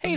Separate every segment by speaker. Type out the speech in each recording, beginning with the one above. Speaker 1: Hey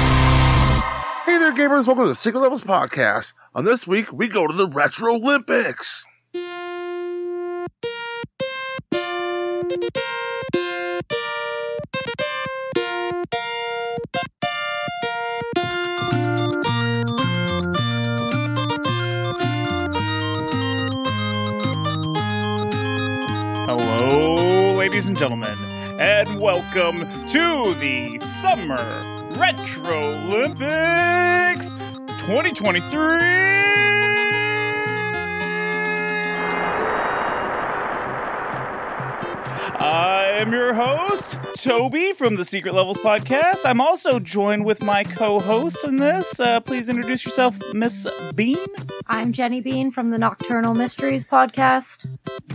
Speaker 2: Hey there, gamers! Welcome to the Secret Levels Podcast. On this week, we go to the Retro Olympics.
Speaker 1: Hello, ladies and gentlemen, and welcome to the Summer Retro Olympics 2023. I am your host, Toby from the Secret Levels Podcast. I'm also joined with my co hosts in this. Uh, please introduce yourself, Miss Bean.
Speaker 3: I'm Jenny Bean from the Nocturnal Mysteries podcast.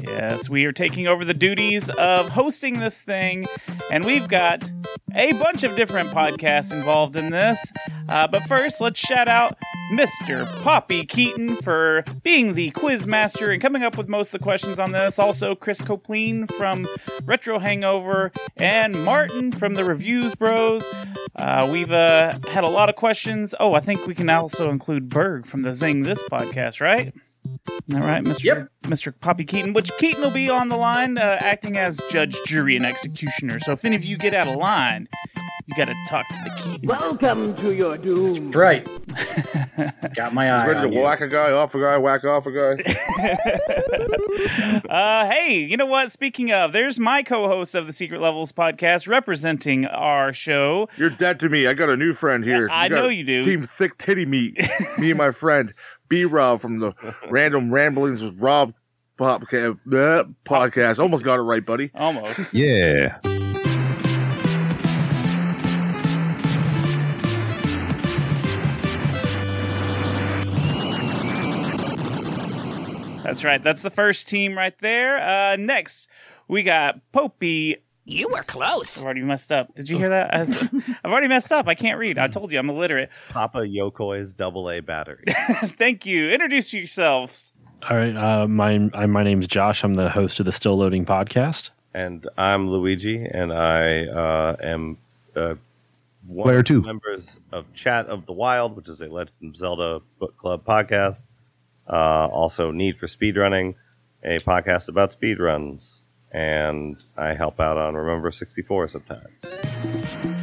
Speaker 1: Yes, we are taking over the duties of hosting this thing, and we've got a bunch of different podcasts involved in this. Uh, but first, let's shout out Mr. Poppy Keaton for being the quiz master and coming up with most of the questions on this. Also, Chris Copleen from Retro Hangover and Martin from the Reviews Bros. Uh, we've uh, had a lot of questions. Oh, I think we can also include Berg from the Zing This podcast, right? All right, Mr.
Speaker 2: Yep.
Speaker 1: Mr. Poppy Keaton, which Keaton will be on the line uh, acting as judge, jury, and executioner. So if any of you get out of line, you got to talk to the Keaton.
Speaker 4: Welcome to your doom.
Speaker 5: Right. Got my eye.
Speaker 2: Ready
Speaker 5: on
Speaker 2: to
Speaker 5: you.
Speaker 2: whack a guy, off a guy, whack off a guy.
Speaker 1: uh, hey, you know what? Speaking of, there's my co host of the Secret Levels podcast representing our show.
Speaker 2: You're dead to me. I got a new friend here.
Speaker 1: I
Speaker 2: got
Speaker 1: know you do.
Speaker 2: Team Thick Titty Meat. me and my friend B Rob from the Random Ramblings with Rob Popca- bleh, podcast. Almost got it right, buddy.
Speaker 1: Almost.
Speaker 6: Yeah.
Speaker 1: That's right. That's the first team right there. Uh, next, we got Popey.
Speaker 4: You were close.
Speaker 1: I've already messed up. Did you hear that? I was- I've already messed up. I can't read. I told you I'm illiterate.
Speaker 7: Papa Yokoi's double A battery.
Speaker 1: Thank you. Introduce yourselves.
Speaker 8: All right, uh, my I, my name's Josh. I'm the host of the Still Loading podcast.
Speaker 7: and I'm Luigi, and I uh, am uh, one
Speaker 6: Player
Speaker 7: of the
Speaker 6: two.
Speaker 7: members of Chat of the Wild, which is a Legend of Zelda book club podcast. Uh, also, Need for Speedrunning, a podcast about speedruns. And I help out on Remember 64 sometimes.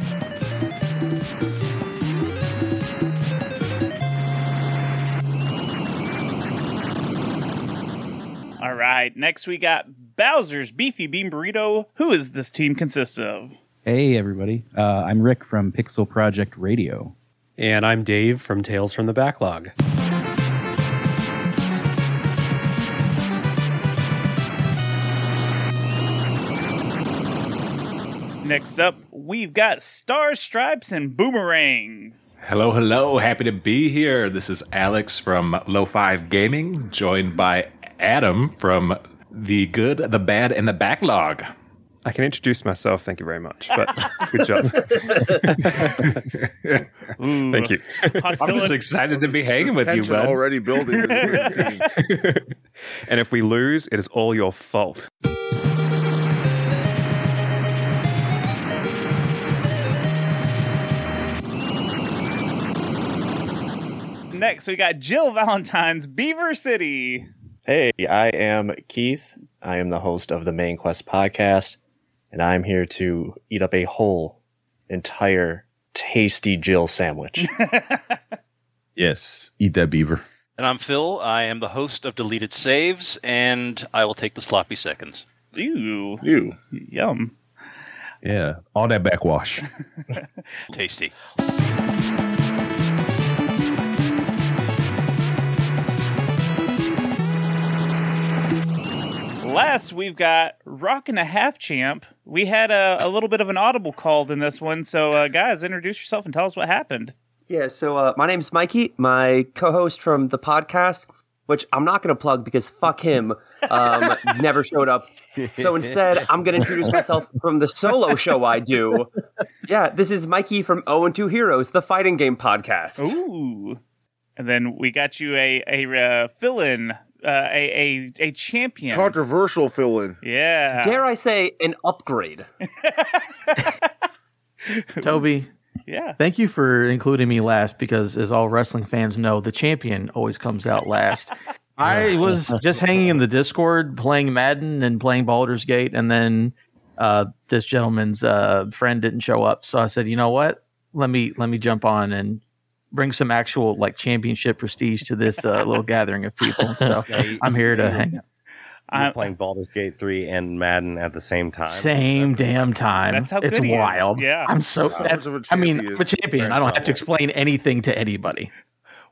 Speaker 1: All right. Next, we got Bowser's Beefy Bean Burrito. Who is this team consist of?
Speaker 9: Hey, everybody. Uh, I'm Rick from Pixel Project Radio.
Speaker 8: And I'm Dave from Tales from the Backlog.
Speaker 1: Next up, we've got Star Stripes and Boomerangs.
Speaker 10: Hello, hello. Happy to be here. This is Alex from Low Five Gaming, joined by Adam from The Good, the Bad, and the Backlog.
Speaker 6: I can introduce myself. Thank you very much. But good job. Thank you.
Speaker 10: I'm just excited to be hanging with you,
Speaker 2: Tension
Speaker 10: bud.
Speaker 2: already building.
Speaker 6: And if we lose, it is all your fault.
Speaker 1: Next, we got Jill Valentine's Beaver City.
Speaker 11: Hey, I am Keith. I am the host of the Main Quest podcast, and I'm here to eat up a whole, entire, tasty Jill sandwich.
Speaker 12: yes, eat that beaver.
Speaker 13: And I'm Phil. I am the host of Deleted Saves, and I will take the sloppy seconds.
Speaker 1: Ew.
Speaker 12: Ew.
Speaker 1: Yum.
Speaker 12: Yeah, all that backwash.
Speaker 13: Tasty.
Speaker 1: Last, we've got Rock and a Half Champ. We had a, a little bit of an audible called in this one, so uh, guys, introduce yourself and tell us what happened.
Speaker 14: Yeah, so uh, my name's Mikey, my co host from the podcast, which I'm not going to plug because fuck him, um, never showed up. So instead, I'm going to introduce myself from the solo show I do. Yeah, this is Mikey from O and 2 Heroes, the fighting game podcast.
Speaker 1: Ooh. And then we got you a a uh, fill in, uh, a, a a champion.
Speaker 2: Controversial fill in.
Speaker 1: yeah.
Speaker 14: Dare I say, an upgrade.
Speaker 15: Toby.
Speaker 1: Yeah.
Speaker 15: Thank you for including me last because, as all wrestling fans know, the champion always comes out last. I was just hanging in the Discord playing Madden and playing Baldur's Gate, and then uh, this gentleman's uh, friend didn't show up. So I said, you know what? Let me let me jump on and bring some actual like championship prestige to this uh, little gathering of people. So I'm here to hang out.
Speaker 7: I'm playing Baldur's Gate 3 and Madden at the same time.
Speaker 15: Same damn time.
Speaker 7: That's how
Speaker 15: it's
Speaker 7: good he is.
Speaker 15: wild.
Speaker 7: Yeah.
Speaker 15: I'm so.
Speaker 7: How
Speaker 15: That's,
Speaker 7: much of a
Speaker 15: I mean,
Speaker 7: champion
Speaker 15: I'm a champion. I don't have to explain anything to anybody.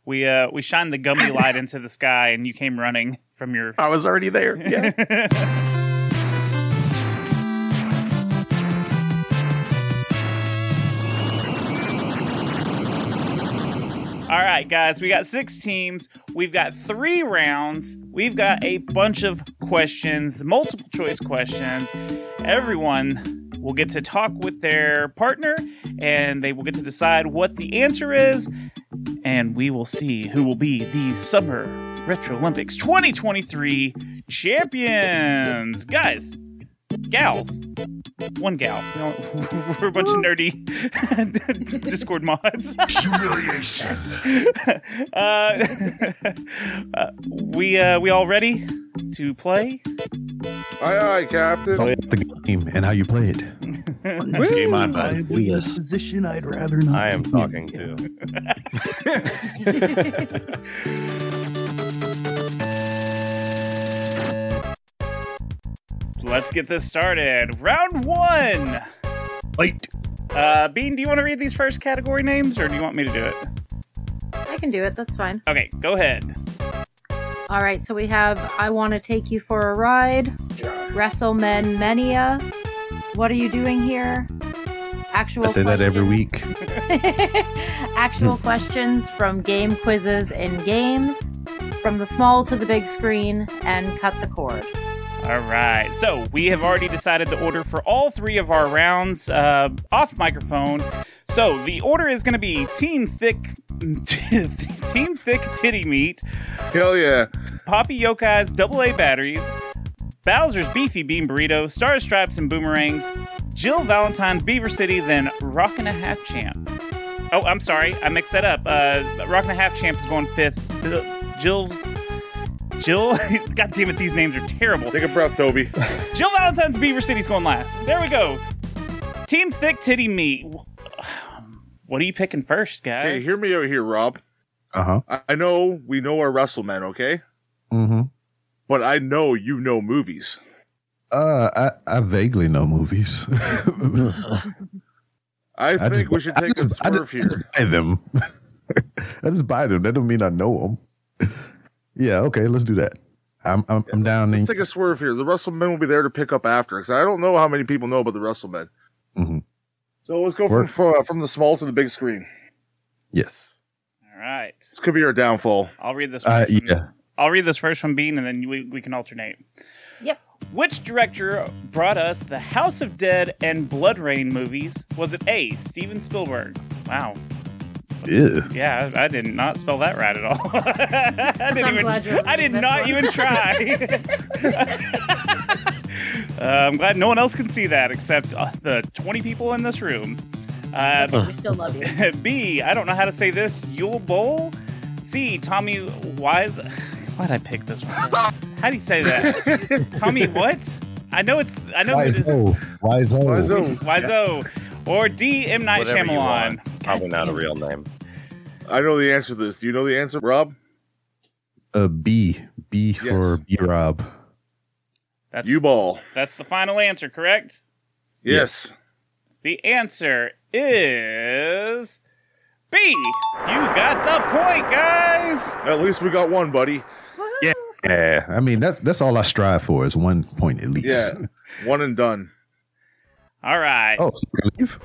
Speaker 1: We uh we shined the gummy light into the sky, and you came running from your.
Speaker 15: I was already there.
Speaker 1: Yeah. All right, guys, we got six teams. We've got three rounds. We've got a bunch of questions, multiple choice questions. Everyone will get to talk with their partner and they will get to decide what the answer is. And we will see who will be the Summer Retro Olympics 2023 champions. Guys, gals. One gal. We don't- We're a bunch of nerdy Discord mods. Humiliation. uh, uh, we uh, we all ready to play?
Speaker 2: Aye, aye, Captain.
Speaker 12: It's all about the game and how you play it.
Speaker 10: Game on, bud.
Speaker 12: Yes.
Speaker 10: Position I'd
Speaker 12: rather
Speaker 10: not.
Speaker 7: I am talking too.
Speaker 9: Uh,
Speaker 1: Let's get this started. Round one.
Speaker 12: Fight.
Speaker 1: Uh, Bean, do you want to read these first category names, or do you want me to do it?
Speaker 3: I can do it. That's fine.
Speaker 1: Okay, go ahead.
Speaker 3: All right, so we have I Want to Take You for a Ride, WrestleMan Mania, What Are You Doing Here? Actual
Speaker 12: I say that every week. Hmm.
Speaker 3: Actual questions from game quizzes and games, from the small to the big screen, and cut the cord.
Speaker 1: All right. So we have already decided the order for all three of our rounds uh, off microphone. So the order is going to be Team Thick, Team Thick Titty Meat.
Speaker 2: Hell yeah!
Speaker 1: Poppy Yokai's Double A Batteries, Bowser's Beefy Bean Burrito, Star Stripes and Boomerangs, Jill Valentine's Beaver City, then Rock and a Half Champ. Oh, I'm sorry, I mixed that up. Uh, Rock and a Half Champ is going fifth. Ugh, Jill's. Jill, God damn it, these names are terrible. Take
Speaker 2: a breath, Toby.
Speaker 1: Jill Valentine's Beaver City's going last. There we go. Team Thick Titty Meat. What are you picking first, guys?
Speaker 2: Hey, hear me out here, Rob.
Speaker 12: Uh huh.
Speaker 2: I I know we know our WrestleMan, okay?
Speaker 12: Mm-hmm.
Speaker 2: But I know you know movies.
Speaker 12: Uh, I, I vaguely know movies.
Speaker 2: I think
Speaker 12: just-
Speaker 2: we should
Speaker 12: I
Speaker 2: take a
Speaker 12: just- I
Speaker 2: swerve
Speaker 12: just- I just buy
Speaker 2: here.
Speaker 12: them. I just buy them. That don't mean I know them. yeah. Okay. Let's do that. I'm I'm, I'm down. In,
Speaker 2: Let's take a swerve here. The WrestleMan will be there to pick up after because I don't know how many people know about the WrestleMan.
Speaker 12: Mhm.
Speaker 2: So let's go from, uh, from from the small to the big screen.
Speaker 12: Yes.
Speaker 1: All right.
Speaker 2: This could be our downfall.
Speaker 1: I'll read this
Speaker 12: Uh,
Speaker 1: first. one.
Speaker 12: yeah.
Speaker 1: I'll read this first from Bean, and then we, we can alternate.
Speaker 3: Yep.
Speaker 1: Which director brought us the House of Dead and Blood Rain movies? Was it A. Steven Spielberg? Wow.
Speaker 12: Ew.
Speaker 1: Yeah, I I did not spell that right at all. I didn't
Speaker 16: I'm
Speaker 1: even.
Speaker 16: glad you're
Speaker 1: I did
Speaker 16: this
Speaker 1: not
Speaker 16: one.
Speaker 1: even try. uh, I'm glad no one else can see that except uh, the 20 people in this room. Uh,
Speaker 3: We still love you.
Speaker 1: B. I don't know how to say this. Yule Bowl. C. Tommy Wise. Why'd I pick this one? How do you say that? Tommy what? I know it's. I know.
Speaker 12: Wise
Speaker 1: that
Speaker 12: O. Wise O.
Speaker 1: it's Wiseau. Or D. M. Night
Speaker 7: Whatever you
Speaker 1: Shyamalan.
Speaker 7: want. Probably not a real name.
Speaker 2: I know the answer to this. Do you know the answer, Rob?
Speaker 12: A Uh, B. B for B Rob.
Speaker 1: That's
Speaker 2: U ball.
Speaker 1: That's the final answer, correct?
Speaker 2: Yes.
Speaker 1: The answer is B. You got the point, guys.
Speaker 2: At least we got one, buddy.
Speaker 12: Yeah. Yeah. I mean, that's that's all I strive for is one point at least.
Speaker 2: Yeah. One and done.
Speaker 1: All right.
Speaker 12: Oh, so we can leave?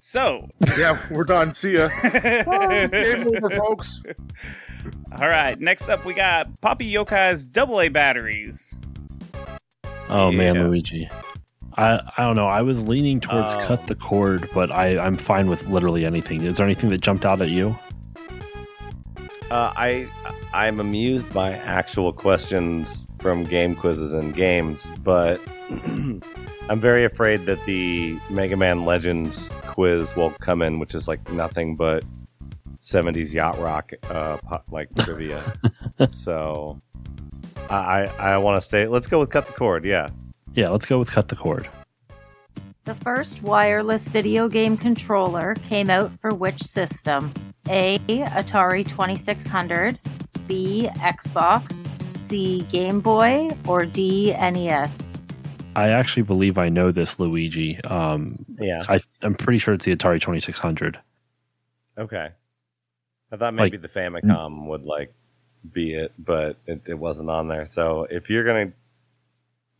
Speaker 1: So.
Speaker 2: Yeah, we're done. See ya. Oh, game over, folks.
Speaker 1: All right. Next up, we got Poppy Yokai's double A batteries.
Speaker 8: Oh man, Luigi. I, I don't know. I was leaning towards
Speaker 1: Oh.
Speaker 8: cut the cord, but I, I'm fine with literally anything. Is there anything that jumped out at you?
Speaker 7: Uh, I I'm amused by actual questions from game quizzes and games, but I'm very afraid that the Mega Man Legends quiz will come in, which is like nothing but 70s yacht rock, uh, po- like trivia. so I I, I want to stay. Let's go with cut the cord. Yeah.
Speaker 8: Yeah, let's go with cut the cord.
Speaker 3: The first wireless video game controller came out for which system? A. Atari 2600, B. Xbox, C. Game Boy, or D. E NES?
Speaker 8: I actually believe I know this Luigi. Um,
Speaker 7: yeah,
Speaker 8: I, I'm pretty sure it's the Atari 2600.
Speaker 7: Okay. I thought maybe
Speaker 8: Like-
Speaker 7: the Famicom would like be it, but it, it wasn't on there. So if you're gonna,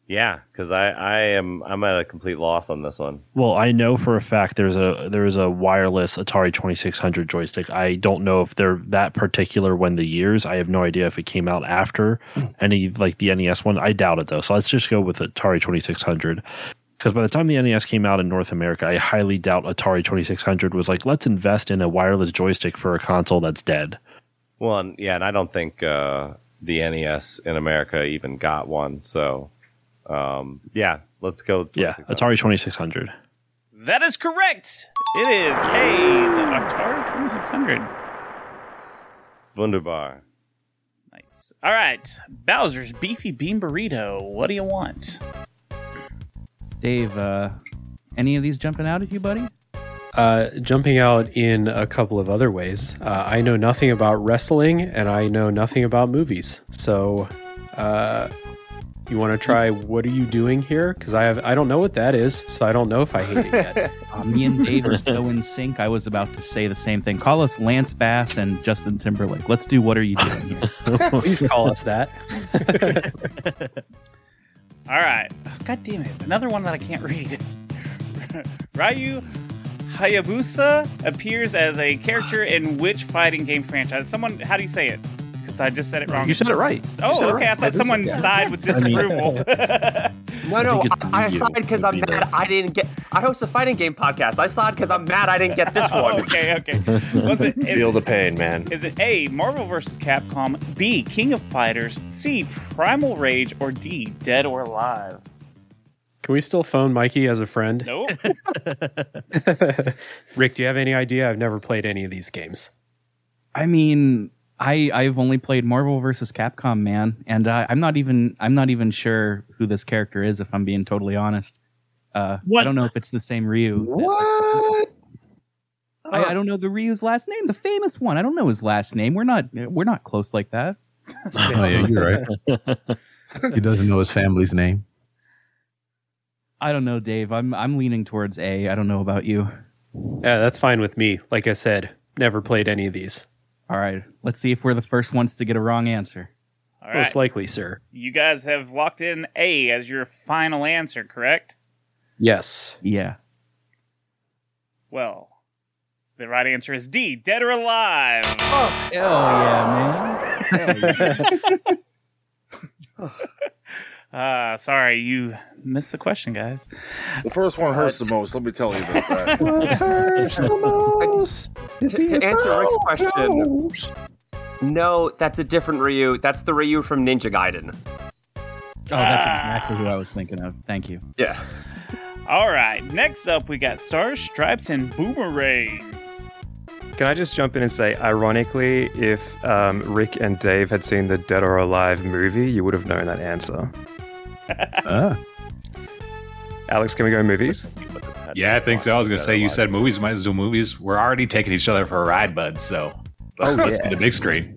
Speaker 7: yeah, because I I am I'm at a complete loss on this one.
Speaker 8: Well, I know for a fact there's a there's a wireless Atari 2600 joystick. I don't know if they're that particular when the years. I have no idea if it came out after any like the NES one. I doubt it though. So let's just go with Atari 2600. Because by the time the NES came out in North America, I highly doubt Atari 2600 was like, let's invest in a wireless joystick for a console that's dead.
Speaker 7: Well, and, yeah, and I don't think uh, the NES in America even got one. So um, yeah, let's go.
Speaker 8: Yeah, Atari 2600.
Speaker 1: That is correct. It is A. The Atari 2600.
Speaker 7: Wunderbar.
Speaker 1: All right. Bowser's beefy bean burrito. What do you want?
Speaker 9: Dave, uh, any of these jumping out at you, buddy?
Speaker 17: Uh, jumping out in a couple of other ways. Uh, I know nothing about wrestling and I know nothing about movies. So, uh, you want to try what are you doing here? Because I have I don't know what that is, so I don't know if I hate it yet.
Speaker 9: Uh, me and Dave are so in sync. I was about to say the same thing. Call us Lance Bass and Justin Timberlake. Let's do what are you doing here?
Speaker 17: Please call us that.
Speaker 1: All right. Oh, God damn it. Another one that I can't read. Ryu Hayabusa appears as a character in which fighting game franchise? Someone, how do you say it? Because I just said it wrong.
Speaker 15: You said it right. You
Speaker 1: Oh,
Speaker 15: said it
Speaker 1: okay. I
Speaker 15: right.
Speaker 1: thought
Speaker 15: Hayabusa,
Speaker 1: someone
Speaker 15: yeah.
Speaker 1: sighed with
Speaker 15: I mean-
Speaker 1: disapproval.
Speaker 14: No, no,
Speaker 15: think it's
Speaker 14: I, I
Speaker 15: Ryu
Speaker 14: sighed because I'm mad. I didn't get. I host a fighting game podcast. I sighed because I'm mad. I didn't get this one.
Speaker 1: Oh, okay, okay. Was it- is
Speaker 11: Feel
Speaker 1: it-
Speaker 11: the pain, man.
Speaker 1: Is it A, Marvel vs. Capcom, B, King of Fighters, C, Primal Rage, or D, Dead or Alive?
Speaker 17: Can we still phone Mikey as a friend?
Speaker 1: Nope.
Speaker 17: Rick, do you have any idea? I've never played any of these games.
Speaker 9: I mean, I I've only played Marvel versus Capcom, man, and uh, I'm not even I'm not even sure who this character is. If I'm being totally honest, uh, I don't know if it's the same Ryu.
Speaker 12: What?
Speaker 9: I, I don't know the Ryu's last name, the famous one. I don't know his last name. We're not we're not close like that.
Speaker 12: Oh yeah, you're right. he doesn't know his family's name.
Speaker 9: I don't know, Dave. I'm I'm leaning towards A. I don't know about you.
Speaker 17: Yeah, that's fine with me. Like I said, never played any of these.
Speaker 9: All right, let's see if we're the first ones to get a wrong answer.
Speaker 1: All right.
Speaker 17: Most likely, sir.
Speaker 1: You guys have locked in A as your final answer, correct?
Speaker 17: Yes.
Speaker 9: Yeah.
Speaker 1: Well, the right answer is D, Dead or Alive.
Speaker 9: Oh, hell yeah, man.
Speaker 1: All Uh, sorry, you missed the question, guys.
Speaker 2: The first one hurts the most. Let me tell you about that.
Speaker 14: To, to answer Rick's question, no, that's a different Ryu. That's the Ryu from Ninja Gaiden.
Speaker 9: Oh, that's exactly who I was thinking of. Thank you.
Speaker 14: Yeah.
Speaker 1: All right, next up we got stars, stripes, and boomerangs.
Speaker 6: Can I just jump in and say, ironically, if um, Rick and Dave had seen the Dead or Alive movie, you would have known that answer.
Speaker 10: Ah.
Speaker 6: Alex, can we go movies?
Speaker 10: Yeah, I think so. I was going to say, you said movies, might as well do movies. We're already taking each other for a ride, bud. So let's,
Speaker 6: Oh,
Speaker 10: let's
Speaker 6: yeah.
Speaker 10: do the big screen.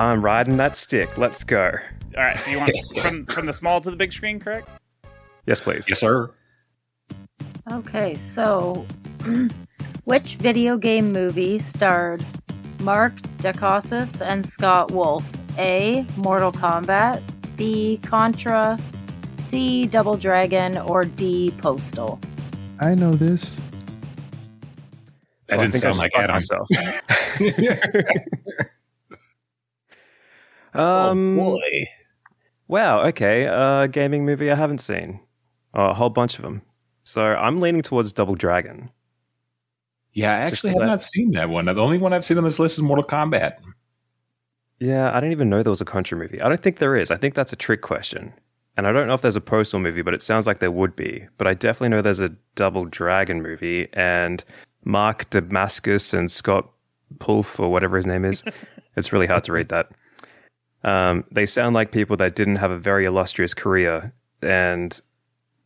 Speaker 6: I'm riding that stick. Let's go.
Speaker 1: All right, so you want from from the small to the big screen, correct?
Speaker 6: Yes, please.
Speaker 10: Yes, sir.
Speaker 3: Okay, so which video game movie starred Mark Dacascos and Scott Wolf? A. Mortal Kombat. B. Contra. C. Double Dragon. Or D. Postal.
Speaker 12: I know this.
Speaker 10: That
Speaker 6: Well, I
Speaker 10: didn't
Speaker 6: think I
Speaker 10: sound like
Speaker 6: just
Speaker 10: Adam.
Speaker 6: fucked Um,
Speaker 10: Oh,
Speaker 6: boy. Wow. Okay. Uh, gaming movie I haven't seen. Uh, a whole bunch of them. So I'm leaning towards Double Dragon.
Speaker 10: Yeah, I actually have
Speaker 6: that-
Speaker 10: not seen that one. The only one I've seen on this list is Mortal Kombat.
Speaker 6: Yeah, I didn't even know there was a Contra movie. I don't think there is. I think that's a trick question. And I don't know if there's a Postal movie, but it sounds like there would be. But I definitely know there's a Double Dragon movie, and Mark Damascus and Scott Pulf, or whatever his name is. it's really hard to read that. Um, they sound like people that didn't have a very illustrious career, and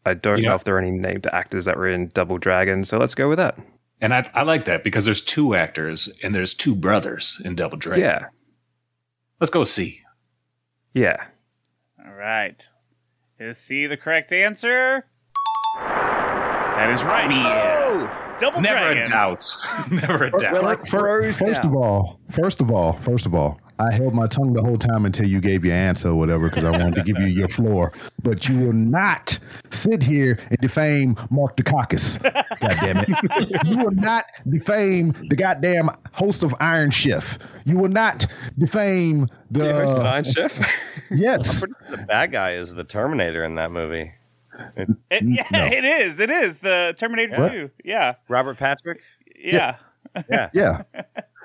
Speaker 6: I don't know if there are any named actors that were in Double Dragon, so let's go with that.
Speaker 10: And I, I like that because there's two actors and there's two brothers in Double Dragon.
Speaker 6: Yeah.
Speaker 10: Let's go see.
Speaker 6: Yeah.
Speaker 1: All right, is C the correct answer? That is right. Double
Speaker 10: Never
Speaker 1: Dragon.
Speaker 10: a doubt. Never a doubt.
Speaker 12: First of all, first of all, first of all, I held my tongue the whole time until you gave your answer or whatever because I wanted to give you your floor. But you will not sit here and defame Mark Dukakis. God damn it! you will not defame the goddamn host of Iron Chef. You will not defame the yes.
Speaker 7: the bad guy is the Terminator in that movie.
Speaker 1: It, yeah, it is. It is the Terminator
Speaker 12: What?
Speaker 1: 2. Yeah.
Speaker 7: Robert Patrick.
Speaker 1: Yeah.
Speaker 7: Yeah.
Speaker 12: Yeah.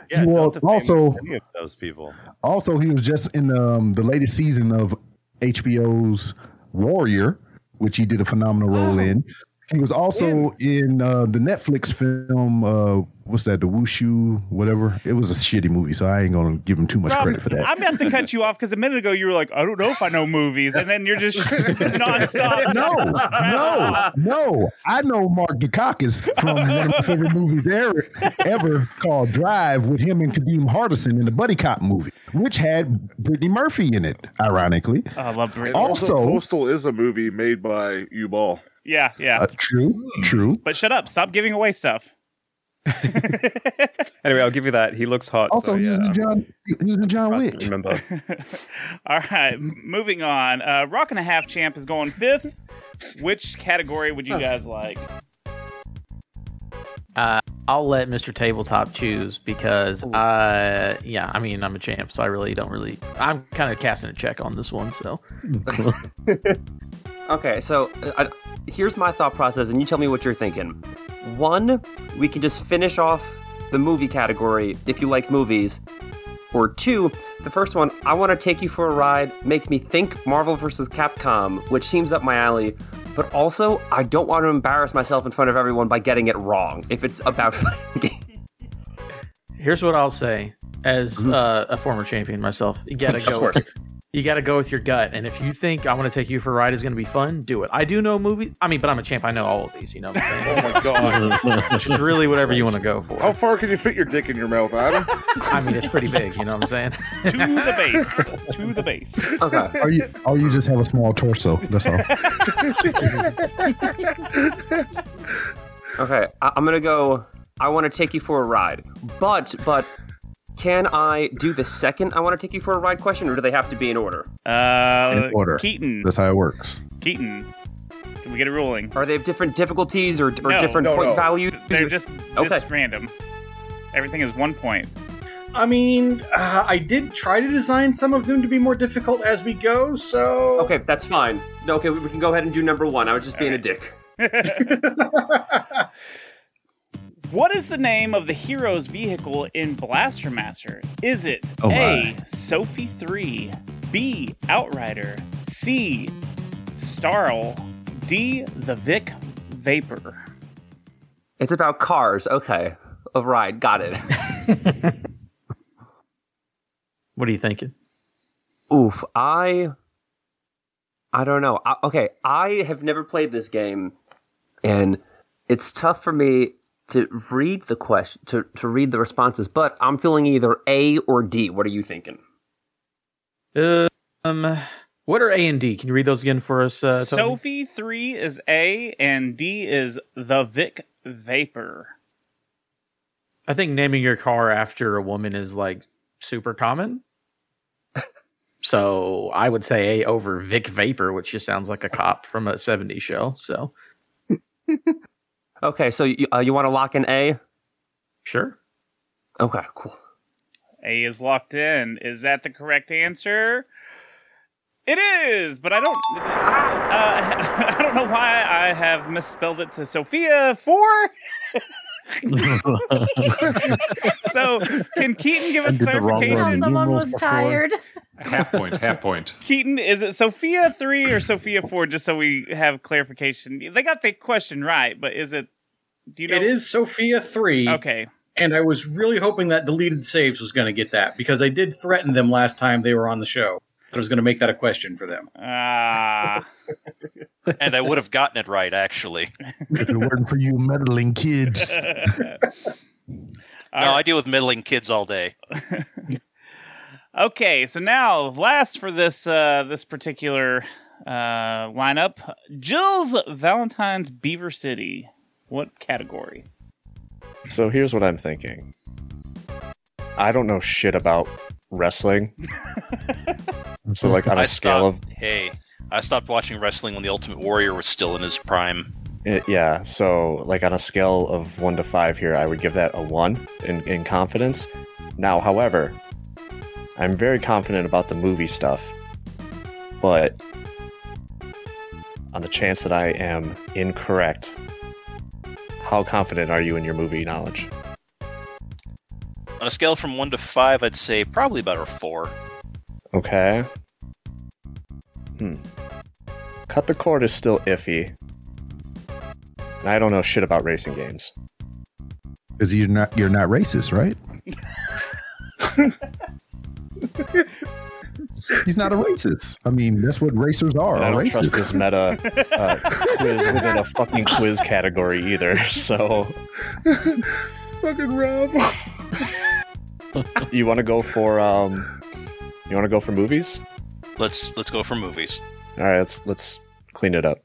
Speaker 12: you will also
Speaker 7: Any of those people.
Speaker 12: Also, he was just in um, the latest season of HBO's Warrior, which he did a phenomenal role in. He was also in uh, the Netflix film. Uh, what's that? The Wushu, whatever. It was a shitty movie, so I ain't gonna give him too much
Speaker 1: Rob,
Speaker 12: credit for that.
Speaker 1: I'm about to cut you off because a minute ago you were like, I don't know if I know movies. And then you're just nonstop.
Speaker 12: no, no, no! I know Mark Dukakis from one of my favorite movies ever, ever called Drive, with him and Kadeem Hardison in the buddy cop movie, which had Brittany Murphy in it, ironically.
Speaker 1: I love
Speaker 2: And
Speaker 12: Also-
Speaker 2: Postal is a movie made by U Ball.
Speaker 1: Yeah, yeah.
Speaker 12: Uh, true, true.
Speaker 1: but shut up. Stop giving away stuff.
Speaker 6: Anyway, I'll give you that. He looks hot.
Speaker 12: Also,
Speaker 6: so,
Speaker 12: he
Speaker 6: yeah,
Speaker 12: was in
Speaker 6: I'm-
Speaker 12: John. He was in John Wick.
Speaker 6: remember.
Speaker 1: All right. m- Moving on. Uh, Rock and a Half Champ is going fifth. Which category would you guys like?
Speaker 15: Uh, I'll let Mr. Tabletop choose because, uh, yeah, I mean, I'm a champ, so I really don't really. I'm kind of casting a check on this one, so.
Speaker 14: Okay, so uh, I, here's my thought process, and you tell me what you're thinking. One, we can just finish off the movie category if you like movies. Or two, the first one, I want to take you for a ride, makes me think Marvel vs. Capcom, which seems up my alley. But also, I don't want to embarrass myself in front of everyone by getting it wrong if it's about fighting games.
Speaker 15: Here's what I'll say as uh, a former champion myself. You gotta
Speaker 14: Of
Speaker 15: go.
Speaker 14: course.
Speaker 15: with- you gotta go with your gut, and if you think I want to take you for a ride is gonna be fun, do it. I do know movie. I mean, but I'm a champ. I know all of these. You know. What I'm saying?
Speaker 2: Oh my god!
Speaker 15: Just really whatever you want to go for.
Speaker 2: How far can you fit your dick in your mouth, Adam?
Speaker 15: I mean, it's pretty big. You know what I'm saying?
Speaker 1: To the base. To the base.
Speaker 14: Okay.
Speaker 12: Or you, or you just have a small torso. That's all.
Speaker 14: Okay, I- I'm gonna go. I want to take you for a ride, but but can I do the second? I want to take you for a ride question, or do they have to be in order?
Speaker 1: Uh,
Speaker 12: In order.
Speaker 1: Keaton.
Speaker 12: That's how it works.
Speaker 1: Keaton. Can we get a ruling?
Speaker 14: Are they have different difficulties or, or
Speaker 1: No,
Speaker 14: different
Speaker 1: no,
Speaker 14: point
Speaker 1: no.
Speaker 14: values?
Speaker 1: They're just, just
Speaker 14: Okay.
Speaker 1: random. Everything is one point.
Speaker 18: I mean, uh, I did try to design some of them to be more difficult as we go, so.
Speaker 14: Okay, that's fine. No, okay, we we can go ahead and do number one. I was just being a dick.
Speaker 1: What is the name of the hero's vehicle in Blaster Master? Is it
Speaker 16: Oh
Speaker 1: A. Sophie 3, B. Outrider, C. Starl, D. The Vic Vapor?
Speaker 14: It's about cars. Okay. A ride. Got it.
Speaker 15: what are you thinking?
Speaker 14: Oof. I. I don't know. I, okay. I have never played this game, and it's tough for me to read the question to, to read the responses but i'm feeling either a or d what are you thinking
Speaker 15: Um, what are A and D? Can you read those again for us? Uh, Tony?
Speaker 1: Sophie 3 is A, and D is The Vic Vapor.
Speaker 15: I think naming your car after a woman is like super common. so I would say A over Vic Vapor, which just sounds like a cop from a 70s show. So
Speaker 14: okay so you, uh, you want to lock in a
Speaker 15: sure
Speaker 14: okay cool
Speaker 1: A is locked in. Is that the correct answer? It is, but I don't. Uh, I don't know why I have misspelled it to Sophia four. so can Keaton give us clarification?
Speaker 3: someone was tired.
Speaker 10: Half point, half point.
Speaker 1: Keaton, is it Sophia three or Sophia four? Just so we have clarification. They got the question right, but is it? Do you know?
Speaker 18: It is Sophia 3.
Speaker 1: Okay.
Speaker 18: And I was really hoping that deleted saves was going to get that because I did threaten them last time they were on the show. That I was going to make that a question for them.
Speaker 1: Ah.
Speaker 13: and I would have gotten it right, actually.
Speaker 12: if it weren't for you meddling kids.
Speaker 13: No, I deal with middling kids all day.
Speaker 1: Okay, so now last for this uh, this particular uh, lineup, Jill's Valentine's Beaver City. What category?
Speaker 11: So here's what I'm thinking. I don't know shit about wrestling. so like on a
Speaker 13: I
Speaker 11: scale of
Speaker 13: stopped- Hey, I stopped watching wrestling when the Ultimate Warrior was still in his prime.
Speaker 11: eh, yeah, so like on a scale of 1 to 5 here, I would give that a 1 in in confidence. Now, however, I'm very confident about the movie stuff. But on the chance that I am incorrect, how confident are you in your movie knowledge?
Speaker 13: On a scale from one to five, I'd say probably about a four.
Speaker 11: Okay. Hmm. Cut the cord is still iffy. And I don't know shit about racing games.
Speaker 12: Because you're not you're not racist, right? He's not a racist. I mean, that's what racers are.
Speaker 11: And I
Speaker 12: are
Speaker 11: don't
Speaker 12: racist.
Speaker 11: trust this meta uh, quiz within a fucking quiz category either. So
Speaker 12: Fucking Rob.
Speaker 11: you want to go for um, you want to go for movies?
Speaker 13: Let's let's go for movies.
Speaker 11: All right, let's let's clean it up.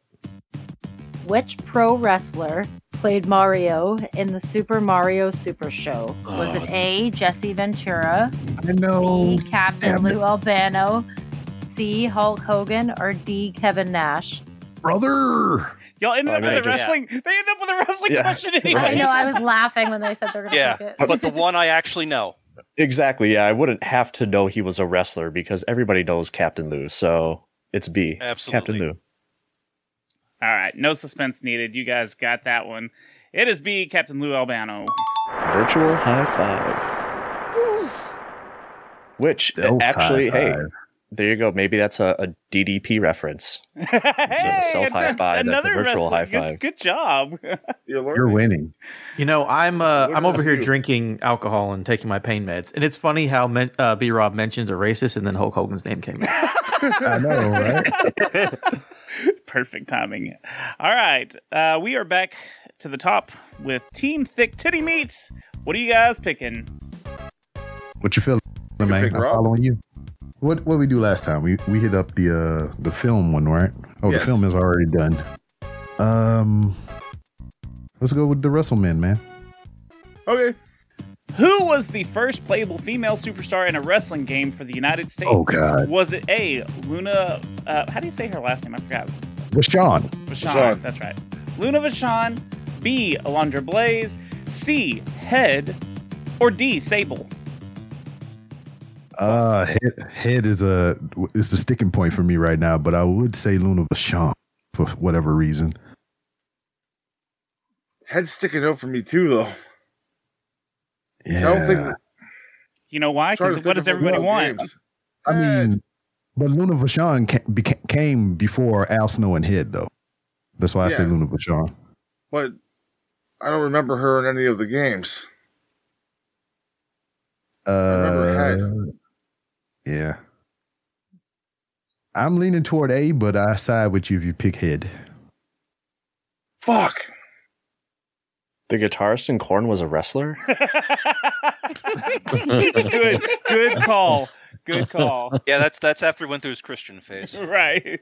Speaker 3: Which pro wrestler played Mario in the Super Mario Super Show? Was
Speaker 11: Oh.
Speaker 3: it A. Jesse Ventura,
Speaker 12: I know.
Speaker 3: B. Captain
Speaker 12: Damn it.
Speaker 3: Lou Albano, C. Hulk Hogan, or D. Kevin Nash?
Speaker 12: Brother.
Speaker 1: Y'all ended
Speaker 11: I mean,
Speaker 1: up with a
Speaker 11: I just-
Speaker 1: wrestling. They ended up with a wrestling
Speaker 11: Yeah,
Speaker 1: question.
Speaker 11: right.
Speaker 1: anyway.
Speaker 3: I know I was laughing when they said they're gonna pick
Speaker 13: Yeah,
Speaker 3: it.
Speaker 13: but the one I actually know.
Speaker 11: Exactly. Yeah, I wouldn't have to know he was a wrestler because everybody knows Captain Lou. So it's B.
Speaker 1: Absolutely.
Speaker 11: Captain Lou.
Speaker 1: All right, no suspense needed. You guys got that one. It is B, Captain Lou Albano.
Speaker 11: Virtual high five. Which
Speaker 1: Self
Speaker 11: actually,
Speaker 1: high
Speaker 11: hey,
Speaker 1: five.
Speaker 11: there you go. Maybe that's a, a DDP reference. self high five, that's the
Speaker 1: Another
Speaker 11: virtual high
Speaker 1: wrestling.
Speaker 11: five.
Speaker 1: Good, good job.
Speaker 12: You're winning.
Speaker 15: You know, I'm uh,
Speaker 1: What
Speaker 15: I'm over
Speaker 1: about
Speaker 15: here
Speaker 1: you?
Speaker 15: drinking alcohol and taking my pain meds, and it's funny how men- uh, B Rob mentions a racist, and then Hulk Hogan's name came up.
Speaker 12: I know, right?
Speaker 1: Perfect timing. All right, uh, we are back to the top with Team Thick Titty Meats. What are you guys picking?
Speaker 12: What you feeling, man? I'm
Speaker 1: pick Rob.
Speaker 12: following you. What what we do last time? We we hit up the uh the film one, right? Oh,
Speaker 18: Yes.
Speaker 12: the film is already done. Um, let's go with the WrestleMan, man.
Speaker 2: Okay.
Speaker 1: Who was the first playable female superstar in a wrestling game for the United States?
Speaker 12: Oh, God.
Speaker 1: Was it A. Luna? Uh, how do you say her last name? I forgot.
Speaker 12: What's John?
Speaker 1: Vachon. That's right. Luna Vachon. B. Alondra Blaze. C. Head. Or D. Sable.
Speaker 12: Uh, head, head is a is the sticking point for me right now, but I would say Luna Vachon for whatever reason.
Speaker 2: Head's sticking out for me too, though. I don't think that-
Speaker 1: You know why?
Speaker 2: Trying
Speaker 1: Because
Speaker 2: to think
Speaker 1: what does
Speaker 2: of
Speaker 1: everybody
Speaker 2: other
Speaker 1: want?
Speaker 2: games.
Speaker 12: I mean, but Luna Vachon ca- beca- came before Al Snow and Head, though. That's why I say
Speaker 2: Yeah.
Speaker 12: Luna Vachon.
Speaker 2: but I don't remember her in any of the games.
Speaker 12: Uh, yeah. I'm leaning toward A, but I side with you if you pick Head.
Speaker 2: Fuck.
Speaker 11: The guitarist in Korn was a wrestler.
Speaker 1: good, good call. Good call.
Speaker 13: Yeah, that's that's after he went through his Christian phase.
Speaker 1: right.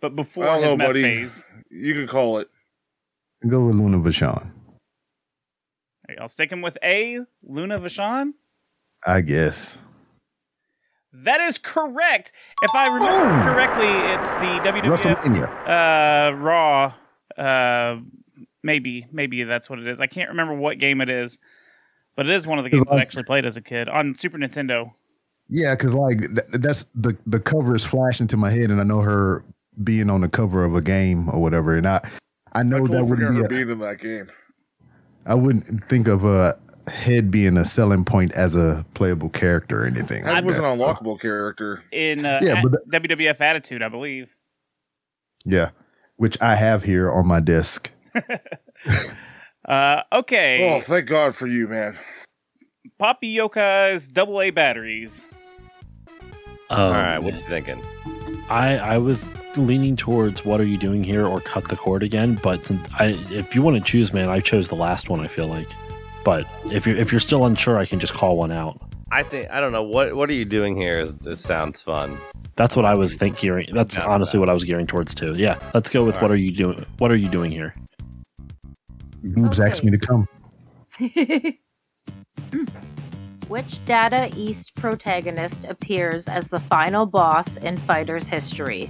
Speaker 1: But before
Speaker 2: I don't
Speaker 1: his
Speaker 2: know,
Speaker 1: meth
Speaker 2: buddy.
Speaker 1: phase,
Speaker 2: You can call it.
Speaker 12: Go with Luna Vachon,
Speaker 1: Hey, I'll stick him with A, Luna Vachon.
Speaker 12: I guess.
Speaker 1: That is correct. If I remember correctly, it's the WWF uh, Raw. Uh, maybe, maybe that's what it is. I can't remember what game it is, but it is one of the games that I actually played as a kid on Super Nintendo.
Speaker 12: Yeah, because like th- that's the the cover is flashing to my head, and I know her being on the cover of a game or whatever, and I I know Oh, that
Speaker 2: Don't forget her
Speaker 12: wouldn't be a,
Speaker 2: being in that game.
Speaker 12: I wouldn't think of a head being a selling point as a playable character or anything.
Speaker 2: That
Speaker 12: like
Speaker 2: was an
Speaker 12: that.
Speaker 2: unlockable character.
Speaker 1: In uh,
Speaker 12: Yeah, but
Speaker 1: at- WWF Attitude, I believe.
Speaker 12: Yeah, which I have here on my desk.
Speaker 1: Uh, okay.
Speaker 2: Oh, thank God for you, man.
Speaker 1: Poppy Yoka's double A batteries.
Speaker 7: All right, what you thinking?
Speaker 8: I I was leaning towards what are you doing here or cut the cord again, but since I if you want to choose, man, I chose the last one. I feel like, but if you're if you're still unsure, I can just call one out.
Speaker 7: I think I don't know what what are you doing here. Is it sounds fun?
Speaker 8: That's what I was think gearing. That's
Speaker 7: Yeah,
Speaker 8: honestly what I was gearing towards too. Yeah, let's go with
Speaker 7: All
Speaker 8: what
Speaker 7: right.
Speaker 8: are you doing? What are you doing here?
Speaker 12: Boobs asked me to come.
Speaker 3: Which Data East protagonist appears as the final boss in Fighter's history?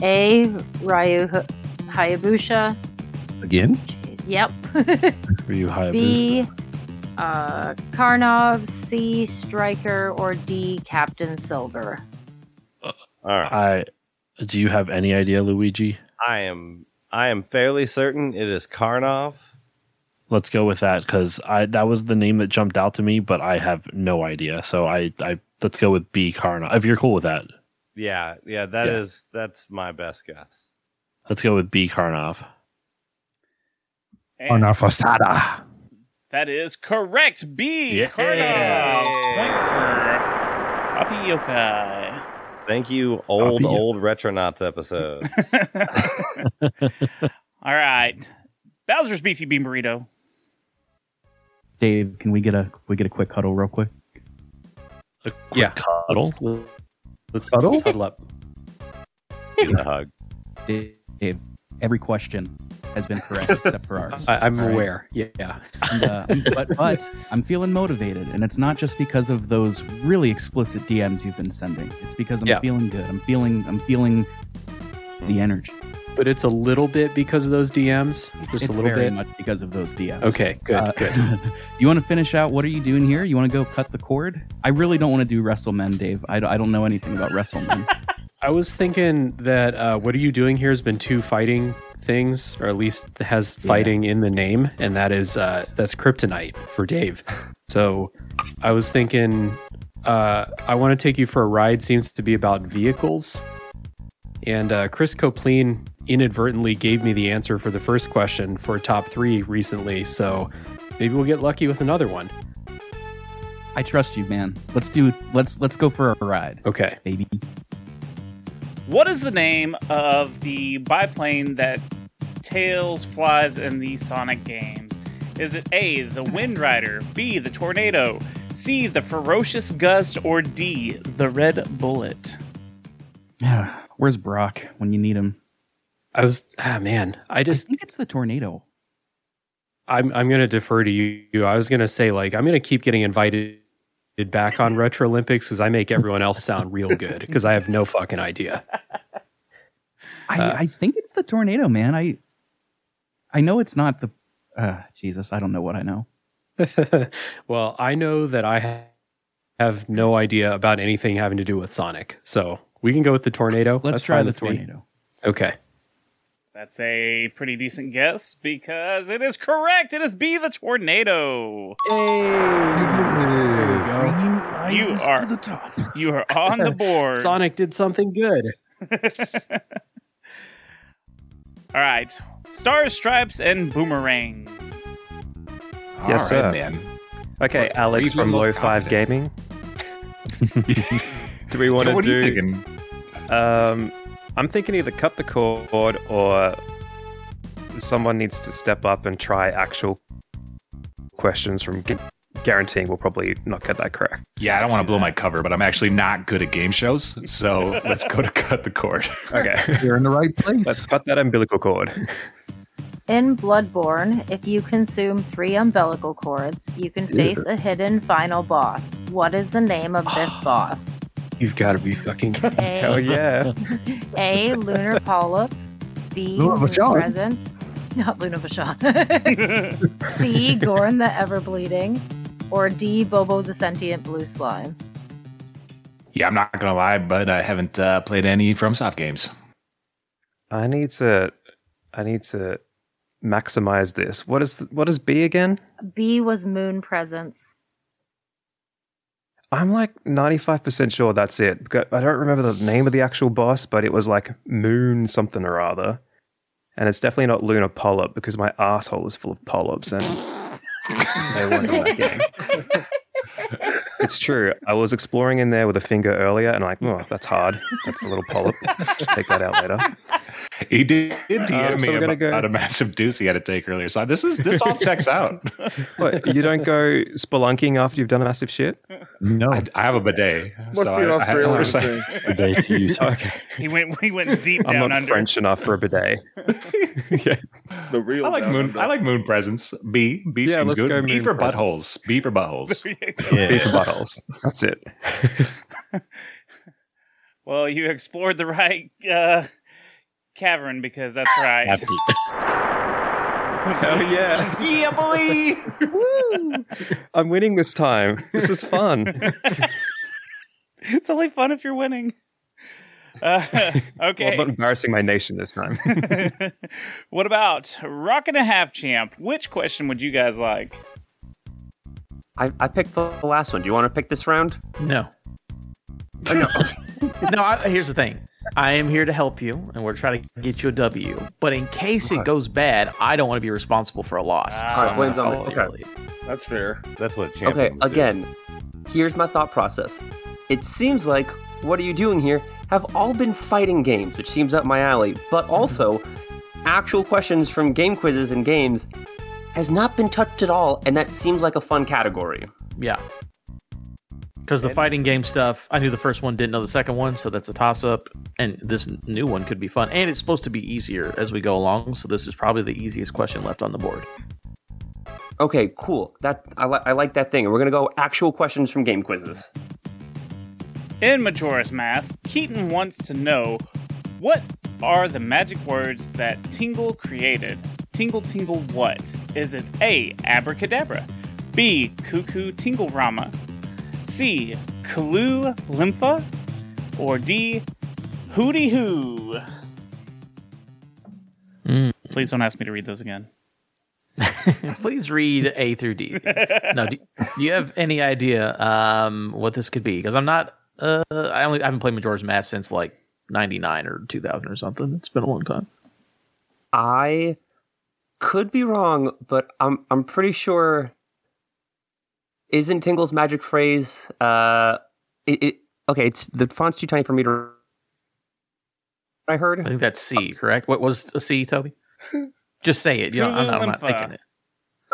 Speaker 3: A. Ryu Hayabusha.
Speaker 12: Again?
Speaker 3: Yep.
Speaker 8: Are you high?
Speaker 3: B. Uh, Karnov. C. Striker. Or D. Captain Silver.
Speaker 7: All right.
Speaker 8: I do you have any idea, Luigi?
Speaker 7: I am I am fairly certain it is Karnov.
Speaker 8: Let's go with that because I that was the name that jumped out to me, but I have no idea. So I I let's go with B Karna. If you're cool with that,
Speaker 7: Yeah, yeah, that is
Speaker 8: Yeah.
Speaker 7: that's my best guess.
Speaker 8: let's go with B Karnov.
Speaker 1: And
Speaker 12: Ana Fasada.
Speaker 1: That is correct. B.
Speaker 8: Yeah.
Speaker 1: Karnov. Point for Poppy Yokai.
Speaker 7: Thank you, old
Speaker 1: Copy.
Speaker 7: old Retronauts episode.
Speaker 1: All right. Bowser's beefy bean burrito.
Speaker 9: Dave, can we get a can we get a quick huddle real quick?
Speaker 17: yeah.
Speaker 8: Cuddle.
Speaker 17: Let's, let's,
Speaker 9: Cuddle?
Speaker 17: let's huddle up.
Speaker 7: Give it a hug.
Speaker 9: Dave, Dave, every question has been correct except for ours.
Speaker 17: I, I'm
Speaker 9: All right?
Speaker 17: aware. Yeah.
Speaker 9: And, uh, I'm- but, but I'm feeling motivated, and it's not just because of those really explicit DMs you've been sending. It's because I'm
Speaker 17: Yeah. Mm-hmm.
Speaker 9: feeling good. I'm feeling I'm feeling the energy.
Speaker 17: But it's a little bit because of those DMs. Just
Speaker 9: It's
Speaker 17: a little
Speaker 9: very
Speaker 17: bit.
Speaker 9: much because of those DMs.
Speaker 17: Okay, good, good.
Speaker 9: Uh, you want to finish out? What are you doing here? You want to go cut the cord? I really don't want to do WrestleMen, Dave. I, d- I don't know anything about WrestleMen.
Speaker 17: I was thinking that uh, what are you doing here has been two fighting things, or at least has fighting in the name, and that is uh, that's kryptonite for Dave. So I was thinking uh, I want to take you for a ride. Seems to be about vehicles, and uh, Chris Copleen inadvertently gave me the answer for the first question for top three recently. So maybe we'll get lucky with another one.
Speaker 9: I trust you, man. Let's do. Let's let's go for a ride.
Speaker 17: Okay,
Speaker 9: baby.
Speaker 1: What is the name of the biplane that Tails flies in the Sonic games? Is it A, the Wind Rider, B, the Tornado, C, the Ferocious Gust, or D, the Red Bullet?
Speaker 9: Where's Brock when you need him?
Speaker 17: I was ah man, I just
Speaker 9: think it's the tornado.
Speaker 17: I'm I'm gonna defer to you. I was gonna say like I'm gonna keep getting invited back on Retro Olympics because I make everyone else sound real good because I have no fucking idea.
Speaker 9: I,
Speaker 17: Uh,
Speaker 9: I think it's the tornado, man. I I know it's not the uh Jesus, I don't know what I know.
Speaker 17: well, I know that I ha- have no idea about anything having to do with Sonic. So we can go with the tornado.
Speaker 1: Let's
Speaker 17: That's
Speaker 1: try
Speaker 17: fine
Speaker 1: the
Speaker 17: with me. Okay.
Speaker 1: That's a pretty decent guess because it is correct. It is B the tornado.
Speaker 17: There
Speaker 1: You are the top. You are on the board.
Speaker 17: Sonic did something good.
Speaker 1: All right. Stars, stripes, and boomerangs.
Speaker 6: yes,
Speaker 1: All right,
Speaker 6: sir.
Speaker 1: man.
Speaker 6: Okay, Alex
Speaker 1: Reeves
Speaker 6: from
Speaker 1: was
Speaker 6: Low
Speaker 1: most
Speaker 6: Five Gaming. do we want
Speaker 1: Yeah,
Speaker 6: to
Speaker 1: what are
Speaker 6: do?
Speaker 1: you
Speaker 6: Um, I'm thinking either cut the cord or someone needs to step up and try actual questions from. Gu- guaranteeing we'll probably not get that correct.
Speaker 10: Yeah, I don't want to blow my cover, but I'm actually not good at game shows, so let's go to cut the cord.
Speaker 6: Okay.
Speaker 12: You're in the right place.
Speaker 6: Let's cut that umbilical cord.
Speaker 3: In Bloodborne, if you consume three umbilical cords, you can face a hidden final boss. What is the name of this boss?
Speaker 17: You've got to be fucking kidding.
Speaker 3: Hey.
Speaker 17: Hell yeah.
Speaker 3: A. Lunar polyp. B.
Speaker 17: Luna
Speaker 3: Moon
Speaker 17: Vachon.
Speaker 3: presence. Not Luna Vachon. C. Gorn the ever bleeding. Or D. Bobo the sentient blue slime.
Speaker 10: Yeah, I'm not gonna lie, but I haven't uh, played any FromSoft games.
Speaker 6: I need to, I need to maximize this. What is th- what is B again?
Speaker 3: B was moon presence.
Speaker 6: I'm like 95% sure that's it. Because I don't remember the name of the actual boss, but it was like Moon something or other. And it's definitely not Lunar Polyp because my asshole is full of polyps and they weren't in that game. It's true. I was exploring in there with a finger earlier and like, oh, that's hard. That's a little polyp. Take that out later.
Speaker 10: He did DM
Speaker 6: Um, so
Speaker 10: me
Speaker 6: we're gonna
Speaker 10: about,
Speaker 6: go-
Speaker 10: a massive deuce he had to take earlier. So this is this all checks out.
Speaker 6: What, you don't go spelunking after you've done a massive shit?
Speaker 12: No.
Speaker 10: I, I have a bidet.
Speaker 6: Must be an Australian thing. Bidet to use. Okay.
Speaker 1: He went. He went deep
Speaker 6: I'm
Speaker 1: down
Speaker 6: not
Speaker 1: under.
Speaker 6: French enough for a bidet.
Speaker 2: The real.
Speaker 10: I like
Speaker 2: down
Speaker 10: moon.
Speaker 2: under.
Speaker 10: I like moon presents. B B
Speaker 6: Yeah,
Speaker 10: seems
Speaker 6: let's go
Speaker 10: good. B
Speaker 6: moon
Speaker 10: for
Speaker 6: presents.
Speaker 10: buttholes. B for buttholes.
Speaker 6: Beef and bottles. That's it.
Speaker 1: Well, you explored the right uh, cavern because that's right. Oh,
Speaker 6: Hell yeah.
Speaker 10: yeah, boy.
Speaker 6: I'm winning this time. This is fun.
Speaker 1: it's only fun if you're winning. Uh,
Speaker 6: Well, I'm
Speaker 1: okay.
Speaker 6: not embarrassing my nation this time.
Speaker 1: what about rock and a half champ? Which question would you guys like?
Speaker 14: I, I picked the last one. Do you want to pick this round? Oh,
Speaker 15: No. no, I, here's the thing. I am here to help you, and we're trying to get you a W. But in case it goes bad, I don't want to be responsible for a loss.
Speaker 14: Ah. Alright, blame's on me. Okay.
Speaker 2: That's fair.
Speaker 7: That's what.
Speaker 14: Okay, again, here's my thought process. It seems like what are you doing here? Have all been fighting games, which seems up my alley,
Speaker 15: Mm-hmm.
Speaker 14: but also actual questions from game quizzes and games has not been touched at all, and that seems like a fun category.
Speaker 15: Yeah. Because the fighting game stuff, I knew the first one, didn't know the second one, so that's a toss up. And this n- new one could be fun. And it's supposed to be easier as we go along, so this is probably the easiest question left on the board.
Speaker 14: Okay, cool. That I, li- I like that thing. We're gonna go actual questions from game quizzes.
Speaker 1: In Majora's Mask, Keaton wants to know what are the magic words that Tingle created? Tingle Tingle what? Is it A. Abracadabra? B. Cuckoo Tingle Rama? C. Kalu Lympha? Or D. Hooty Hoo? Please don't ask me to read those again.
Speaker 15: Please read A through D. no, do, do you have any idea um, what this could be? Because I'm not. Uh, I only I haven't played Majora's Mask since like '99 or 2000 or something. It's been a long time.
Speaker 14: I could be wrong, but I'm I'm pretty sure. Isn't Tingle's magic phrase? Uh, it, it okay. It's the font's too tiny for me to. I heard.
Speaker 15: I think that's C, correct? What was a C, Toby? Just say it. You know, I'm, not, I'm not
Speaker 14: Kululinfa.
Speaker 15: thinking it.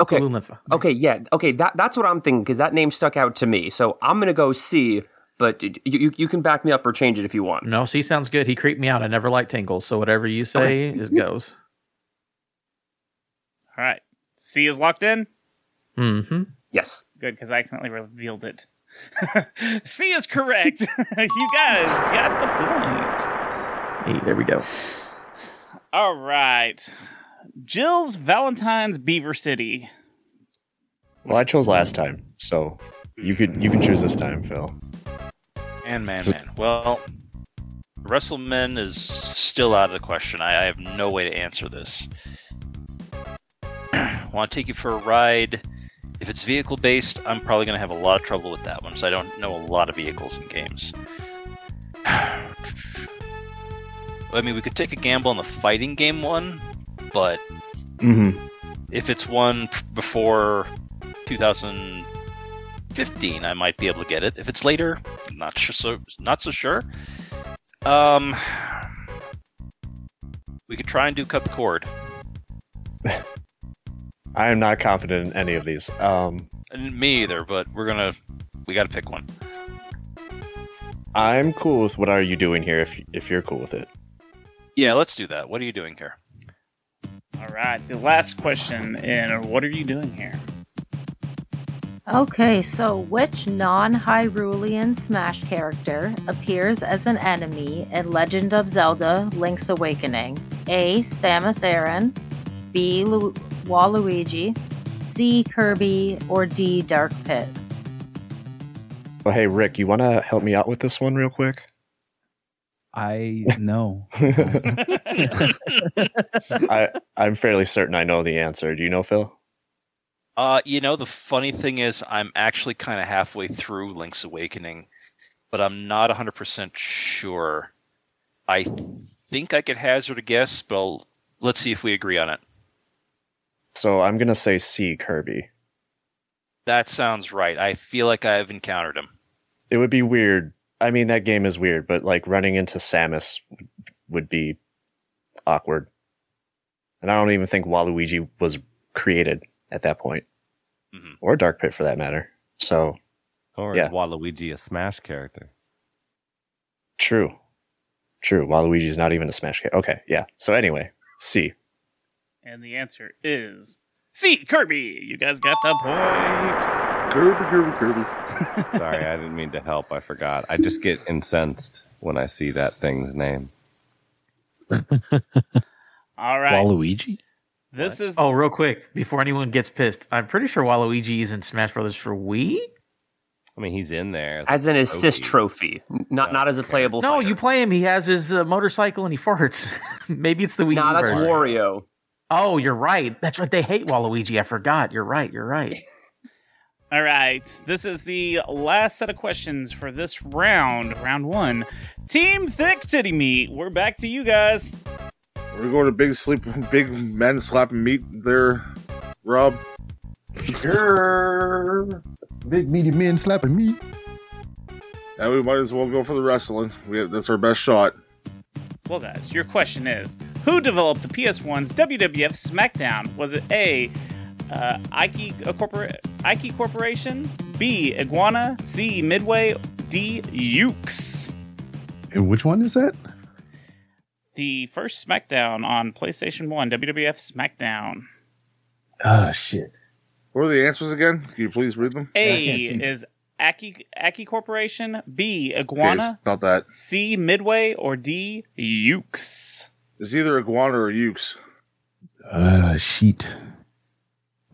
Speaker 14: Okay.
Speaker 15: Lympha.
Speaker 14: Okay. Yeah. Okay. That that's what I'm thinking because that name stuck out to me. So I'm gonna go C. But you, you you can back me up or change it if you want.
Speaker 15: No, C sounds good. He creeped me out. I never liked Tingle, so whatever you say is goes.
Speaker 1: All right. C is locked in?
Speaker 15: Mm-hmm.
Speaker 14: Yes.
Speaker 1: Good, because I accidentally revealed it. C is correct. you guys got the point.
Speaker 15: Hey, there we go.
Speaker 1: All right. Jill's Valentine's Beaver City.
Speaker 11: Well, I chose last time, so You could you can choose this time, Phil.
Speaker 13: And man, man. Well, WrestleMan is still out of the question. I, I have no way to answer this. Want to take you for a ride? If it's vehicle based, I'm probably going to have a lot of trouble with that one. So I don't know a lot of vehicles and games. I mean, we could take a gamble on the fighting game one, but
Speaker 11: Mm-hmm.
Speaker 13: if it's one f- before 2015, I might be able to get it. If it's later, not sure, so not so sure. Um, we could try and do cut the cord.
Speaker 11: I am not confident in any of these. Um,
Speaker 13: And Uh, me either, but we're gonna we got to pick one.
Speaker 11: I'm cool with what are you doing here if if you're cool with it.
Speaker 13: Yeah, let's do that. What are you doing here?
Speaker 1: All right, the last question, and what are you doing here?
Speaker 3: Okay, so which non Hyrulean Smash character appears as an enemy in Legend of Zelda Link's Awakening? A. Samus Aran, B. Lu- Waluigi, C. Kirby, or D. Dark Pit?
Speaker 11: Well, hey Rick, you want to help me out with this one real quick?
Speaker 9: I know.
Speaker 11: I I'm fairly certain I know the answer. Do you know Phil?
Speaker 13: Uh, you know, the funny thing is, I'm actually kind of halfway through Link's Awakening, but I'm not 100% sure. I think I could hazard a guess, but I'll, let's see if we agree on it.
Speaker 11: So I'm gonna say C Kirby.
Speaker 13: That sounds right. I feel like I've encountered him.
Speaker 11: It would be weird. I mean, that game is weird, but like running into Samus would be awkward. And I don't even think Waluigi was created at that point,
Speaker 1: Mm-hmm.
Speaker 11: or Dark Pit for that matter. So
Speaker 7: Or
Speaker 11: Yeah.
Speaker 7: is Waluigi a Smash character?
Speaker 11: true, true. Waluigi's not even a Smash character. Okay, yeah. So anyway, C.
Speaker 1: And the answer is C. Kirby. You guys got the point.
Speaker 2: Kirby, Kirby, Kirby.
Speaker 7: Sorry, I didn't mean to help. I forgot. I just get incensed when I see that thing's name.
Speaker 1: All right.
Speaker 15: Waluigi?
Speaker 1: This is
Speaker 15: Oh, real quick, before anyone gets pissed, I'm pretty sure Waluigi is in Smash Brothers for Wii.
Speaker 7: I mean, he's in there
Speaker 14: as an assist trophy, not not as a playable.
Speaker 15: No, you play him. He has his uh, motorcycle and he farts. Maybe it's the Wii.
Speaker 14: Nah,
Speaker 15: U
Speaker 14: that's
Speaker 15: version.
Speaker 14: Wario.
Speaker 15: Oh, you're right. That's right. They hate Waluigi. I forgot. You're right. You're right.
Speaker 1: All right. This is the last set of questions for this round, round one. Team Thick Titty Meat, we're back to you guys.
Speaker 2: We're going to big sleep, big men slapping meat there, Rob. Sure.
Speaker 12: Big meaty men slapping me.
Speaker 2: And we might as well go for the wrestling. We have, that's our best shot.
Speaker 1: Well, guys, your question is Who developed the PS1's WWF SmackDown? Was it A, uh, Ike, Corpor- Ike Corporation, B, Iguana, C, Midway, D, Ukes?
Speaker 12: And which one is that?
Speaker 1: The first SmackDown on PlayStation 1, WWF SmackDown.
Speaker 12: Oh shit.
Speaker 2: What are the answers again? Can you please read them?
Speaker 1: A is Aki, Aki Corporation, B,
Speaker 2: Okay,
Speaker 1: Iguana,
Speaker 2: it's not that.
Speaker 1: C, Midway, or D, Ukes.
Speaker 2: It's either Iguana or Ukes.
Speaker 8: Ah,
Speaker 12: Uh sheet.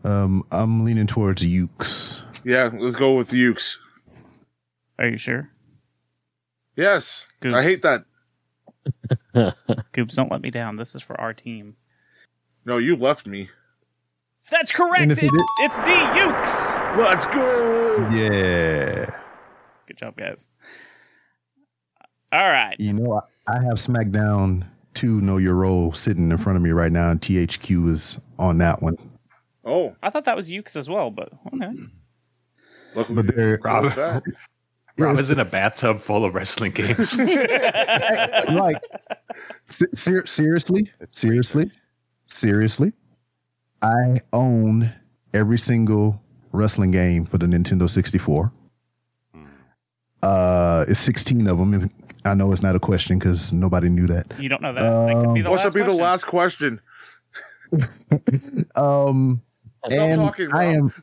Speaker 12: Um, I'm leaning towards Ukes.
Speaker 2: Yeah, let's go with Ukes.
Speaker 1: Are you sure?
Speaker 2: Yes. I hate that.
Speaker 1: Goops, don't let me down. This is for our team.
Speaker 2: No, you left me.
Speaker 1: That's correct.
Speaker 2: And if
Speaker 1: It's,
Speaker 2: he did-
Speaker 1: it's D, Ukes.
Speaker 2: Let's go.
Speaker 12: Yeah.
Speaker 1: Good job, guys. All right.
Speaker 12: You know, I, I have SmackDown 2 Know Your Role sitting in front of me right now, and THQ is on that one.
Speaker 2: Oh.
Speaker 1: I thought that was Ukes as well, but okay.
Speaker 12: But they're,
Speaker 10: Rob, Rob is in a bathtub full of wrestling games.
Speaker 12: like, se- ser- seriously, seriously, seriously, I own every single wrestling game for the Nintendo 64.
Speaker 1: Hmm.
Speaker 12: Uh, it's 16 of them. I know it's not a question because nobody knew that.
Speaker 1: You don't know that. that could be the
Speaker 9: Um,
Speaker 2: What should
Speaker 1: last
Speaker 2: be the
Speaker 1: question.
Speaker 2: last question?
Speaker 12: Um,
Speaker 2: Stop
Speaker 12: and
Speaker 2: talking,
Speaker 12: I am.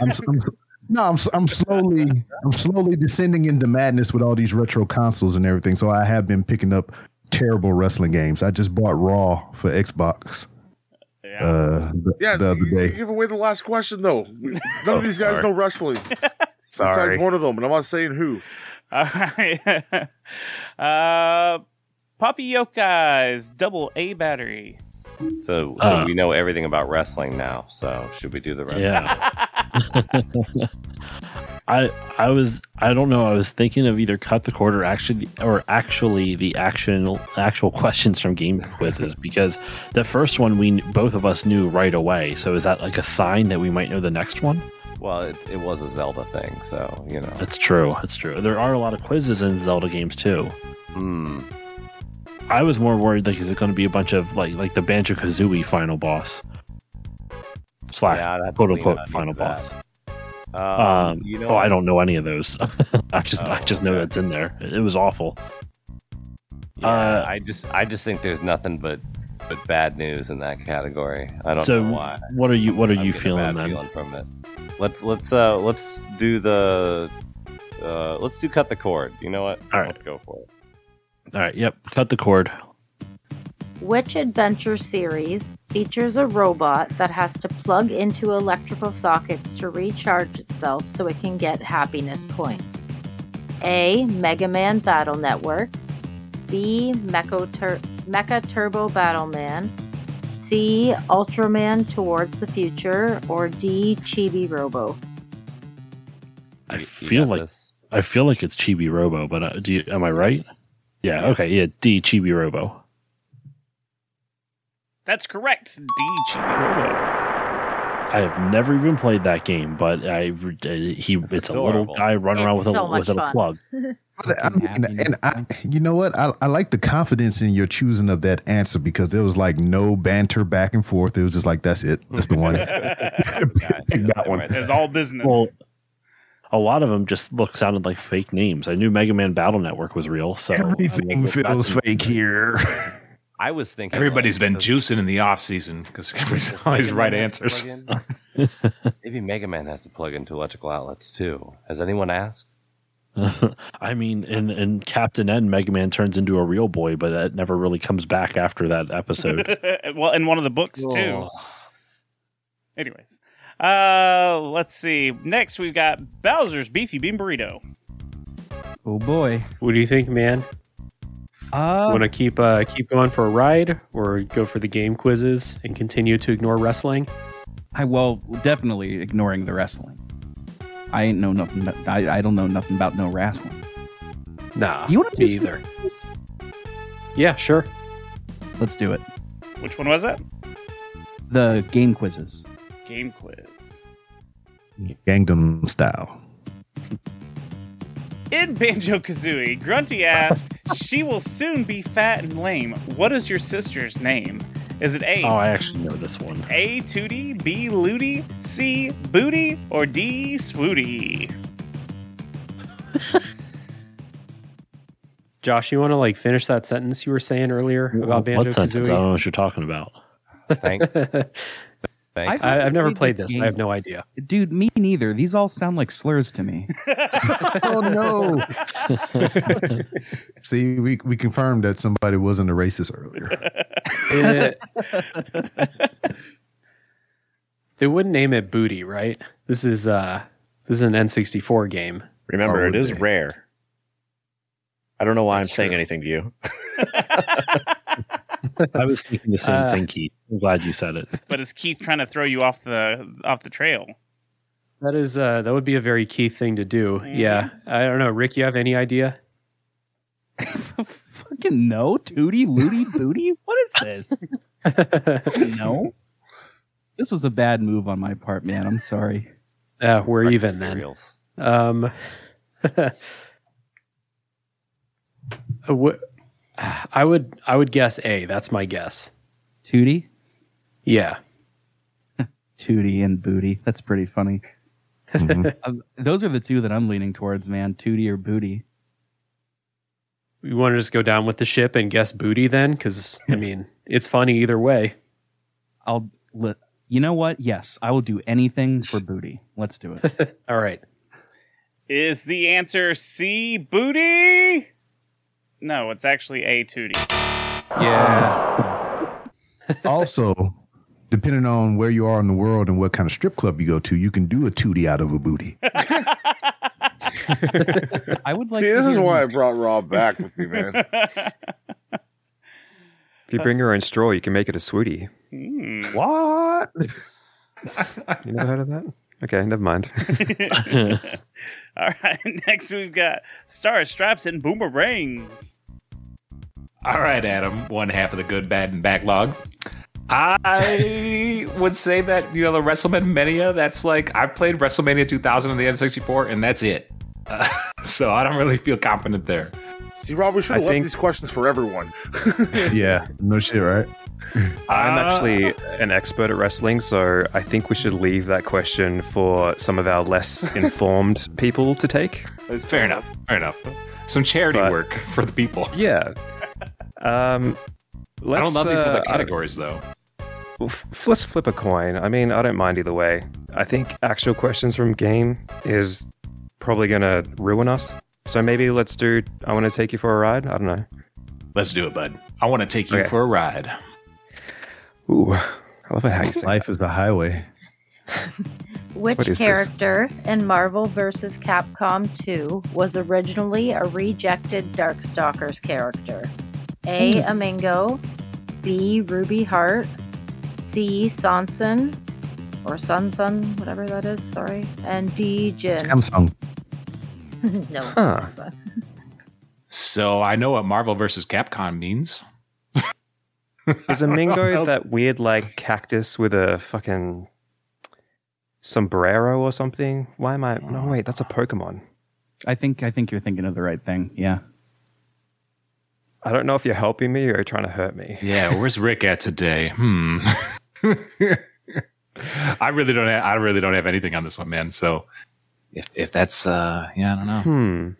Speaker 12: I'm, I'm, no, I'm, I'm slowly, I'm slowly descending into madness with all these retro consoles and everything. So I have been picking up terrible wrestling games. I just bought Raw for Xbox. Uh, the,
Speaker 2: Yeah,
Speaker 12: the other
Speaker 2: you, you
Speaker 12: day.
Speaker 2: gave away the last question though. None of these guys
Speaker 12: sorry.
Speaker 2: know wrestling. Besides
Speaker 1: Sorry.
Speaker 2: one of them, and I'm not saying who.
Speaker 1: All right. uh, Poppy Yoka's double A battery.
Speaker 7: So, so
Speaker 1: Uh.
Speaker 7: we know everything about wrestling now. So should we do the wrestling?
Speaker 8: I I was I don't know I was thinking of either cut the cord or actually or actually the action actual questions from game quizzes because the first one we kn- both of us knew right away so is that like a sign that we might know the next one
Speaker 7: Well, it, it was a Zelda thing, so you know.
Speaker 8: That's true that's true there are a lot of quizzes in Zelda games too
Speaker 7: Hmm.
Speaker 8: I was more worried like is it going to be a bunch of like like the Banjo Kazooie final boss slash
Speaker 7: Yeah, I'd have to
Speaker 8: quote
Speaker 7: lean
Speaker 8: unquote
Speaker 7: on
Speaker 8: final
Speaker 7: into that.
Speaker 8: boss
Speaker 7: Um,
Speaker 8: um,
Speaker 7: you know, Oh,
Speaker 8: oh I don't know any of those I just I just know that's in there it was awful.
Speaker 7: yeah,
Speaker 8: Uh,
Speaker 7: I just, I just think there's nothing but, but bad news in that category. I don't
Speaker 8: so
Speaker 7: know why.
Speaker 8: What are you What are you
Speaker 7: a
Speaker 8: feeling
Speaker 7: bad
Speaker 8: then?
Speaker 7: feeling from it. Let's, let's, uh, let's do the, uh, let's do cut the cord. You know what? All right, let's go for it.
Speaker 8: All right. Yep. Cut the cord.
Speaker 3: Which adventure series features a robot that has to plug into electrical sockets to recharge itself so it can get happiness points? A. Mega Man Battle Network. B. Mecha, Tur- Mecha Turbo Battleman. C. Ultraman Towards the Future. Or D. Chibi Robo.
Speaker 8: I feel like I feel like it's Chibi Robo, but uh, do you, am I right? Yeah. Okay. Yeah. D Chibi Robo.
Speaker 1: That's correct. D Chibi
Speaker 8: I have never even played that game, but I uh, he it's a little
Speaker 1: Adorable.
Speaker 8: guy running around
Speaker 1: It's
Speaker 8: with a
Speaker 1: so much
Speaker 8: with a
Speaker 1: fun.
Speaker 8: plug.
Speaker 12: I mean, and I, you know what? I, I like the confidence in your choosing of that answer because there was like no banter back and forth. It was just like, that's it. That's the one. Pick that one.
Speaker 1: Robo. It's all business.
Speaker 8: Well, a lot of them just look sounded like fake names. I knew Mega Man Battle Network was real, so
Speaker 12: Everything feels fake here.
Speaker 7: I was thinking
Speaker 10: everybody's been juicing in the off season because everybody's always right answers.
Speaker 7: Maybe Mega Man has to plug into electrical outlets too. Has anyone asked?
Speaker 8: I mean, and and Captain N Mega Man turns into a real boy, but that never really comes back after that episode.
Speaker 1: well, in one of the books too.
Speaker 8: Oh.
Speaker 1: Anyways, uh, let's see. Next, we've got Bowser's Beefy Bean Burrito.
Speaker 17: Oh boy. What do you think, man? Uh, Want to keep uh, keep going for a ride, or go for the game quizzes and continue to ignore wrestling?
Speaker 9: I well definitely ignoring the wrestling. I ain't know nothing. about- I, I don't know nothing about no wrestling.
Speaker 17: Nah,
Speaker 9: you want to
Speaker 17: me
Speaker 9: do some-
Speaker 17: either. Yeah, sure.
Speaker 9: Let's do it.
Speaker 1: Which one was that?
Speaker 9: The game quizzes.
Speaker 1: Game quiz.
Speaker 12: Gangnam style.
Speaker 1: In Banjo Kazooie, Grunty asked, "She will soon be fat and lame. What is your sister's name? Is it A?
Speaker 8: Oh, I actually know this one.
Speaker 1: A Tootie, B Lootie, C Booty, or D Swooty?
Speaker 17: Josh, you want to like finish that sentence you were saying earlier about
Speaker 8: What
Speaker 17: Banjo
Speaker 8: sentence? I don't know
Speaker 17: Kazooie?
Speaker 8: what you're talking about.
Speaker 7: Thank.
Speaker 17: I've, I've never played this. I have no idea.
Speaker 9: Dude, me neither. These all sound like slurs to me.
Speaker 12: oh no. See, we, we confirmed that somebody wasn't a racist earlier.
Speaker 17: They wouldn't name it Booty, right? This is uh this is an N64 game.
Speaker 11: Remember, it is rare. I don't know why I'm saying anything to you.
Speaker 8: I was thinking the same
Speaker 1: Uh,
Speaker 8: thing, Keith. I'm glad you said it.
Speaker 1: But is Keith trying to throw you off the off the trail?
Speaker 17: That is uh that would be a very key thing to do.
Speaker 1: Mhm.
Speaker 17: Yeah. I don't know, Rick, you have any idea?
Speaker 9: Fucking no, Tootie, Lootie, Booty. What is this? no. This was a bad move on my part, man. I'm sorry.
Speaker 17: Uh, we're even then. Um, uh, wh- Uh, I would I would guess A. That's my guess.
Speaker 9: Tootie,
Speaker 17: Yeah.
Speaker 9: Tootie, and Booty. That's pretty funny.
Speaker 6: Mm-hmm.
Speaker 9: Um, those are the two that I'm leaning towards, man. Tootie or Booty.
Speaker 17: You want to just go down with the ship and guess booty then? Because I mean, it's funny either way.
Speaker 9: I'll. Li- you know what? Yes, I will do anything for Booty. Let's do it.
Speaker 17: All right.
Speaker 1: Is the answer C Booty? No, it's actually A Tootie.
Speaker 12: also, depending on where you are in the world and what kind of strip club you go to, you can do a 2D out of a booty.
Speaker 9: I would like.
Speaker 2: See,
Speaker 9: to
Speaker 2: this is
Speaker 9: hear
Speaker 2: why I
Speaker 9: more.
Speaker 2: brought Rob back with me, man.
Speaker 6: If you bring your own straw, you can make it a sweetie.
Speaker 12: What?
Speaker 6: You never heard of that? Okay, never mind.
Speaker 1: All right, next we've got stars, stripes, and boomerangs.
Speaker 10: All right, Adam, one half of the good, bad, and backlog. I would say that, you know, the WrestleMania Mania, that's like, I played WrestleMania 2000 on the N64, and that's it. Uh, so I don't really feel confident there.
Speaker 2: See, Rob, we should
Speaker 10: I
Speaker 2: have left
Speaker 10: think-
Speaker 2: these questions for everyone.
Speaker 12: yeah, no shit, right?
Speaker 6: I'm
Speaker 10: Uh,
Speaker 6: actually an expert at wrestling, so I think we should leave that question for some of our less informed people to take.
Speaker 10: fair enough. Fair enough. Some charity work for the people.
Speaker 6: Yeah. Um,
Speaker 10: I
Speaker 6: let's,
Speaker 10: don't love these
Speaker 6: uh,
Speaker 10: other
Speaker 6: I don't-
Speaker 10: categories, though.
Speaker 6: Well, f- let's flip a coin. I mean, I don't mind either way. I think actual questions from game is probably going to ruin us. So maybe let's do I want to take you for a ride. I don't know.
Speaker 10: Let's do it, bud. I want to take you
Speaker 6: Okay.
Speaker 10: for a ride.
Speaker 6: Ooh, I love it how you say
Speaker 12: Life is the highway.
Speaker 3: Which
Speaker 6: What is this?
Speaker 3: character in Marvel vs. Capcom 2 was originally a rejected Darkstalkers character? A.
Speaker 19: Hmm.
Speaker 3: Amingo, B. Ruby Heart, C. Sanson, or Sanson, whatever that is, sorry, and D. Jin.
Speaker 12: Samsung.
Speaker 3: no,
Speaker 10: Huh.
Speaker 3: Sanson.
Speaker 10: So I know what Marvel versus Capcom means.
Speaker 6: Is a mango that weird like cactus with a fucking sombrero or something? Why am I? No, wait, that's a Pokemon.
Speaker 9: I think I think you're thinking of the right thing. Yeah.
Speaker 6: I don't know if you're helping me or you're trying to hurt me.
Speaker 10: Yeah, where's Rick at today? Hmm. I really don't. Have, I really don't have anything on this one, man. So if if that's uh, yeah, I don't know.
Speaker 6: Hmm.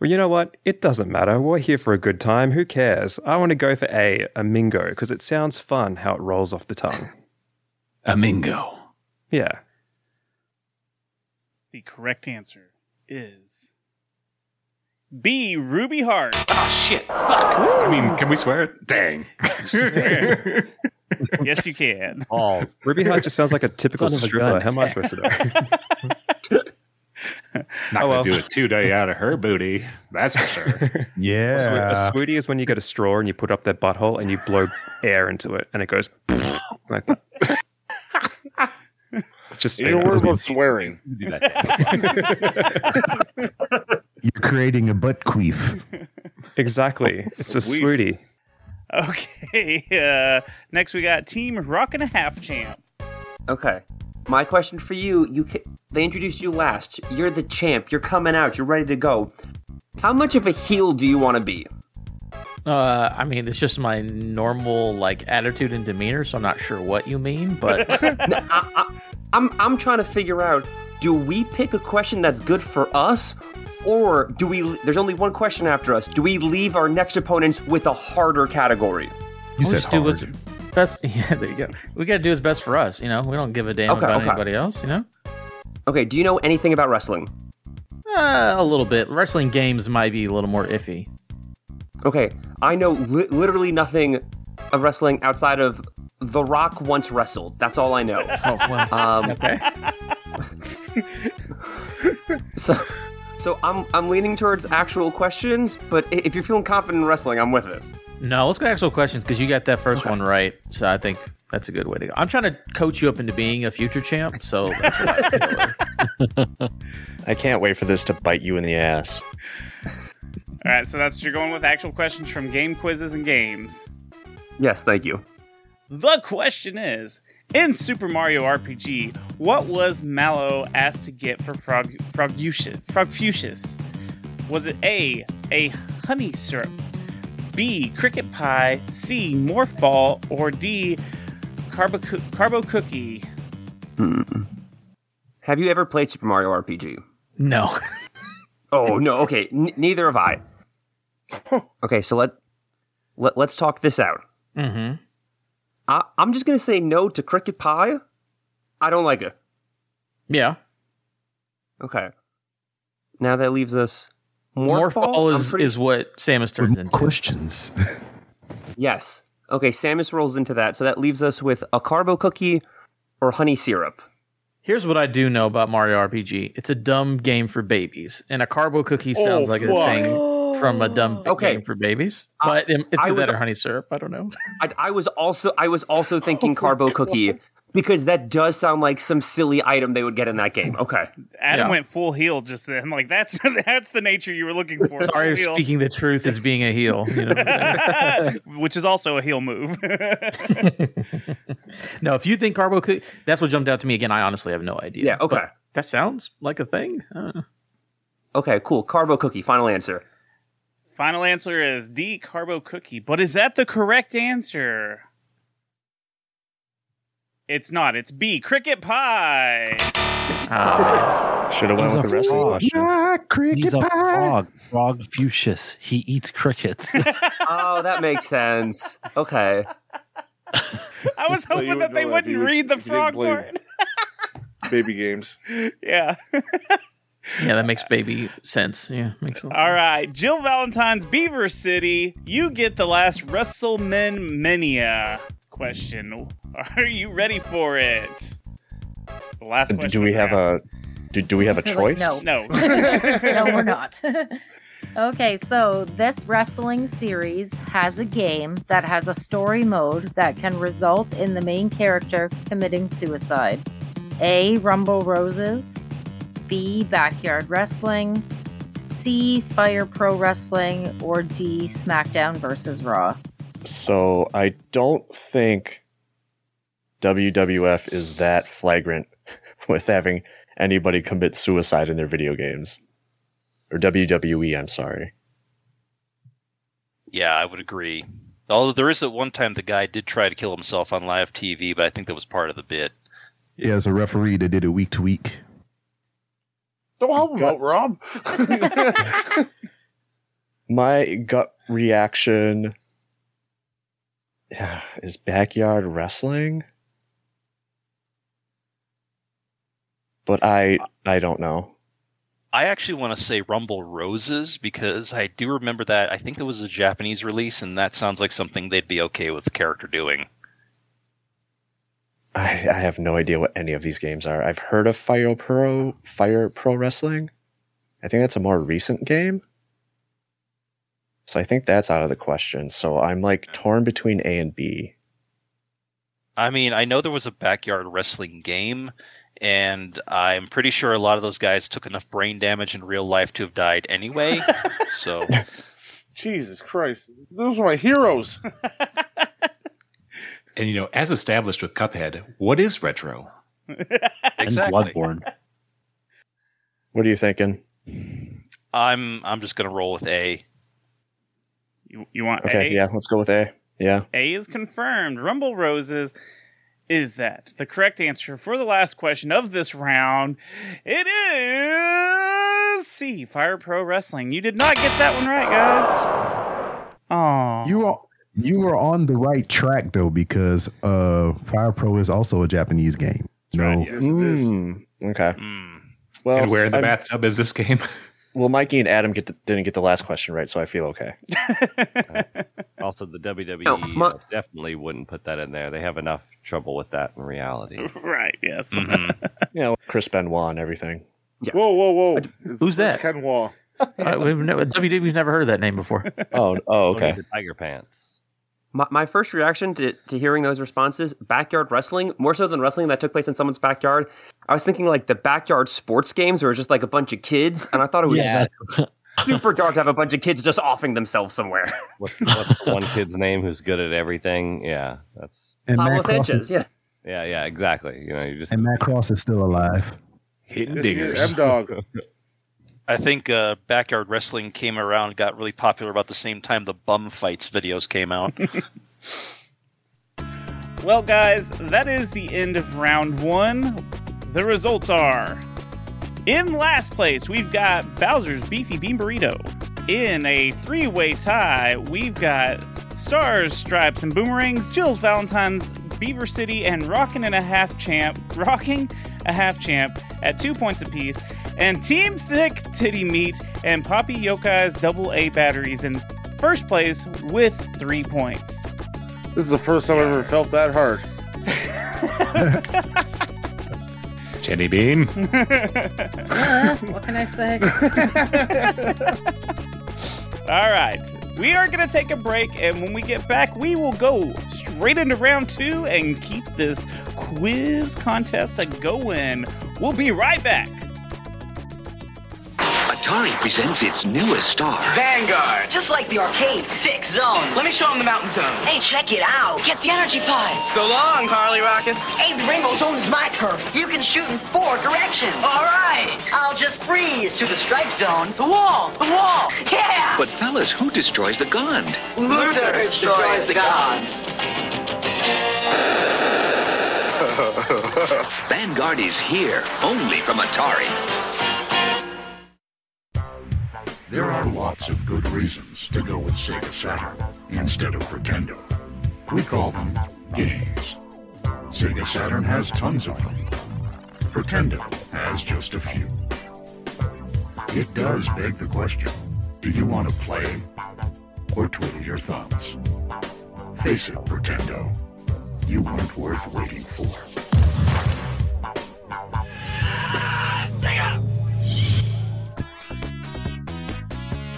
Speaker 6: Well, you know what? It doesn't matter. We're here for a good time. Who cares? I want to go for A, a mingo, because it sounds fun how it rolls off the tongue.
Speaker 10: a mingo.
Speaker 6: Yeah.
Speaker 1: The correct answer is B. Ruby Heart.
Speaker 10: Oh shit! I mean, can we swear it? Dang.
Speaker 1: yes, you can.
Speaker 10: Oh,
Speaker 6: Ruby Heart just sounds like a typical
Speaker 1: Son of a
Speaker 6: stripper.
Speaker 1: gun.
Speaker 6: How am I supposed to know? Oh,
Speaker 10: Not gonna do a two day out of her booty. That's for sure.
Speaker 6: A,
Speaker 12: Yeah.
Speaker 6: swe- a swooty is when you get a straw and you put up their butthole and you blow air into it and it goes like that. Just
Speaker 2: You don't worry about swearing.
Speaker 12: You're creating a butt queef.
Speaker 6: Exactly. It's a
Speaker 1: Weef.
Speaker 6: swooty.
Speaker 1: Okay. Uh, next, we got Team Rock and a Half Champ.
Speaker 14: Okay. My question for you, you ca- they introduced you last. You're the champ. You're coming out. You're ready to go. How much of a heel do you want to be?
Speaker 15: Uh, I mean, it's just my normal like attitude and demeanor, so I'm not sure what you mean, but
Speaker 14: I'm I'm trying to figure out do we pick a question that's good for us or do we there's only one question after us. Do we leave our next opponents with a harder category?
Speaker 15: You said do what's best. Yeah, there you go. We got to do what's best for us. You know, we don't give a damn
Speaker 14: Okay,
Speaker 15: about
Speaker 14: okay.
Speaker 15: anybody else. You know,
Speaker 14: Okay, do you know anything about wrestling?
Speaker 15: uh, a little bit. Wrestling games might be a little more iffy.
Speaker 14: Okay, I know li- literally nothing of wrestling outside of The Rock once wrestled. That's all I know.
Speaker 15: Oh,
Speaker 14: um, okay. so, so I'm I'm leaning towards actual questions, but i- if you're feeling confident in wrestling, I'm with it.
Speaker 15: No, let's go actual questions because you got that first one right, so I think that's a good way to go. I'm trying to coach you up into being a future champ, so that's why I feel like-
Speaker 11: I can't wait for this to bite you in the ass.
Speaker 1: All right, so that's you're going with actual questions from game quizzes and games.
Speaker 14: Yes, thank you.
Speaker 1: The question is in Super Mario RPG, what was Mallow asked to get for Frog Frogfucius? Frogfucius? Was it A, a honey syrup, B, cricket pie, C, morph ball, or D, carbo, coo- carbo cookie?
Speaker 14: Have you ever played Super Mario RPG?
Speaker 15: No.
Speaker 14: oh no. Okay, n- neither have I. Okay, so let, let let's talk this out.
Speaker 15: Mm-hmm.
Speaker 14: I, I'm just gonna say no to cricket pie. I don't like it.
Speaker 15: Yeah.
Speaker 14: Okay. Now that leaves us
Speaker 15: Morph ball
Speaker 14: I'm
Speaker 15: is,
Speaker 14: pretty-
Speaker 15: is what Samus turns into.
Speaker 12: Questions.
Speaker 14: yes. Okay, Samus rolls into that, so that leaves us with a carbo cookie or honey syrup.
Speaker 15: Here's what I do know about Mario RPG. It's a dumb game for babies, and a carbo cookie
Speaker 14: Oh,
Speaker 15: sounds like
Speaker 14: fuck. Oh.
Speaker 15: a thing from a dumb
Speaker 14: Okay.
Speaker 15: game for babies.
Speaker 14: I-
Speaker 15: But it- it's
Speaker 14: I
Speaker 15: a
Speaker 14: was-
Speaker 15: better honey syrup. I don't know.
Speaker 14: I, I was also I was also thinking carbo cookie because that does sound like some silly item they would get in that game. Okay,
Speaker 1: Adam went full heel just then. Like that's that's the nature you were looking for.
Speaker 15: Sorry,
Speaker 1: full
Speaker 15: if
Speaker 1: heel.
Speaker 15: speaking the truth is being a heel. You know?
Speaker 1: which is also a heel move.
Speaker 15: no, if you think carbo cookie, that's what jumped out to me again. I honestly have no idea.
Speaker 14: Yeah, okay.
Speaker 15: But that sounds like a thing. I don't know.
Speaker 14: okay, cool. Carbo cookie. Final answer.
Speaker 1: Final answer is D carbo cookie. But is that the correct answer? It's not. It's B cricket pie.
Speaker 11: Ah. Should have went with the wrestling question.
Speaker 8: cricket He's a
Speaker 14: pie.
Speaker 8: frog. Frog fuchsius. He eats crickets.
Speaker 14: oh, that makes sense. Okay.
Speaker 1: I was
Speaker 2: Thought you
Speaker 1: hoping
Speaker 2: would
Speaker 1: that they
Speaker 2: know
Speaker 1: wouldn't
Speaker 2: if you-
Speaker 1: read the
Speaker 2: if you didn't
Speaker 1: frog
Speaker 2: believe-
Speaker 1: part.
Speaker 2: Baby games.
Speaker 1: Yeah.
Speaker 15: Yeah, that makes baby sense. Yeah, makes a lot.
Speaker 1: All right, Jill Valentine's Beaver City. You get the last WrestleMan Mania question. Are you ready for it? It's the last question.
Speaker 11: Do we have a do, do we have a
Speaker 3: They're like,
Speaker 11: choice?
Speaker 3: no,
Speaker 1: No.
Speaker 3: we're not. okay, so this wrestling series has a game that has a story mode that can result in the main character committing suicide. A. Rumble Roses. B. Backyard Wrestling. C. Fire Pro Wrestling. Or D. SmackDown versus Raw.
Speaker 11: So I don't think WWF is that flagrant with having anybody commit suicide in their video games. Or WWE, I'm sorry.
Speaker 13: Yeah, I would agree. Although there is at one time the guy did try to kill himself on live TV, but I think that was part of the bit.
Speaker 12: Yeah, as a referee that did it week to week.
Speaker 2: Don't help him out, Rob.
Speaker 11: My gut reaction is backyard wrestling. But I I don't know.
Speaker 13: I actually want to say Rumble Roses because I do remember that. I think that was a Japanese release, and that sounds like something they'd be okay with the character doing.
Speaker 11: I, I have no idea what any of these games are. I've heard of Fire Pro Fire Pro Wrestling. I think that's a more recent game. So I think that's out of the question. So I'm like torn between A and B.
Speaker 13: I mean, I know there was a backyard wrestling game, and I'm pretty sure a lot of those guys took enough brain damage in real life to have died anyway. so,
Speaker 2: Jesus Christ. Those are my heroes.
Speaker 10: And you know, as established with Cuphead, what is retro?
Speaker 13: Exactly.
Speaker 8: Bloodborne.
Speaker 11: What are you thinking?
Speaker 13: I'm I'm just gonna roll with A.
Speaker 1: You, you want
Speaker 11: Okay,
Speaker 1: A?
Speaker 11: yeah, let's go with A. Yeah.
Speaker 1: A is confirmed. Rumble Roses is that the correct answer for the last question of this round? It is C. Fire Pro Wrestling. You did not get that one right, guys. Oh.
Speaker 12: You are you were on the right track though because uh Fire Pro is also a Japanese game. No.
Speaker 11: Mm, okay. Well,
Speaker 10: and where in the
Speaker 11: I'm-
Speaker 10: bathtub is this game?
Speaker 11: Well, Mikey and Adam get the, didn't get the last question right, so I feel okay.
Speaker 7: Also, the WWE
Speaker 11: No, my-
Speaker 7: uh, definitely wouldn't put that in there. They have enough trouble with that in reality.
Speaker 1: Right. Yes.
Speaker 11: Yeah, well, Chris Benoit and everything.
Speaker 2: Whoa, whoa, whoa.
Speaker 15: Who's that?
Speaker 2: Ken Wall.
Speaker 15: I, we've never, WWE's never heard of that name before.
Speaker 11: Oh, oh,
Speaker 15: okay.
Speaker 7: The tiger pants.
Speaker 14: My, my first reaction to, to hearing those responses, backyard wrestling, more so than wrestling that took place in someone's backyard, I was thinking like the backyard sports games where it's just like a bunch of kids, and I thought it was
Speaker 7: Yeah.
Speaker 14: super dark to have a bunch of kids just offing themselves somewhere.
Speaker 7: What, what's the one kid's name who's good at everything? Yeah, that's
Speaker 12: And Pablo Matt Cross Sanchez, is-
Speaker 14: Yeah,
Speaker 7: yeah, yeah. Exactly. You know, you just
Speaker 12: And Matt Cross is still alive.
Speaker 10: hitting
Speaker 12: M Dog.
Speaker 13: I think uh, backyard wrestling came around, and got really popular about the same time the bum fights videos came out.
Speaker 1: Well, guys, that is the end of round one. The results are in last place, we've got Bowser's Beefy Bean Burrito. In a three way tie, we've got Stars, Stripes, and Boomerangs, Jill's Valentine's, Beaver City, and Rockin' and a Half Champ, Rocking a Half Champ at two points apiece, and Team Thick Titty Meat and Poppy Yokai's Double A Batteries in first place with three points.
Speaker 2: This is the first time I've ever felt that hard.
Speaker 10: Kenny Bean.
Speaker 1: Uh,
Speaker 3: what can I say?
Speaker 1: All right. We are going to take a break, and when we get back, we will go straight into round two and keep this quiz contest a going. We'll be right back.
Speaker 16: Atari presents its newest star. Vanguard.
Speaker 19: Just like the arcade, thick zone. Let me show him the mountain zone. Hey, check it out. Get the energy pies.
Speaker 16: So long, Harley Rocket.
Speaker 19: Hey, the rainbow zone is my turf. You can shoot in four directions. All right. I'll just freeze to the stripe zone. The wall. The wall. Yeah.
Speaker 16: But fellas, who destroys the Gond?
Speaker 19: Luther destroys the gods.
Speaker 16: Vanguard is here, only from Atari.
Speaker 20: There are lots of good reasons to go with Sega Saturn instead of Nintendo. We call them games. Sega Saturn has tons of them. Pretendo has just a few. It does beg the question, do you want to play or twiddle your thumbs? Face it, Pretendo, you weren't worth waiting for.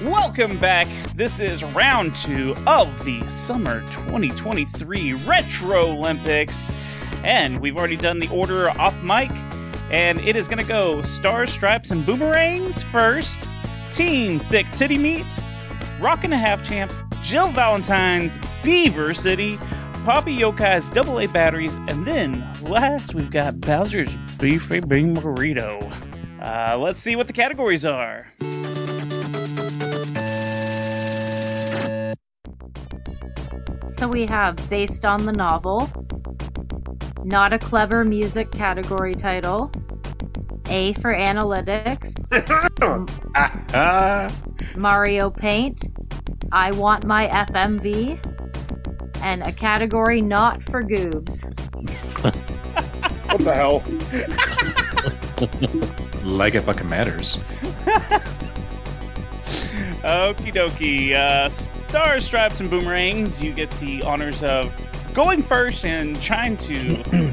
Speaker 1: Welcome back. This is round two of the Summer 2023 Retro Olympics. And we've already done the order off mic. And it is going to go Stars, Stripes, and Boomerangs first. Team Thick Titty Meat. Rock and a Half Champ. Jill Valentine's Beaver City. Poppy Yokai's Double A Batteries. And then last, we've got Bowser's Beefy Bean Burrito. Uh, let's see what the categories are.
Speaker 3: So we have based on the novel, not a clever music category title, A for analytics,
Speaker 10: Uh,
Speaker 3: Mario Paint, I Want My FMV, and a category not for goobs.
Speaker 2: What the hell?
Speaker 10: like it fucking matters.
Speaker 1: Okie dokie. Uh, Star Stripes and Boomerangs, you get the honors of going first and trying to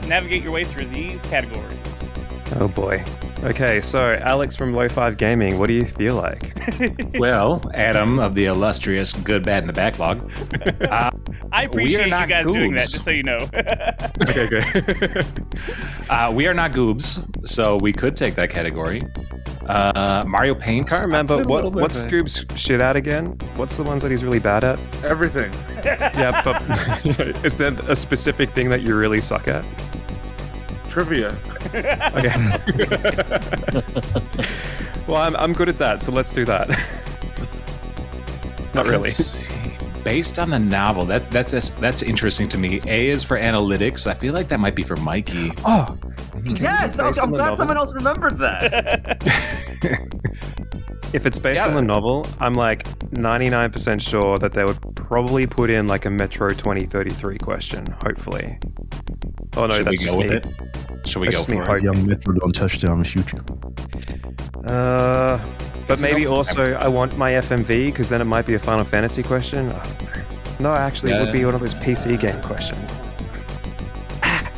Speaker 1: navigate your way through these categories.
Speaker 6: Oh boy. Okay, so Alex from Low Five Gaming, what do you feel like?
Speaker 10: well, Adam of the illustrious Good, Bad, and the Backlog. Uh,
Speaker 1: I appreciate you guys doing that,
Speaker 10: goobs.
Speaker 1: just so you know.
Speaker 10: okay, good. uh, we are not goobs, so we could take that category. Uh, Mario Paint. I can't
Speaker 6: Remember what what's Scoob's shit at again? What's the ones that he's really bad at?
Speaker 2: Everything.
Speaker 6: yeah, but is there a specific thing that you really suck at?
Speaker 2: Trivia.
Speaker 6: Okay. well, I'm I'm good at that, so let's do that. Not really.
Speaker 10: Based on the novel, that that's that's- that's interesting to me. A is for analytics. I feel like that might be for Mikey.
Speaker 6: Oh,
Speaker 14: yes, I'm,
Speaker 10: Based on
Speaker 14: I'm
Speaker 10: the
Speaker 14: glad
Speaker 10: novel.
Speaker 14: someone else remembered that.
Speaker 6: If it's based on the novel, I'm like 99% sure that they would probably put in like a Metro 2033 question, hopefully. Oh no,
Speaker 10: Should
Speaker 6: that's
Speaker 10: we
Speaker 6: just
Speaker 10: go
Speaker 6: me.
Speaker 10: with it? Should we
Speaker 6: That's
Speaker 10: go
Speaker 6: just me
Speaker 10: for it?
Speaker 12: Young Metro, don't touch them, shoot you.
Speaker 6: Uh, but
Speaker 10: It's
Speaker 6: maybe
Speaker 10: not-
Speaker 6: also I want my FMV because then it might be a Final Fantasy question. Oh, No, actually, it would be one of those PC game questions. Ah.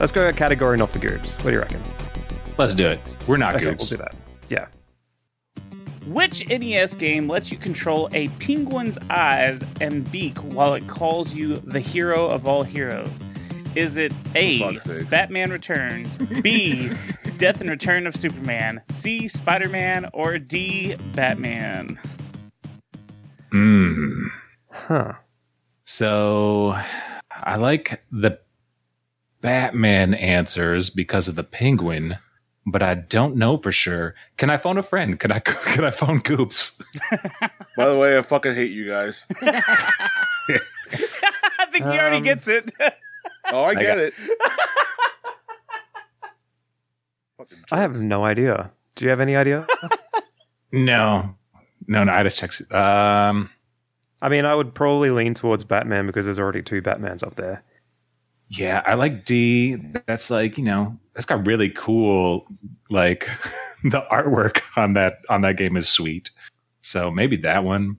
Speaker 6: Let's go with category not for goobs. What do you reckon?
Speaker 10: Let's do it. We're not
Speaker 6: okay,
Speaker 10: goobs.
Speaker 6: We'll do that. Yeah.
Speaker 1: Which NES game lets you control a penguin's eyes and beak while it calls you the hero of all heroes? Is it A. Batman Returns, B. Death and Return of Superman, C. Spider Man, or D. Batman?
Speaker 10: Hmm.
Speaker 6: Huh.
Speaker 10: So I like the Batman answers because of the penguin, but I don't know for sure. Can I phone a friend? Can I can I phone Goops?
Speaker 2: By the way, I fucking hate you guys.
Speaker 1: I think he already
Speaker 2: Um,
Speaker 1: gets it.
Speaker 2: Oh, I
Speaker 6: I
Speaker 2: get
Speaker 6: got-
Speaker 2: it.
Speaker 6: I have no idea. Do you have any idea?
Speaker 10: no. No, no, I'd have checked. Um,
Speaker 6: I mean, I would probably lean towards Batman because there's already two Batmans up there.
Speaker 10: Yeah, I like D. That's like, you know, that's got really cool like the artwork on that on that game is sweet. So maybe that one.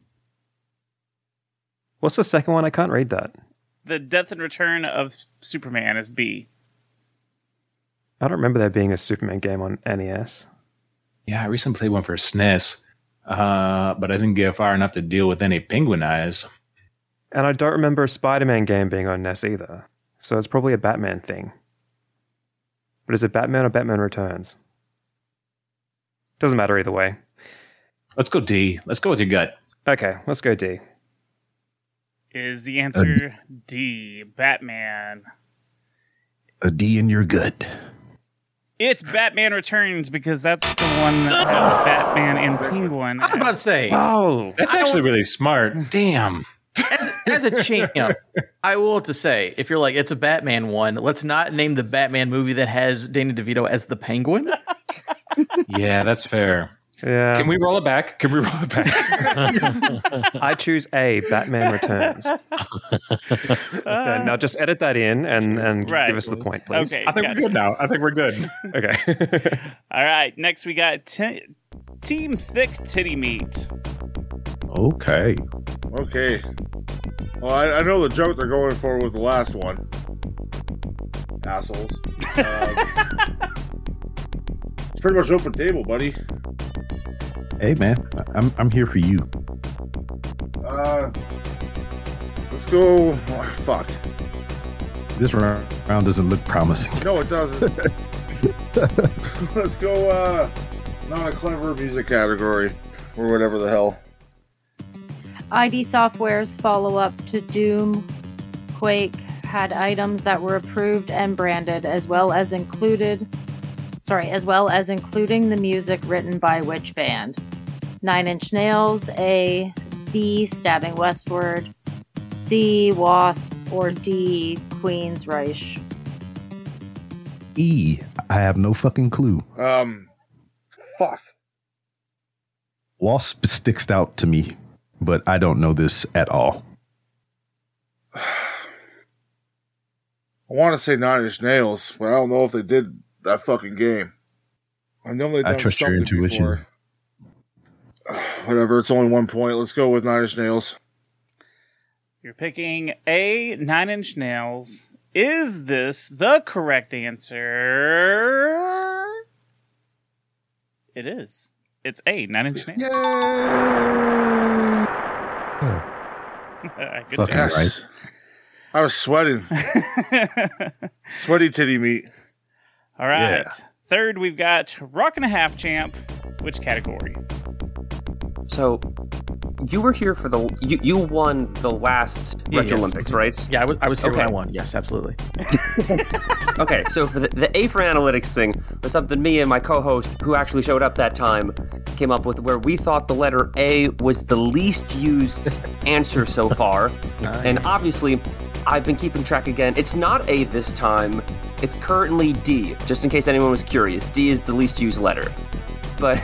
Speaker 6: What's the second one? I can't read that.
Speaker 1: The Death and Return of Superman is B.
Speaker 6: I don't remember there being a Superman game on E NES.
Speaker 10: Yeah, I recently played one for SNES, uh, but I didn't get far enough to deal with any penguin eyes.
Speaker 6: And I don't remember a Spider Man game being on NES either. So it's probably a Batman thing. But is it Batman or Batman Returns? Doesn't matter either way.
Speaker 10: Let's go D. Let's go with your gut.
Speaker 6: Okay, let's go D.
Speaker 1: Is the answer D, Batman?
Speaker 12: A D in your gut.
Speaker 1: It's Batman Returns because that's the one that has Batman and Penguin. I was
Speaker 15: about to say.
Speaker 10: Oh, that's
Speaker 15: I
Speaker 10: actually
Speaker 15: don't-
Speaker 10: really smart. Damn.
Speaker 15: As, as a champ, I will have to say, if you're like, it's a Batman one, let's not name the Batman movie that has Danny DeVito as the Penguin.
Speaker 10: Yeah, that's fair.
Speaker 6: Yeah.
Speaker 10: Can we roll it back? Can we roll it back?
Speaker 6: I choose A, Batman Returns. okay, now just edit that in and, and
Speaker 1: Right.
Speaker 6: give us the point, please.
Speaker 1: Okay, I think we're gotcha. good
Speaker 10: now. I think we're good.
Speaker 6: okay.
Speaker 1: All right, next we got te- Team Thick Titty Meat.
Speaker 12: Okay.
Speaker 2: Okay. Well, I, I know the joke they're going for with the last one. Assholes. Um, it's pretty much open table, buddy.
Speaker 12: Hey, man, I- I'm, I'm here for you.
Speaker 2: Uh, let's go. oh, fuck.
Speaker 12: This round round doesn't look promising.
Speaker 2: No, it doesn't. let's go. Uh, not a clever music category, or whatever the hell.
Speaker 3: ID Software's follow up to Doom Quake had items that were approved and branded, as well as included, sorry, as well as including the music written by which band? Nine Inch Nails, A, B, Stabbing Westward, C, Wasp, or D, Queen's Reich.
Speaker 12: E. I have no fucking clue.
Speaker 2: Um, fuck.
Speaker 12: Wasp sticks out to me, but I don't know this at all.
Speaker 2: I want to say Nine Inch Nails, but I don't know if they did that fucking game. I know they.
Speaker 12: I
Speaker 2: done
Speaker 12: trust your
Speaker 2: something
Speaker 12: intuition.
Speaker 2: before. Whatever. It's only one point. Let's go with Nine Inch Nails.
Speaker 1: You're picking A, Nine Inch Nails. Is this the correct answer? It is. It's A, Nine Inch Nails. Good job.
Speaker 2: Fucking right. I was sweating. Sweaty titty meat.
Speaker 1: All right. Third, we've got Rock and a Half Champ. Which category?
Speaker 14: So you were here for the you, you won the last
Speaker 15: Yeah,
Speaker 14: Retro
Speaker 15: yes.
Speaker 14: Olympics, right?
Speaker 15: Yeah, I was, I was here when
Speaker 14: Okay.
Speaker 15: I won. Yes, absolutely.
Speaker 14: okay, so for the, the A for analytics thing was something me and my co-host, who actually showed up that time, came up with where we thought the letter A was the least used answer so far, and obviously, I've been keeping track again. It's not A this time; it's currently D. Just in case anyone was curious, D is the least used letter, but.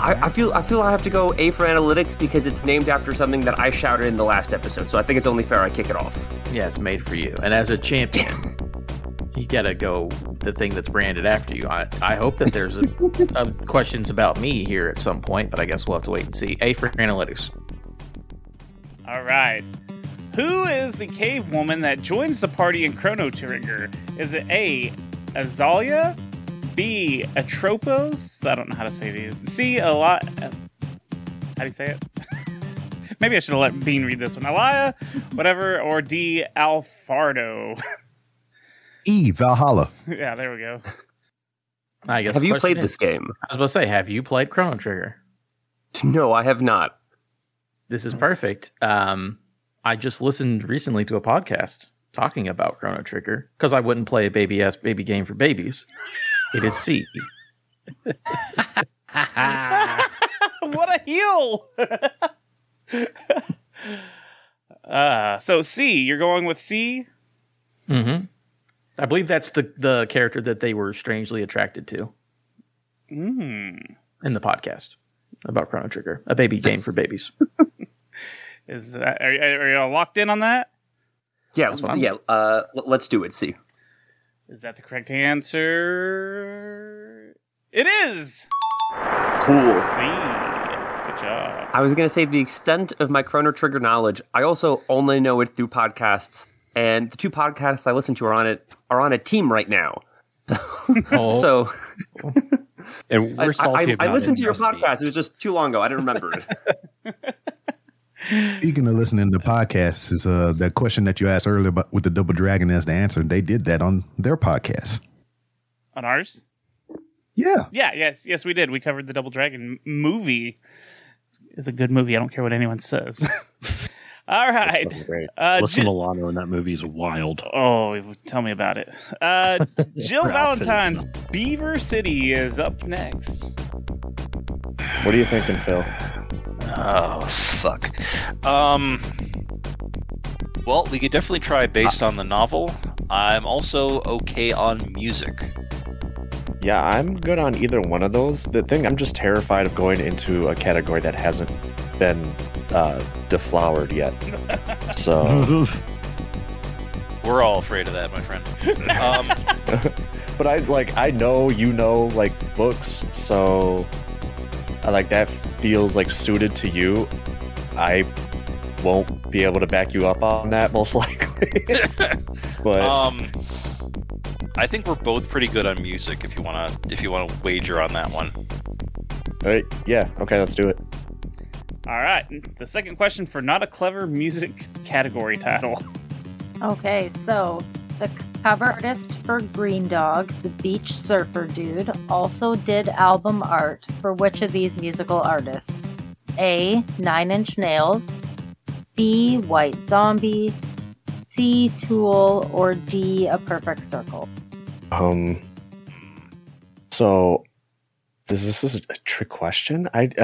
Speaker 14: I, I feel I feel I have to go A for analytics because it's named after something that I shouted in the last episode, so I think it's only fair I kick it off.
Speaker 15: Yeah, it's made for you. And as a champion, you gotta go the thing that's branded after you. I, I hope that there's a, a questions about me here at some point, but I guess we'll have to wait and see. A for analytics.
Speaker 1: All right. Who is the cave woman that joins the party in Chrono Trigger? Is it A, Azalea? B, Atropos? I don't know how to say these. C, a lot. How do you say it? Maybe I should have let Bean read this one. Elia, whatever, or D, Alfardo.
Speaker 12: E. Valhalla.
Speaker 1: yeah, there we go.
Speaker 15: I guess
Speaker 14: Have
Speaker 15: the
Speaker 14: you
Speaker 15: question
Speaker 14: played
Speaker 15: is-
Speaker 14: this game?
Speaker 15: I was about to say, have you played Chrono Trigger?
Speaker 14: No, I have not.
Speaker 15: This is perfect. Um, I just listened recently to a podcast talking about Chrono Trigger because I wouldn't play a baby ass baby game for babies. It is C.
Speaker 1: Uh, what a heel! uh, so C, you're going with C.
Speaker 15: Mm-hmm. I believe that's the the character that they were strangely attracted to
Speaker 1: Mm.
Speaker 15: in the podcast about Chrono Trigger, a baby game for babies.
Speaker 1: Is that are, are y'all locked in on that?
Speaker 14: Yeah,
Speaker 1: That's fine.
Speaker 14: yeah. Uh, l- let's do it. See.
Speaker 1: Is that the correct answer? It is.
Speaker 14: Cool.
Speaker 1: C. Good job.
Speaker 14: I was gonna say the extent of my Chrono Trigger knowledge. I also only know it through podcasts, and the two podcasts I listen to are on it are on a team right now. so
Speaker 10: Oh. and
Speaker 14: I-
Speaker 10: we're salty
Speaker 14: I, I,
Speaker 10: about
Speaker 14: listened
Speaker 10: it.
Speaker 14: to your podcast. It was just too long ago. I didn't remember it.
Speaker 12: Speaking of listening to podcasts, is uh, that question that you asked earlier about with the double dragon as the answer? They did that on their podcast.
Speaker 1: on ours.
Speaker 12: Yeah.
Speaker 1: Yeah. Yes. Yes, we did. We covered the Double Dragon m- movie. It's, it's a good movie. I don't care what anyone says. All right. Uh,
Speaker 8: Alyssa
Speaker 1: Ji-
Speaker 8: Milano in that movie is wild.
Speaker 1: Oh, tell me about it. uh, Jill Valentine's Beaver City is up next.
Speaker 11: What are you thinking, Phil?
Speaker 13: Oh fuck. Um. Well, we could definitely try based on the novel. I'm also okay on music.
Speaker 11: Yeah, I'm good on either one of those. The thing I'm just terrified of going into a category that hasn't been uh, deflowered yet. So,
Speaker 13: We're all afraid of that, my friend. Um,
Speaker 11: but I like I know you know like books, so I like that feels like suited to you. I won't be able to back you up on that most likely. but
Speaker 13: um, I think we're both pretty good on music. If you wanna, if you wanna wager on that one.
Speaker 11: all right, yeah, okay, let's do it.
Speaker 1: All right. The second question for not a clever music category title.
Speaker 3: Okay, so the cover artist for Green Dog, the beach surfer dude, also did album art for which of these musical artists? A. Nine Inch Nails, B. White Zombie, C. Tool, or D. A Perfect Circle?
Speaker 11: Um. So, this this is a trick question. I.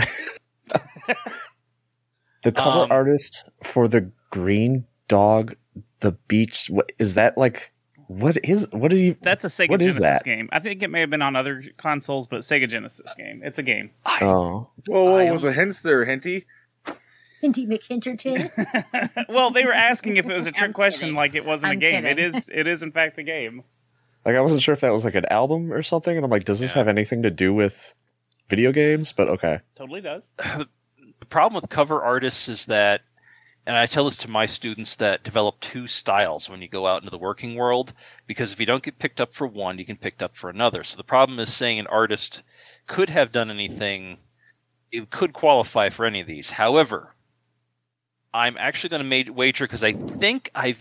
Speaker 11: the cover
Speaker 1: Um,
Speaker 11: artist for the Green Dog, the Beach. What is that like? What is what are you?
Speaker 1: That's a Sega
Speaker 11: What is
Speaker 1: Genesis
Speaker 11: that?
Speaker 1: game. I think it may have been on other consoles, but Sega Genesis game. It's a game.
Speaker 11: oh,
Speaker 2: Whoa, whoa, was the hints there, Henty?
Speaker 3: Hinty McHinterton?
Speaker 1: well, they were asking if it was a trick question, like it wasn't
Speaker 3: I'm
Speaker 1: a game.
Speaker 3: kidding.
Speaker 1: It is. It is in fact the game.
Speaker 11: like I wasn't sure if that was like an album or something, and I'm like, does this have anything to do with video games? But okay,
Speaker 1: Totally does.
Speaker 13: the problem with cover artists is that and I tell this to my students that develop two styles when you go out into the working world because if you don't get picked up for one, you can picked up for another. So the problem is saying an artist could have done anything it could qualify for any of these. However, I'm actually going to make wager because I think I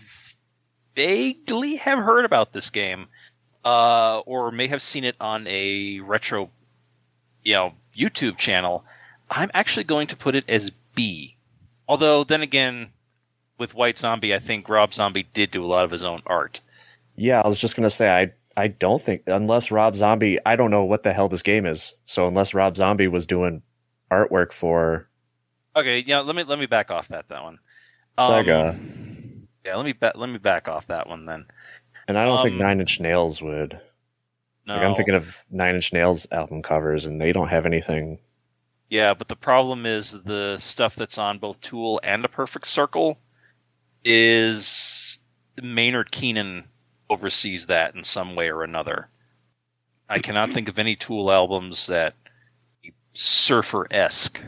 Speaker 13: vaguely have heard about this game uh, or may have seen it on a retro you know YouTube channel, I'm actually going to put it as B. Although then again, with White Zombie, I think Rob Zombie did do a lot of his own art.
Speaker 11: yeah, I was just gonna say I. I don't think unless Rob Zombie, I don't know what the hell this game is. So unless Rob Zombie was doing artwork for
Speaker 13: Okay, yeah, let me let me back off that that one. Um,
Speaker 11: Sega,
Speaker 13: Yeah, let me ba- let me back off that one then.
Speaker 11: And I don't think
Speaker 13: Um,
Speaker 11: Nine Inch Nails would. Like,
Speaker 13: No.
Speaker 11: I'm thinking of Nine Inch Nails album covers, and they don't have anything.
Speaker 13: Yeah, but the problem is the stuff that's on both Tool and A Perfect Circle is Maynard Keenan oversees that in some way or another. I cannot think of any Tool albums that surfer esque.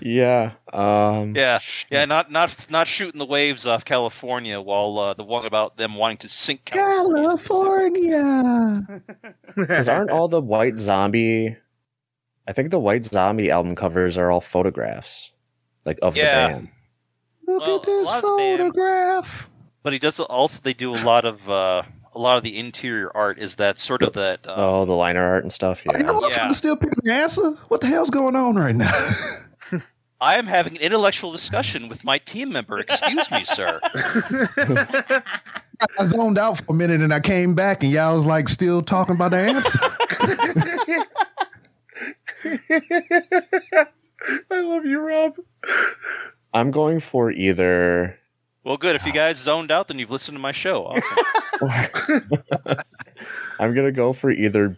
Speaker 11: Yeah. Um,
Speaker 13: Yeah, yeah, not not not shooting the waves off California while uh, the one about them wanting to sink. Cal-
Speaker 12: California.
Speaker 11: Because aren't all the White Zombie? I think the White Zombie album covers are all photographs, like of
Speaker 13: Yeah.
Speaker 11: the band.
Speaker 12: Look
Speaker 13: at this
Speaker 12: photograph.
Speaker 13: but he does also they do a lot of uh, a lot of the interior art is that sort of that uh,
Speaker 11: oh, the liner art and stuff. Yeah.
Speaker 12: You know,
Speaker 13: Yeah.
Speaker 12: I'm still picking the answer. What the hell's going on right now?
Speaker 13: I am having an intellectual discussion with my team member. Excuse me, sir.
Speaker 12: I zoned out for a minute and I came back and y'all was like still talking about the answer.
Speaker 2: I love you, Rob.
Speaker 11: I'm going for either.
Speaker 13: Well, good. If you guys zoned out, then you've listened to my show. Awesome.
Speaker 11: I'm gonna go for either.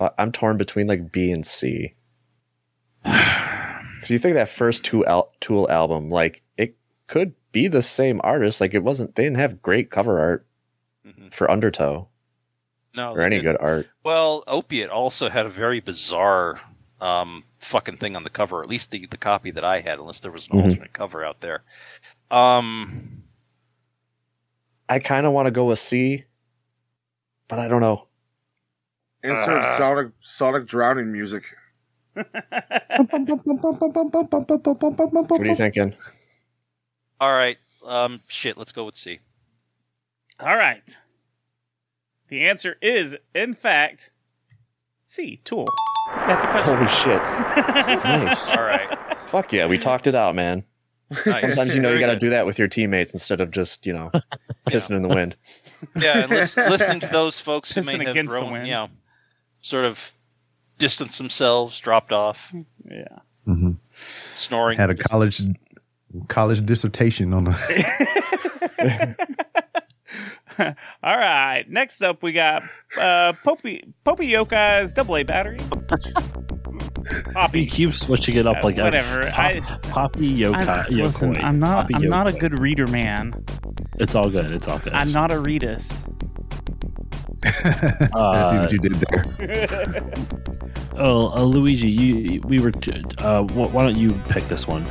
Speaker 11: I- I'm torn between like B and C. Because you think that first two al- Tool album, like it could be the same artist. Like it wasn't. They didn't have great cover art
Speaker 13: Mm-hmm.
Speaker 11: for Undertow
Speaker 13: No,
Speaker 11: or any
Speaker 13: they
Speaker 11: good art.
Speaker 13: Well, Opiate also had a very bizarre um, fucking thing on the cover, at least the, the copy that
Speaker 12: Mm-hmm.
Speaker 13: I had, unless there was an alternate cover out there. Um,
Speaker 11: I kind of want to go with C, but I don't know.
Speaker 2: Insert
Speaker 11: Uh.
Speaker 2: Sonic Sonic drowning music.
Speaker 11: What are you thinking?
Speaker 13: All right. Um, shit. Let's go with C.
Speaker 1: All right. The answer is, in fact, C, Tool. Got the question.
Speaker 11: Holy shit! Nice.
Speaker 13: All right.
Speaker 11: Fuck yeah, we talked it out, man.
Speaker 13: Nice.
Speaker 11: Sometimes you know you
Speaker 13: Very
Speaker 11: got to
Speaker 13: good.
Speaker 11: do that with your teammates instead of just you know pissing in the wind.
Speaker 13: Yeah, and lis- listening to those folks who
Speaker 1: Pissing
Speaker 13: may have
Speaker 1: against the
Speaker 13: grown,
Speaker 1: wind.
Speaker 13: you know, sort of distanced themselves, dropped off.
Speaker 1: Yeah.
Speaker 12: Mhm.
Speaker 13: Snoring.
Speaker 12: Had a college college dissertation on the.
Speaker 1: All right. Next up, we got uh, Poppy Poppy Yoka's double A batteries.
Speaker 8: Poppy. He keeps switching it up like every-
Speaker 1: Uh, Whatever. I-
Speaker 8: Poppy Yoka.
Speaker 1: I'm- listen,
Speaker 8: Yokoi.
Speaker 1: I'm not-
Speaker 8: Poppy
Speaker 1: I'm not a
Speaker 8: Yokoi.
Speaker 1: good reader, man.
Speaker 8: It's all good. It's all good.
Speaker 1: I'm not a readist.
Speaker 12: I see what you did there.
Speaker 8: Oh, uh, Luigi, you we were. T- uh, wh- why don't you pick this one?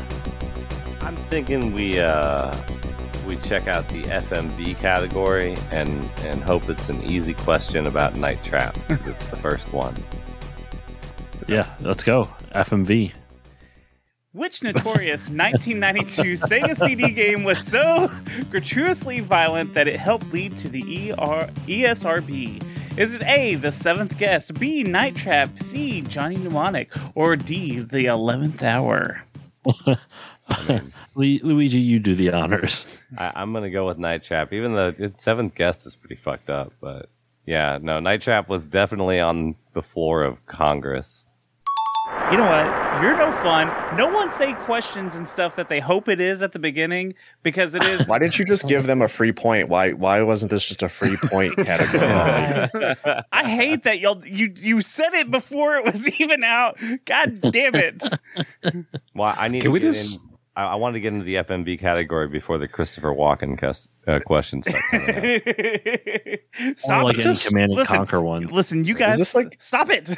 Speaker 7: I'm thinking we uh, we check out the FMV category and and hope it's an easy question about Night Trap. 'cause it's the first one.
Speaker 8: Yeah, let's go. FMV.
Speaker 1: Which notorious 1992 Sega CD game was so gratuitously violent that it helped lead to the ER- ESRB? Is it A, The Seventh Guest, B, Night Trap, C, Johnny Mnemonic, or D, The Eleventh Hour?
Speaker 8: Luigi, you do the honors.
Speaker 7: I, I'm gonna go with Night Trap, even though its seventh guest is pretty fucked up. But yeah, no, Night Trap was definitely on the floor of Congress.
Speaker 1: You know what? You're no fun. No one say questions and stuff that they hope it is at the beginning because it is.
Speaker 11: Why didn't you just give them a free point? Why why wasn't this just a free point category?
Speaker 1: I hate that y'all. You you said it before it was even out. God damn it!
Speaker 7: Well, I need.
Speaker 1: Can
Speaker 7: to
Speaker 1: we
Speaker 7: get
Speaker 1: just-
Speaker 7: in- I, I wanted to get into the FMV category before the Christopher Walken cus- uh, question section.
Speaker 1: Stop
Speaker 7: like
Speaker 1: it.
Speaker 7: any Command and
Speaker 1: listen,
Speaker 7: Conquer one.
Speaker 1: Listen, you
Speaker 11: Is
Speaker 1: guys.
Speaker 11: this like-
Speaker 1: stop it.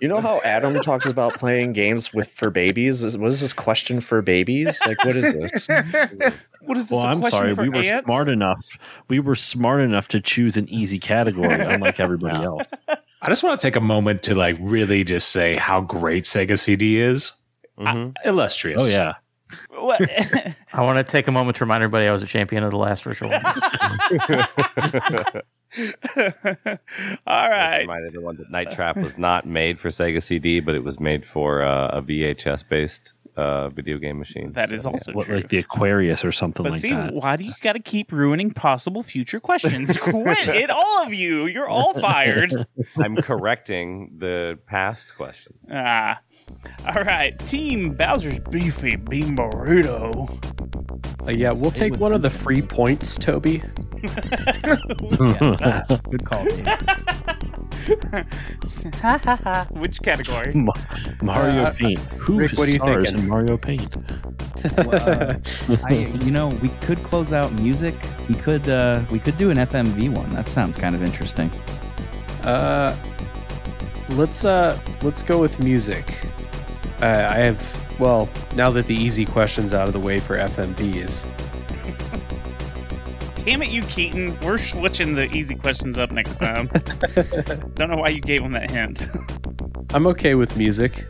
Speaker 11: You know how Adam talks about playing games with for babies? Is- What is this question for babies? Like what is this?
Speaker 1: what is this?
Speaker 8: Well,
Speaker 1: a
Speaker 8: I'm
Speaker 1: question
Speaker 8: sorry.
Speaker 1: for
Speaker 8: We were
Speaker 1: ants?
Speaker 8: smart enough. We were smart enough to choose an easy category, unlike everybody else.
Speaker 10: I just want to take a moment to like really just say how great Sega CD is.
Speaker 6: Mm-hmm.
Speaker 10: Uh, Illustrious.
Speaker 15: Oh, yeah.
Speaker 1: What?
Speaker 15: I want to take a moment to remind everybody I was a champion of the last virtual.
Speaker 1: All right.
Speaker 7: Reminded the one that Night Trap was not made for Sega CD, but it was made for uh, a VHS based uh, video game machine.
Speaker 1: That is also
Speaker 8: What,
Speaker 1: true.
Speaker 8: like the Aquarius or something
Speaker 1: But
Speaker 8: like
Speaker 1: see,
Speaker 8: that.
Speaker 1: why do you got to keep ruining possible future questions? Quit it, all of you. You're all fired.
Speaker 7: I'm correcting the past question.
Speaker 1: Ah. All right, Team Bowser's Beefy Bean Burrito.
Speaker 10: Uh, yeah, we'll take one of the free points, Toby.
Speaker 1: Good
Speaker 10: call.
Speaker 1: Ha ha ha. Which category?
Speaker 8: Ma- Mario
Speaker 9: Uh,
Speaker 8: Paint. Who
Speaker 9: Rick, what are you
Speaker 8: stars
Speaker 9: thinking?
Speaker 8: in Mario Paint?
Speaker 9: Uh, I, you know, we could close out music. We could uh, we could do an FMV one. That sounds kind of interesting.
Speaker 10: Uh, let's uh, let's go with music. Uh, I have well now that the easy question's out of the way for FMBs.
Speaker 1: Damn it, you Keaton. We're switching the easy questions up next time. Don't know why you gave him that hint.
Speaker 10: I'm okay with music.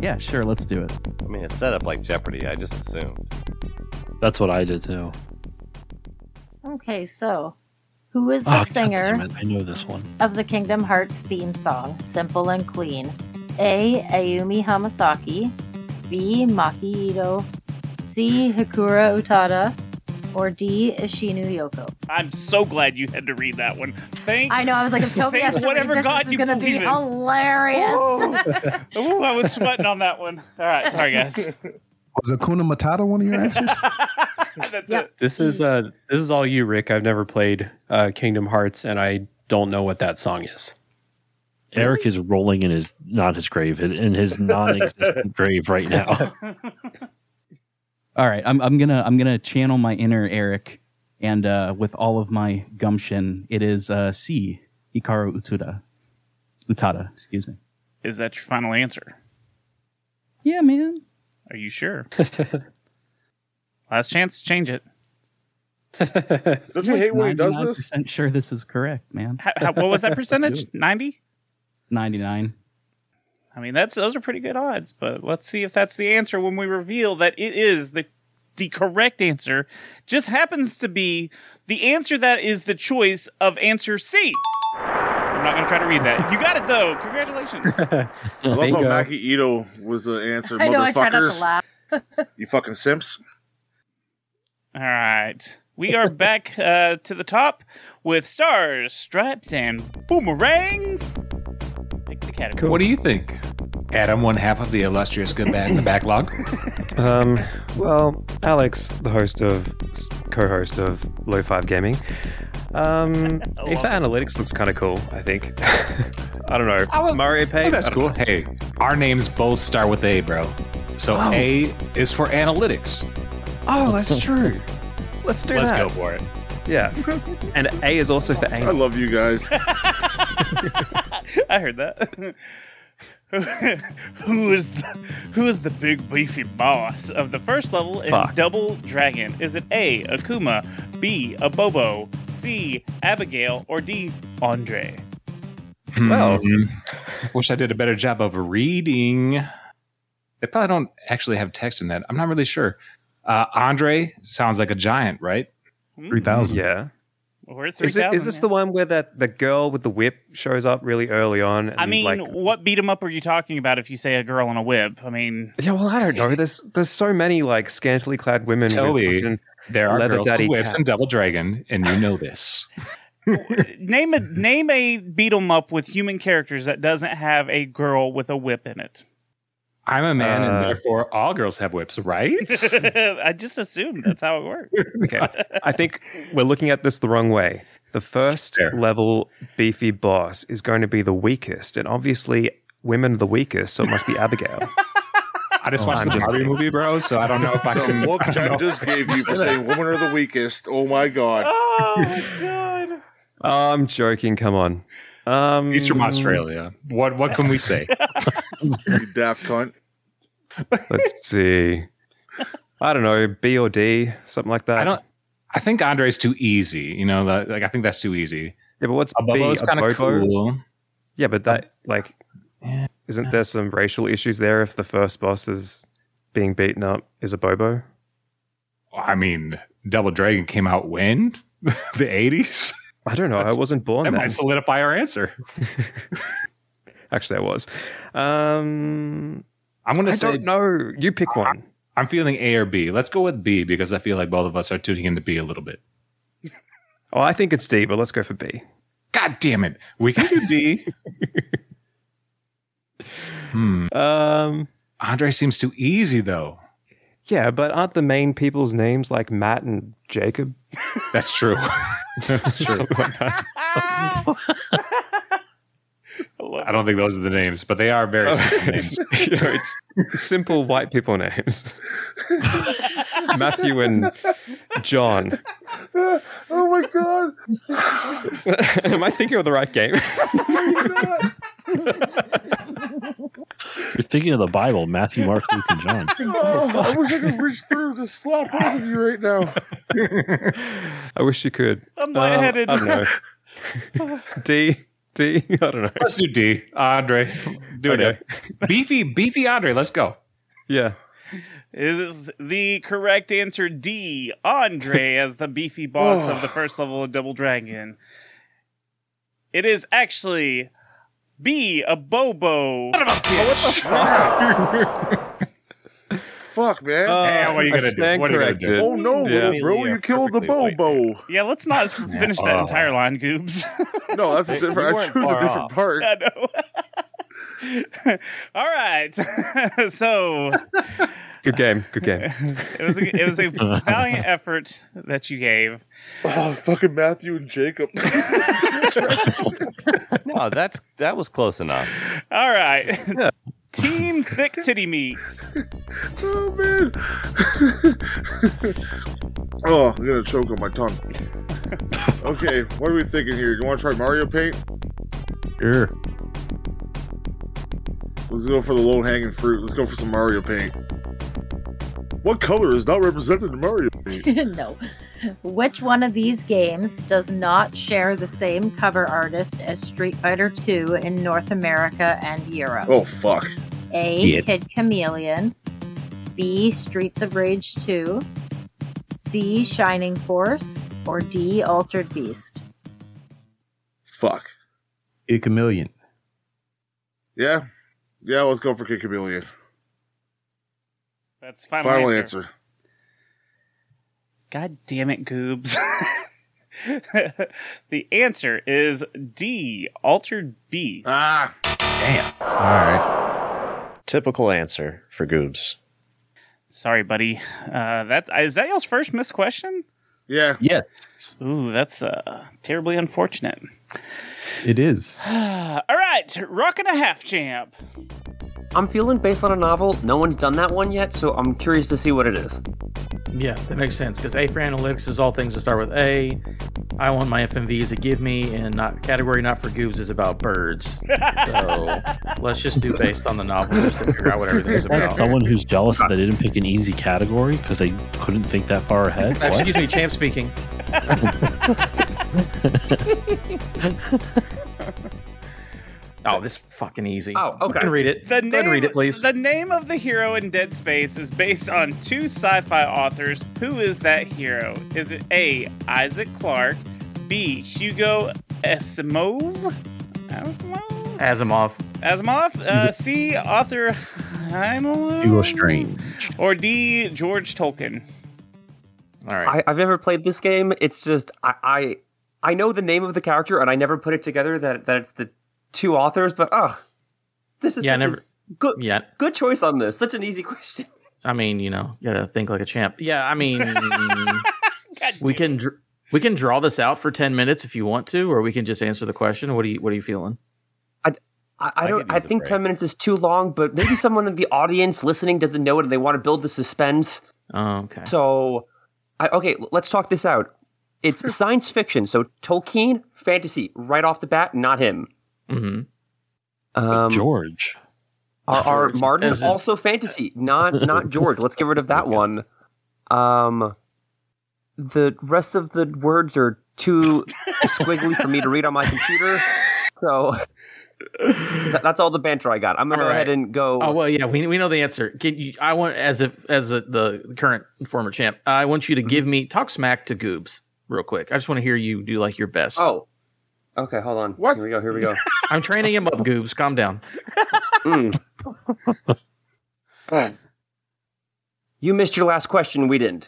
Speaker 9: Yeah, sure. Let's do it.
Speaker 7: I mean, it's set up like Jeopardy. I just assumed.
Speaker 8: That's what I did too.
Speaker 3: Okay, so who is
Speaker 8: Oh,
Speaker 3: the
Speaker 8: God
Speaker 3: singer
Speaker 8: damn it, I know this one.
Speaker 3: of the Kingdom Hearts theme song, Simple and Clean? A. Ayumi Hamasaki, B. Maki Ito, C. Hikura Utada, or D. Ishinu Yoko?
Speaker 1: I'm so glad you had to read that one. Thank
Speaker 3: I know, I was like, if Toby
Speaker 1: thank
Speaker 3: has to read
Speaker 1: whatever
Speaker 3: this,
Speaker 1: God
Speaker 3: this is
Speaker 1: you
Speaker 3: going to be
Speaker 1: believe in.
Speaker 3: hilarious.
Speaker 1: Ooh, I was sweating on that one. All right, sorry guys.
Speaker 12: Was Akuna Matata one of your answers?
Speaker 1: That's it.
Speaker 10: This is uh, this is all you, Rick. I've never played uh, Kingdom Hearts, and I don't know what that song is.
Speaker 8: Eric is rolling in his not his grave in- in his non-existent grave right now.
Speaker 9: All right, I'm, I'm gonna I'm gonna channel my inner Eric, and uh, with all of my gumption, it is uh, C. Hikaru Utada. Utada, excuse me.
Speaker 1: Is that your final answer?
Speaker 9: Yeah, man.
Speaker 1: Are you sure? Last chance, to change it.
Speaker 2: Don't you hate when he does this?
Speaker 9: 99% Sure, this is correct, man.
Speaker 1: How, how, what was that percentage? Ninety.
Speaker 9: Ninety nine.
Speaker 1: I mean, that's those are pretty good odds. But let's see if that's the answer when we reveal that it is the the correct answer. Just happens to be the answer that is the choice of answer C. I'm not going to try to read that. You got it though. Congratulations.
Speaker 2: I love how
Speaker 1: Bingo.
Speaker 2: Maki Ito was the answer.
Speaker 1: I know, I tried not to
Speaker 2: Motherfuckers.
Speaker 1: laugh.
Speaker 2: you fucking simps.
Speaker 1: All right. We are back uh, to the top with stars, stripes, and boomerangs. Pick the category.
Speaker 10: What do you think, Adam? One half of the illustrious good bag in the backlog.
Speaker 6: Um, well, Alex, the host of co-host of Low Five Gaming, um, if the analytics looks kind of cool, I think. I don't know.
Speaker 1: Oh,
Speaker 6: Mario Pay.
Speaker 10: oh, that's cool. Hey, our names both start with A, bro. So
Speaker 6: Oh.
Speaker 10: A is for analytics.
Speaker 6: Oh, that's true. Let's do
Speaker 10: Let's
Speaker 6: that.
Speaker 10: go for it.
Speaker 6: Yeah, and A is also for anal. I
Speaker 2: love you guys.
Speaker 1: I heard that. who is the, who is the big beefy boss of the first level in
Speaker 6: Fuck.
Speaker 1: Double Dragon? Is it A. Akuma, B. Abobo, C. Abigail, or D. Andre?
Speaker 10: Well, Hmm. wish I did a better job of reading. They probably don't actually have text in that. I'm not really sure. Uh, Andre sounds like a giant, right?
Speaker 12: Three thousand.
Speaker 6: Hmm. Yeah.
Speaker 1: Or
Speaker 6: Is, it,
Speaker 1: 3000,
Speaker 6: is this the one where that the girl with the whip shows up really early on? And
Speaker 1: I mean,
Speaker 6: like,
Speaker 1: what beat 'em up are you talking about if you say a girl on a whip? I mean,
Speaker 6: yeah, well, I don't know. There's there's so many like scantily clad women. with
Speaker 10: Toby,
Speaker 6: fucking
Speaker 10: There are
Speaker 6: leather
Speaker 10: girls who
Speaker 6: daddy
Speaker 10: whips
Speaker 6: caps.
Speaker 10: and Double Dragon, and you know this.
Speaker 1: name a name a beat 'em up with human characters that doesn't have a girl with a whip in it.
Speaker 10: I'm a man,
Speaker 6: Uh,
Speaker 10: and therefore all girls have whips, right?
Speaker 1: I just assumed that's how it worked.
Speaker 6: okay. I think we're looking at this the wrong way. The first level beefy boss is going to be the weakest, and obviously women are the weakest, so it must be Abigail.
Speaker 10: I just
Speaker 6: Oh,
Speaker 10: watched
Speaker 6: I'm
Speaker 10: the
Speaker 6: just
Speaker 10: Barbie movie, bro,
Speaker 6: uh,
Speaker 10: so I don't know if I
Speaker 2: The
Speaker 10: can.
Speaker 2: look
Speaker 10: I don't
Speaker 2: I
Speaker 10: know.
Speaker 2: just gave you for saying women are the weakest. Oh my god.
Speaker 1: Oh my god.
Speaker 6: I'm joking. Come on. Um,
Speaker 10: He's from Australia. What what can we say?
Speaker 2: you daft cunt.
Speaker 6: Let's see. I don't know, B or D, something like that.
Speaker 10: I don't. I think Andre's too easy. You know, that- like I think that's too easy.
Speaker 6: Yeah, but what's
Speaker 10: Abobo's
Speaker 6: B,
Speaker 10: kind of
Speaker 6: Abobo?
Speaker 10: cool.
Speaker 6: Yeah, but that like, isn't there some racial issues there if the first boss is being beaten up is a Bobo?
Speaker 10: I mean, Double Dragon came out when the eighties.
Speaker 6: I don't know. I wasn't born.
Speaker 10: That
Speaker 6: then.
Speaker 10: might solidify our answer.
Speaker 6: Actually, I was. Um,
Speaker 10: I'm gonna
Speaker 6: I
Speaker 10: say
Speaker 6: don't know. You pick one.
Speaker 10: I'm feeling A or B. Let's go with B because I feel like both of us are tuning into B a little bit.
Speaker 6: Oh, I think it's D, but let's go for B.
Speaker 10: God damn it, we can do D. hmm.
Speaker 6: Um,
Speaker 10: Andre seems too easy though.
Speaker 6: Yeah, but aren't the main people's names like Matt and Jacob?
Speaker 10: That's true. That's true.
Speaker 6: Something like that.
Speaker 10: I don't think those are the names, but they are very simple names.
Speaker 6: Oh, You know, it's simple white people names. Matthew and John.
Speaker 2: oh my god.
Speaker 6: Am I thinking of the right game?
Speaker 8: You're thinking of the Bible, Matthew, Mark, Luke, and John.
Speaker 2: Oh, I wish I could reach through to slap both of you right now.
Speaker 6: I wish you could. Um,
Speaker 1: I'm
Speaker 2: lightheaded.
Speaker 6: I don't know. D D. I don't know.
Speaker 10: Let's do D. Andre, do
Speaker 6: Okay.
Speaker 10: it. Beefy, beefy Andre. Let's go.
Speaker 6: Yeah.
Speaker 1: Is the correct answer D? Andre as the beefy boss of the first level of Double Dragon. It is actually B, a Bobo. Oh,
Speaker 2: Fuck, man.
Speaker 1: Uh,
Speaker 10: Yeah, what are you gonna do? What are you gonna do?
Speaker 2: Oh no,
Speaker 10: Yeah.
Speaker 2: bro, you killed the Bobo.
Speaker 1: Yeah, let's not finish that
Speaker 2: Oh.
Speaker 1: entire line, Goobs.
Speaker 2: No, that's a
Speaker 1: You
Speaker 2: different. I
Speaker 1: weren't
Speaker 2: chose a
Speaker 1: far
Speaker 2: different
Speaker 1: off.
Speaker 2: part.
Speaker 1: I know. All right. so
Speaker 6: Good game. Good game.
Speaker 1: it was a, it was a valiant effort that you gave.
Speaker 2: Oh, fucking Matthew and Jacob.
Speaker 7: no, that's that was close enough.
Speaker 1: All right. Team Thick Titty Meat.
Speaker 2: oh man. oh, I'm gonna choke on my tongue. okay, what are we thinking here? You want to try Mario Paint?
Speaker 17: Sure.
Speaker 2: Let's go for the low hanging fruit. Let's go for some Mario Paint. What color is not represented in Mario? Paint?
Speaker 3: no. Which one of these games does not share the same cover artist as Street Fighter II in North America and Europe?
Speaker 2: Oh fuck.
Speaker 3: A.
Speaker 2: Yeah.
Speaker 3: Kid Chameleon. B. Streets of Rage 2. C. Shining Force. Or D. Altered Beast.
Speaker 2: Fuck.
Speaker 12: Kid Chameleon.
Speaker 2: Yeah. Yeah, let's go for Kid Chameleon.
Speaker 1: That's the final,
Speaker 2: Final
Speaker 1: answer.
Speaker 10: Uh,
Speaker 2: answer.
Speaker 1: God damn it, Goobs. the answer is D, Altered Beast.
Speaker 2: Ah.
Speaker 1: Damn.
Speaker 11: All right. Typical answer for Goobs.
Speaker 1: Sorry, buddy. Uh, that is that y'all's first missed question?
Speaker 2: Yeah.
Speaker 12: Yes.
Speaker 1: Ooh, that's uh, terribly unfortunate.
Speaker 12: It is.
Speaker 1: All right, rock and a half champ.
Speaker 14: I'm feeling based on a novel. No one's done that one yet, so I'm curious to see what it is.
Speaker 15: Yeah, that makes sense because A for analytics is all things that start with A. I want my FMV is a give me, and not category not for goobs is about birds. So let's just do based on the novel just to figure out what everything's about.
Speaker 8: Someone who's jealous that they didn't pick an easy category because they couldn't think that far ahead. What?
Speaker 15: Excuse me, champ speaking. oh, this is fucking easy.
Speaker 1: Oh,
Speaker 15: Go ahead and read it. Go
Speaker 1: The name,
Speaker 15: ahead and read it, please.
Speaker 1: The name of the hero in Dead Space is based on two sci-fi authors. Who is that hero? Is it A. Isaac Clarke, B. Hugo Asimov, Asimov,
Speaker 15: Asimov.
Speaker 1: Asimov, uh, C. Arthur Heimel,
Speaker 12: Hugo Strange.
Speaker 1: or D. George Tolkien?
Speaker 15: All right.
Speaker 14: I, I've never played this game. It's just I, I I know the name of the character, and I never put it together that that it's the two authors. But ugh, this is
Speaker 15: Yeah, I
Speaker 14: such a
Speaker 15: never.
Speaker 14: good
Speaker 15: Yeah,
Speaker 14: good choice on this. Such an easy question.
Speaker 15: I mean, you know, you gotta think like a champ. Yeah, I mean, we can dr- we can draw this out for ten minutes if you want to, or we can just answer the question. What are you What are you feeling?
Speaker 14: I, I don't. I think ten minutes is too long, but maybe someone in the audience listening doesn't know it, and they want to build the suspense.
Speaker 15: Oh, okay.
Speaker 14: So, I, okay, l- let's talk this out. It's science fiction, so Tolkien, fantasy, right off the bat, not him.
Speaker 15: Mm-hmm.
Speaker 14: Um,
Speaker 8: George.
Speaker 14: Our, our Martin
Speaker 15: As in-
Speaker 14: also fantasy, not not George. Let's get rid of that one. Um, the rest of the words are too squiggly for me to read on my computer, so that- that's all the banter I got. I'm gonna go
Speaker 15: All right.
Speaker 14: ahead and go.
Speaker 15: Oh well, yeah, we, we know the answer. Can you, I want as if as a, the current former champ, I want you to give me talk smack to Goobs real quick. I just want to hear you do like your best.
Speaker 14: Oh, okay, hold on. Here we go. Here we go.
Speaker 15: I'm training him up, Goobs. Calm down.
Speaker 14: Mm. You missed your last question. We didn't.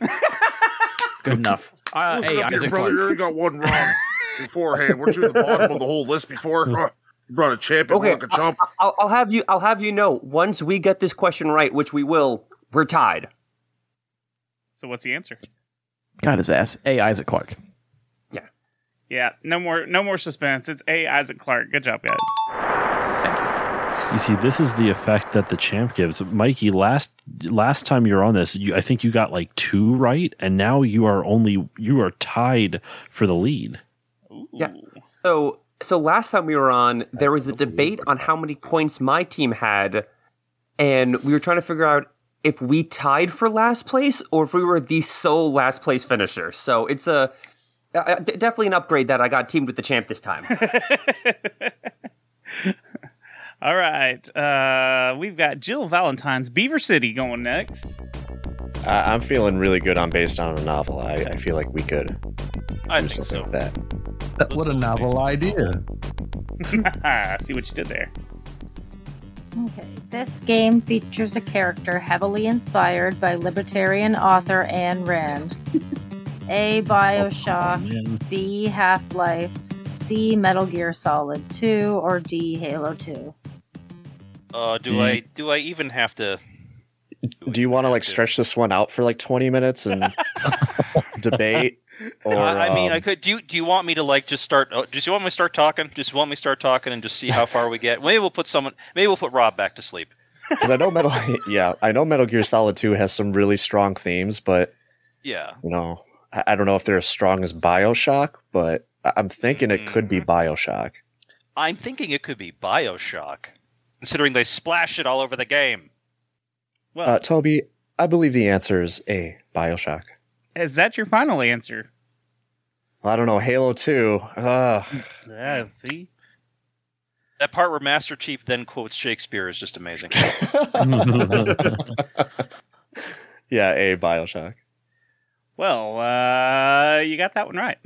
Speaker 15: Good enough. Uh,
Speaker 2: Listen
Speaker 14: hey,
Speaker 2: up here,
Speaker 14: Isaac
Speaker 2: brother.
Speaker 14: Clarke.
Speaker 2: You already got one wrong beforehand. Weren't you at the bottom of the whole list before? Huh. You brought a champion
Speaker 14: Okay,
Speaker 2: like a chump.
Speaker 14: I- I'll, I'll have you. I'll have you know. Once we get this question right, which we will, we're tied.
Speaker 1: So what's the answer?
Speaker 15: Got his ass. Hey, Isaac Clark.
Speaker 1: Yeah, no more, no more suspense. It's A. Isaac Clarke. Good job, guys.
Speaker 8: You see, this is the effect that the champ gives. Mikey, last last time you were on this, you, I think you got like two right, and now you are only you are tied for the lead.
Speaker 14: Yeah. So, so last time we were on, there was a debate on how many points my team had, and we were trying to figure out if we tied for last place or if we were the sole last place finisher. So it's a uh, uh, d- definitely an upgrade that I got teamed with the champ this time.
Speaker 1: All right, uh, we've got Jill Valentine's Beaver City going next.
Speaker 11: I- I'm feeling really good on based on a novel. I, I feel like we could
Speaker 1: I
Speaker 11: do something with that.
Speaker 12: That- what a novel idea.
Speaker 1: I see what you did there.
Speaker 3: Okay. This game features a character heavily inspired by libertarian author Ayn Rand. A. Bioshock, B. Half Life, C. Metal Gear Solid 2, or D. Halo 2.
Speaker 13: Uh, do I do I even have to?
Speaker 11: Do you want to like stretch this one out for like 20 minutes and debate? Or
Speaker 13: I, I mean, I
Speaker 11: um,
Speaker 13: could. Do you, do you want me to like just start? Oh, just you want me to start talking? Just want me to start talking and just see how far we get? Maybe we'll put someone. Maybe we'll put Rob back to sleep.
Speaker 11: um, 'cause I know Metal. Yeah, I know Metal Gear Solid 2 has some really strong themes, but
Speaker 13: Yeah.
Speaker 11: you know, I, I don't know if they're as strong as Bioshock. But I- I'm thinking it could be Bioshock.
Speaker 13: I'm thinking it could be Bioshock, considering they splash it all over the game.
Speaker 11: uh, Toby, I believe the answer is A, Bioshock.
Speaker 1: Is that your final answer?
Speaker 11: I don't know, Halo 2. Uh,
Speaker 1: Yeah, see?
Speaker 13: That part where Master Chief then quotes Shakespeare is just amazing.
Speaker 11: yeah, A, Bioshock.
Speaker 1: Well, uh, you got that one right.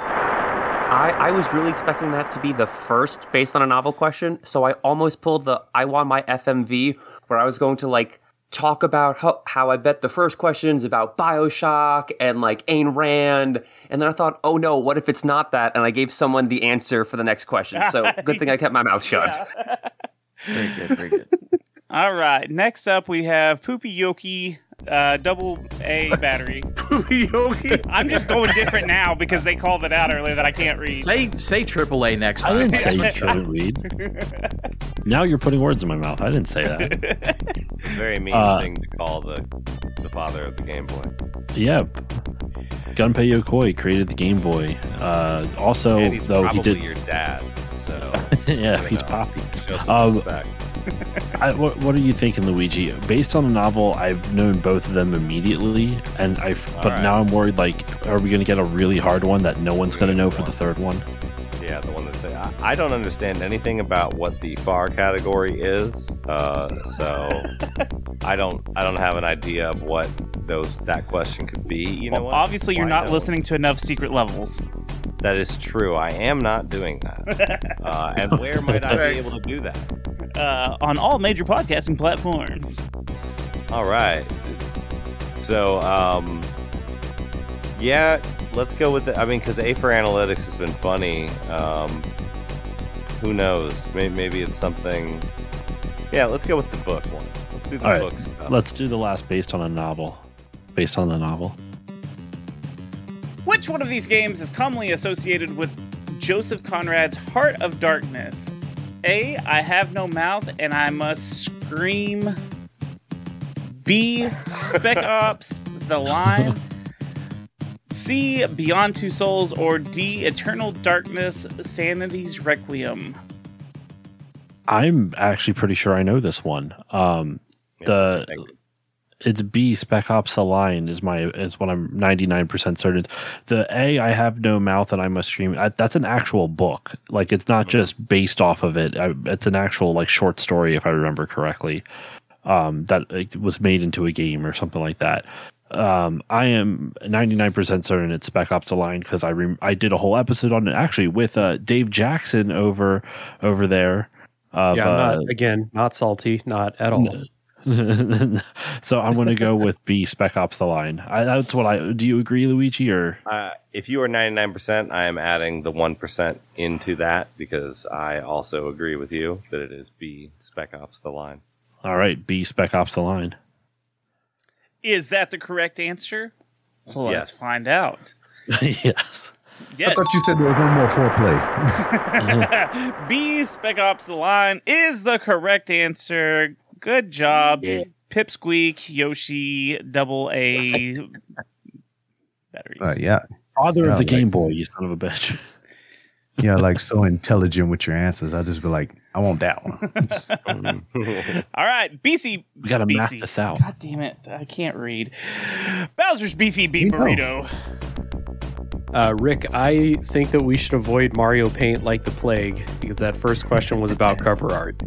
Speaker 14: I, I was really expecting that to be the first based on a novel question, so I almost pulled the I want my FMV where I was going to like talk about how, how I bet the first question's about Bioshock and like Ayn Rand, and then I thought, oh no, what if it's not that? And I gave someone the answer for the next question. So good thing I kept my mouth shut.
Speaker 11: Very good, very good.
Speaker 1: All right. Next up, we have Poopy Yoki uh, double A battery. Poopy Yoki? I'm just going different now because they called it out earlier that I can't read.
Speaker 15: Say say AAA next
Speaker 8: I
Speaker 15: time.
Speaker 8: didn't say you couldn't read. Now you're putting words in my mouth. I didn't say that.
Speaker 7: Very mean
Speaker 8: Uh,
Speaker 7: thing to call the the father of the Game Boy.
Speaker 8: Yep. Gunpei Yokoi created the Game Boy. Uh, also,
Speaker 7: and he's
Speaker 8: though
Speaker 7: probably
Speaker 8: he did.
Speaker 7: your dad. So
Speaker 8: yeah,
Speaker 7: you
Speaker 8: he's
Speaker 7: know,
Speaker 8: Poppy.
Speaker 7: show some
Speaker 8: Um,
Speaker 7: respect.
Speaker 8: I, what, what are you thinking, Luigi? Based on the novel, I've known both of them immediately, and I. have But
Speaker 7: Alright.
Speaker 8: now I'm worried. Like, are we going to get a really hard one that no one's going to know for the third one?
Speaker 7: Yeah, the one that they. I, I don't understand anything about what the far category is, uh, so I don't. I don't have an idea of what those that question could be. You know,
Speaker 1: Well,
Speaker 7: what?
Speaker 1: obviously, you're
Speaker 7: Why
Speaker 1: not
Speaker 7: don't-
Speaker 1: listening to enough secret levels.
Speaker 7: That is true. I am not doing that. uh, and where might I be able to do that?
Speaker 1: Uh, on all major podcasting platforms.
Speaker 7: All right. So, um, yeah, let's go with the. I mean, because A for analytics has been funny. Um, who knows? Maybe, maybe it's something. Yeah, let's go with the book one. Let's do the
Speaker 8: All right,
Speaker 7: book stuff.
Speaker 8: let's do the last based on a novel. Based on the novel.
Speaker 1: Which one of these games is commonly associated with Joseph Conrad's Heart of Darkness? A. I have no mouth and I must scream. B. Spec Ops The Line. C. Beyond Two Souls. Or D. Eternal Darkness Sanity's Requiem.
Speaker 8: I'm actually pretty sure I know this one. Um, the it's B Spec Ops the line is my is what I'm 99 percent certain. The A I have no mouth and I must scream. I, that's an actual book. Like it's
Speaker 10: Mm-hmm.
Speaker 8: not just based off of it. I, it's an actual like short story if I remember correctly. Um, that it was made into a game or something like that. Um, I am 99% certain it's Spec Ops the line because I rem- I did a whole episode on it actually with uh, Dave Jackson over over there. Of,
Speaker 10: yeah,
Speaker 8: uh,
Speaker 10: I'm not, again, not salty, not at all.
Speaker 8: so I'm going to go with B Spec Ops the line. I, that's what I do. You agree, Luigi, or
Speaker 7: Uh, if you are 99%, I am adding the 1% into that because I also agree with you that it is B Spec Ops the line.
Speaker 8: all right? B Spec Ops the line.
Speaker 1: Is that the correct answer? Well,
Speaker 8: Yes.
Speaker 1: Let's find out.
Speaker 8: yes.
Speaker 12: I thought you said there was one more foreplay.
Speaker 1: Mm-hmm. B Spec Ops the line is the correct answer. Good job. Pipsqueak Yoshi double A
Speaker 12: Uh, yeah,
Speaker 8: Father of
Speaker 12: Yeah,
Speaker 8: the
Speaker 12: like-
Speaker 8: Game Boy, you son of a bitch.
Speaker 12: yeah, like so intelligent with your answers. I just be like, I want that one.
Speaker 1: All right, BC.
Speaker 12: We gotta map
Speaker 1: BC.
Speaker 12: this out.
Speaker 1: God damn it, I can't read. Bowser's beefy beef
Speaker 10: know.
Speaker 1: burrito.
Speaker 10: Uh, Rick, I think that we should avoid Mario Paint like the plague because that first question was about cover art.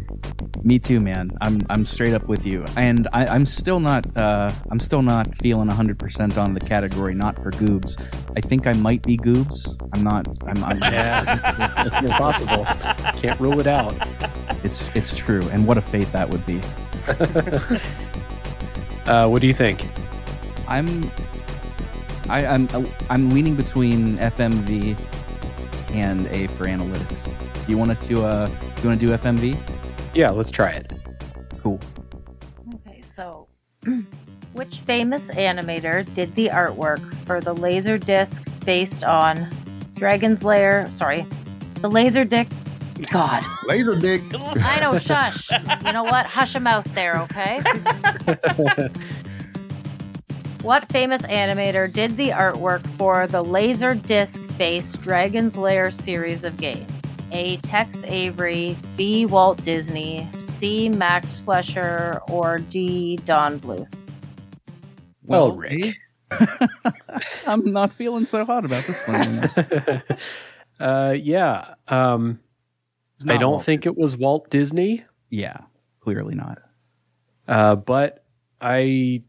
Speaker 9: Me too, man. I'm I'm straight up with you, and I, I'm still not uh, I'm still not feeling 100 percent on the category. Not for goobs. I think I might be goobs. I'm not. I'm. I'm
Speaker 10: Yeah, impossible. Can't rule it out.
Speaker 9: It's it's true, and what a fate that would be.
Speaker 10: uh, what do you think?
Speaker 9: I'm I, I'm I'm leaning between FMV and A for analytics. Do you want us to uh do you want to do FMV?
Speaker 10: Yeah, let's try it.
Speaker 9: Cool.
Speaker 3: Okay, so which famous animator did the artwork for the laser disc based on Dragon's Lair? Sorry, the laser disc. God.
Speaker 12: Laser dick.
Speaker 3: I know, shush. you know what? Hush your mouth there, okay? what famous animator did the artwork for the laser disc based Dragon's Lair series of games? A. Tex Avery, B. Walt Disney, C. Max Flesher, or D. Don Bluth?
Speaker 9: Well, Rick. I'm not feeling so hot about this one.
Speaker 17: Uh, yeah. Um,
Speaker 9: It's
Speaker 17: I
Speaker 9: not
Speaker 17: don't
Speaker 9: Walt
Speaker 17: think it was Walt Disney.
Speaker 9: yeah, clearly not.
Speaker 17: Uh, but I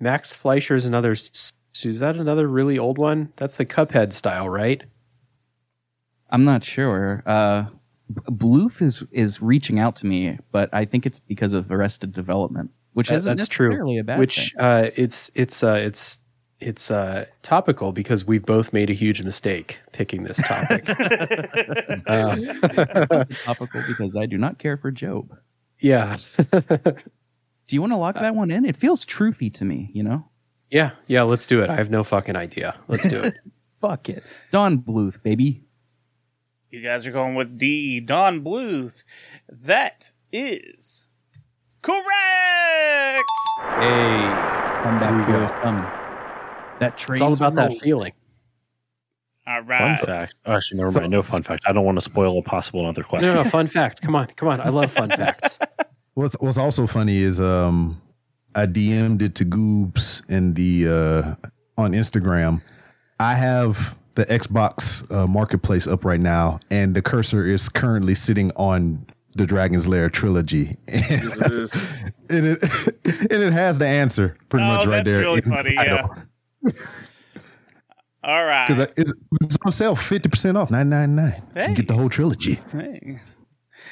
Speaker 17: Max Fleischer is another. s- Is that another really old one? That's the Cuphead style, right?
Speaker 9: I'm not sure. Uh, B- Bluth is is reaching out to me, but I think it's because of Arrested Development, which
Speaker 17: That-
Speaker 9: isn't necessarily a bad
Speaker 17: Which
Speaker 9: thing.
Speaker 17: uh, it's it's uh, it's it's uh, topical because we've both made a huge mistake picking this topic. Uh,
Speaker 9: topical because I do not care for Job.
Speaker 17: Yeah.
Speaker 9: do you want to lock that one in? It feels truthy to me, you know.
Speaker 17: yeah, yeah. Let's do it. I have no fucking idea. Let's do it.
Speaker 9: Fuck it, Don Bluth, baby.
Speaker 1: You guys are going with D. Don Bluth. That is correct.
Speaker 17: Hey,
Speaker 9: come back
Speaker 17: Here
Speaker 9: to
Speaker 17: we
Speaker 9: us.
Speaker 17: go.
Speaker 9: Um, that train.
Speaker 17: It's all about that feeling.
Speaker 1: All
Speaker 8: Fun
Speaker 1: right.
Speaker 8: fact. Actually, never mind. No fun fact. I don't want to spoil a possible another question.
Speaker 17: No, no, fun fact. Come on, come on. I love fun facts.
Speaker 12: What's What's also funny is um, I DM'd it to Goobs in the uh, on Instagram. I have the Xbox uh, Marketplace up right now, and the cursor is currently sitting on the Dragon's Lair trilogy, and
Speaker 2: it,
Speaker 12: and it has the answer pretty
Speaker 1: Oh,
Speaker 12: much right
Speaker 1: that's
Speaker 12: there.
Speaker 1: really funny. Yeah. All right.
Speaker 12: Because it's, it's on sale, fifty percent off, nine nine nine.
Speaker 1: Hey.
Speaker 12: You get the whole trilogy.
Speaker 1: Hey.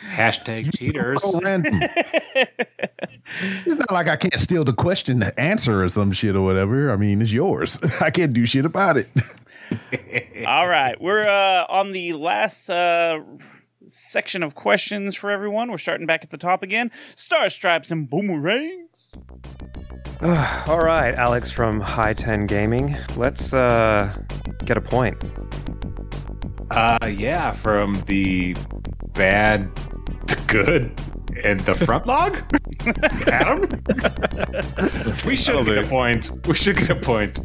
Speaker 10: Hashtag cheaters.
Speaker 12: So random. it's not like I can't steal the question, the answer, or some shit or whatever. I mean, it's yours. I can't do shit about it.
Speaker 1: All right, we're uh, on the last uh, section of questions for everyone. We're starting back at the top again. Star stripes and boomerangs.
Speaker 6: All right, Alex from High Ten Gaming. Let's uh, get a point.
Speaker 10: Uh, yeah, from the bad, to good, and the front log? Adam? we should get a point. We should get a point.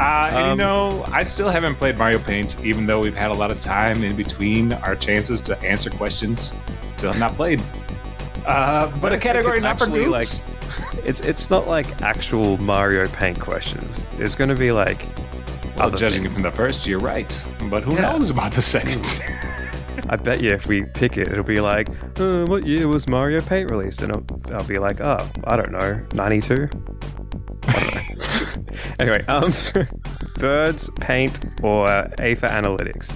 Speaker 10: Uh, and you
Speaker 17: Um,
Speaker 10: know, I still haven't played Mario Paint, even though we've had a lot of time in between our chances to answer questions. Still have not played. Uh, but a category not for
Speaker 6: Actually,
Speaker 10: Goops.
Speaker 6: It's it's not like actual Mario Paint questions. It's going to be like.
Speaker 10: Well,
Speaker 6: other
Speaker 10: judging it
Speaker 6: things.
Speaker 10: from the first, you're right. But who
Speaker 6: Yeah.
Speaker 10: knows about the second?
Speaker 6: Hmm. I bet you if we pick it, it'll be like, uh, what year was Mario Paint released? And I'll, I'll be like, oh, I don't know, 92? I don't know. anyway, um, birds, paint, or A for analytics?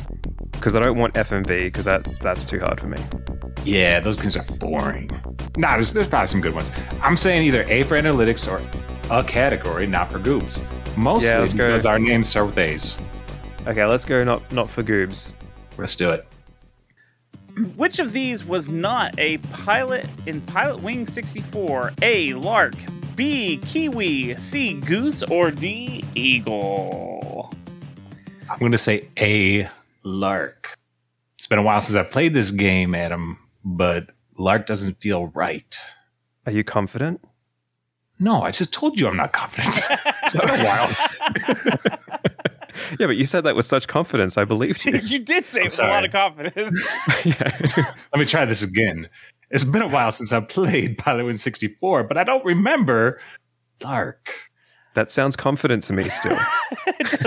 Speaker 6: Because I don't want FMV, because that, that's too hard for me.
Speaker 10: Yeah, those games are boring. Nah, there's, there's probably some good ones. I'm saying either A for analytics or a category, not for goops. Mostly
Speaker 6: Yeah, let's go.
Speaker 10: because our names start with A's.
Speaker 6: Okay, let's go not, not for goobs.
Speaker 10: Let's do it.
Speaker 1: Which of these was not a pilot in Pilot Wing 64? A. Lark. B. Kiwi. C. Goose. Or D. Eagle.
Speaker 10: I'm going to say A Lark. It's been a while since I played this game, Adam, but Lark doesn't feel right.
Speaker 6: Are you confident?
Speaker 10: No, I just told you I'm not confident. it's been a while.
Speaker 6: Yeah, but you said that with such confidence. I believed you.
Speaker 1: you did say it with a
Speaker 10: sorry.
Speaker 1: lot of confidence.
Speaker 10: Let me try this again. It's been a while since I played Pilot Win 64, but I don't remember Lark.
Speaker 6: That sounds confident to me still.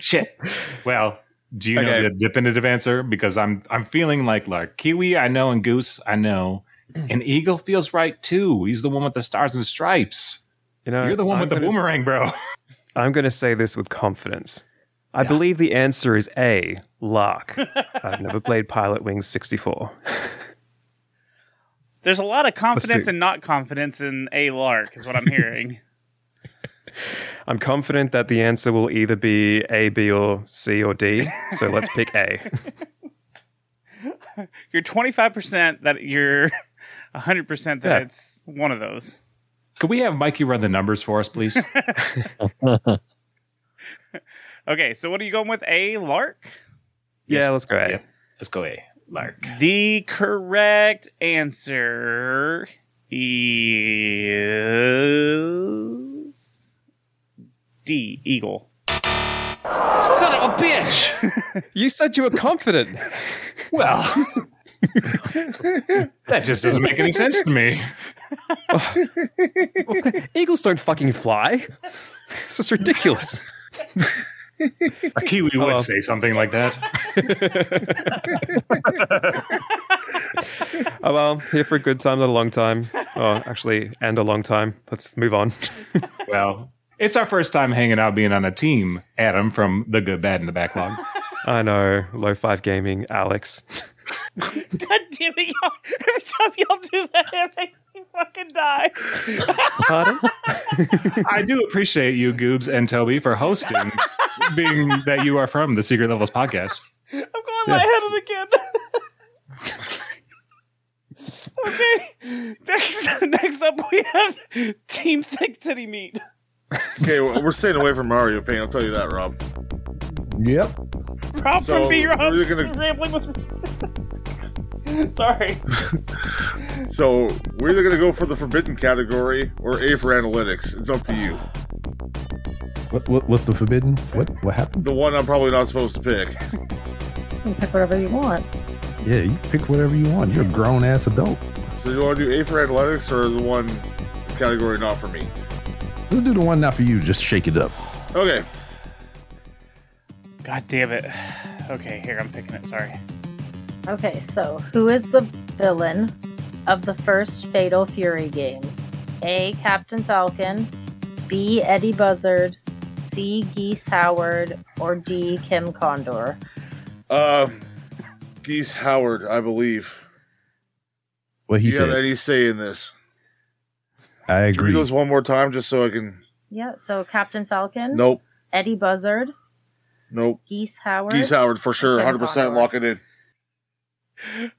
Speaker 10: Shit. Well, do you know the definitive answer? Because I'm I'm feeling like Lark. Kiwi, I know, and Goose, I know. And Eagle feels right too. He's the one with the stars and stripes.
Speaker 6: You know,
Speaker 10: You're the
Speaker 6: Uh,
Speaker 10: one
Speaker 6: I'm
Speaker 10: with the
Speaker 6: gonna-
Speaker 10: boomerang, bro.
Speaker 6: I'm going to say this with confidence. I believe the answer is A, Lark. I've never played Pilot Wings 64.
Speaker 1: There's a lot of confidence
Speaker 6: do-
Speaker 1: and not confidence in A. Lark, is what I'm hearing.
Speaker 6: I'm confident that the answer will either be A, B, or C, or D. So let's pick A.
Speaker 1: you're 25% that you're 100% that
Speaker 10: Yeah.
Speaker 1: it's one of those.
Speaker 10: Could we have Mikey run the numbers for us, please?
Speaker 1: Okay, so what are you going with? A. Lark?
Speaker 6: yeah, let's go A.
Speaker 10: Let's go A. Lark.
Speaker 1: The correct answer is D. Eagle.
Speaker 10: Son of a bitch!
Speaker 6: you said you were confident.
Speaker 10: Well, That just doesn't make any sense to me.
Speaker 6: Eagles don't fucking fly. This is ridiculous.
Speaker 10: A Kiwi would say something like that.
Speaker 6: Oh well, here for a good time, not a long time. Oh, actually, and a long time. Let's move on.
Speaker 10: well, it's our first time hanging out, being on a team, Adam, from the good, bad, and the backlog.
Speaker 6: I know. Low five gaming, Alex.
Speaker 1: God damn it, y'all! Every time y'all do that, it makes me fucking die.
Speaker 6: Pardon?
Speaker 10: I do appreciate you, Goobs and Toby, for hosting, being that you are from the Secret Levels podcast.
Speaker 1: I'm going lightheaded again. okay. Next, next up, we have Team Thick Titty Meat.
Speaker 2: Okay, well, we're staying away from Mario Paint. I'll tell you that, Rob.
Speaker 12: Yep.
Speaker 1: Rob
Speaker 2: So,
Speaker 1: from B Rob
Speaker 2: we're gonna-
Speaker 1: rambling with. Sorry.
Speaker 2: So we're either gonna go for the forbidden category or A for analytics. It's up to you.
Speaker 12: What, what what's the forbidden? What what happened?
Speaker 2: The one I'm probably not supposed to pick.
Speaker 3: You pick whatever you want.
Speaker 12: Yeah, you pick whatever you want. You're a grown ass adult.
Speaker 2: So you want to do A for analytics or the one category not for me?
Speaker 12: Let's do the one not for you. Just shake it up.
Speaker 2: Okay.
Speaker 1: God damn it. Okay, here, I'm picking it. Sorry.
Speaker 3: Okay, so who is the villain of the first Fatal Fury games? A. Captain Falcon, B. Eddie Buzzard, C. Geese Howard, or D. Kim Condor?
Speaker 2: Uh, Geese Howard, I believe.
Speaker 12: What
Speaker 2: Do
Speaker 12: he
Speaker 2: you have
Speaker 12: said.
Speaker 2: any say in this?
Speaker 12: I
Speaker 2: Can you
Speaker 12: agree.
Speaker 2: Read those one more time, just so I can.
Speaker 3: Yeah, so Captain Falcon,
Speaker 2: Nope,
Speaker 3: Eddie Buzzard,
Speaker 2: nope.
Speaker 3: Geese Howard.
Speaker 2: Geese Howard for sure,
Speaker 3: Kim
Speaker 2: hundred percent.
Speaker 3: Condor.
Speaker 2: Lock it in.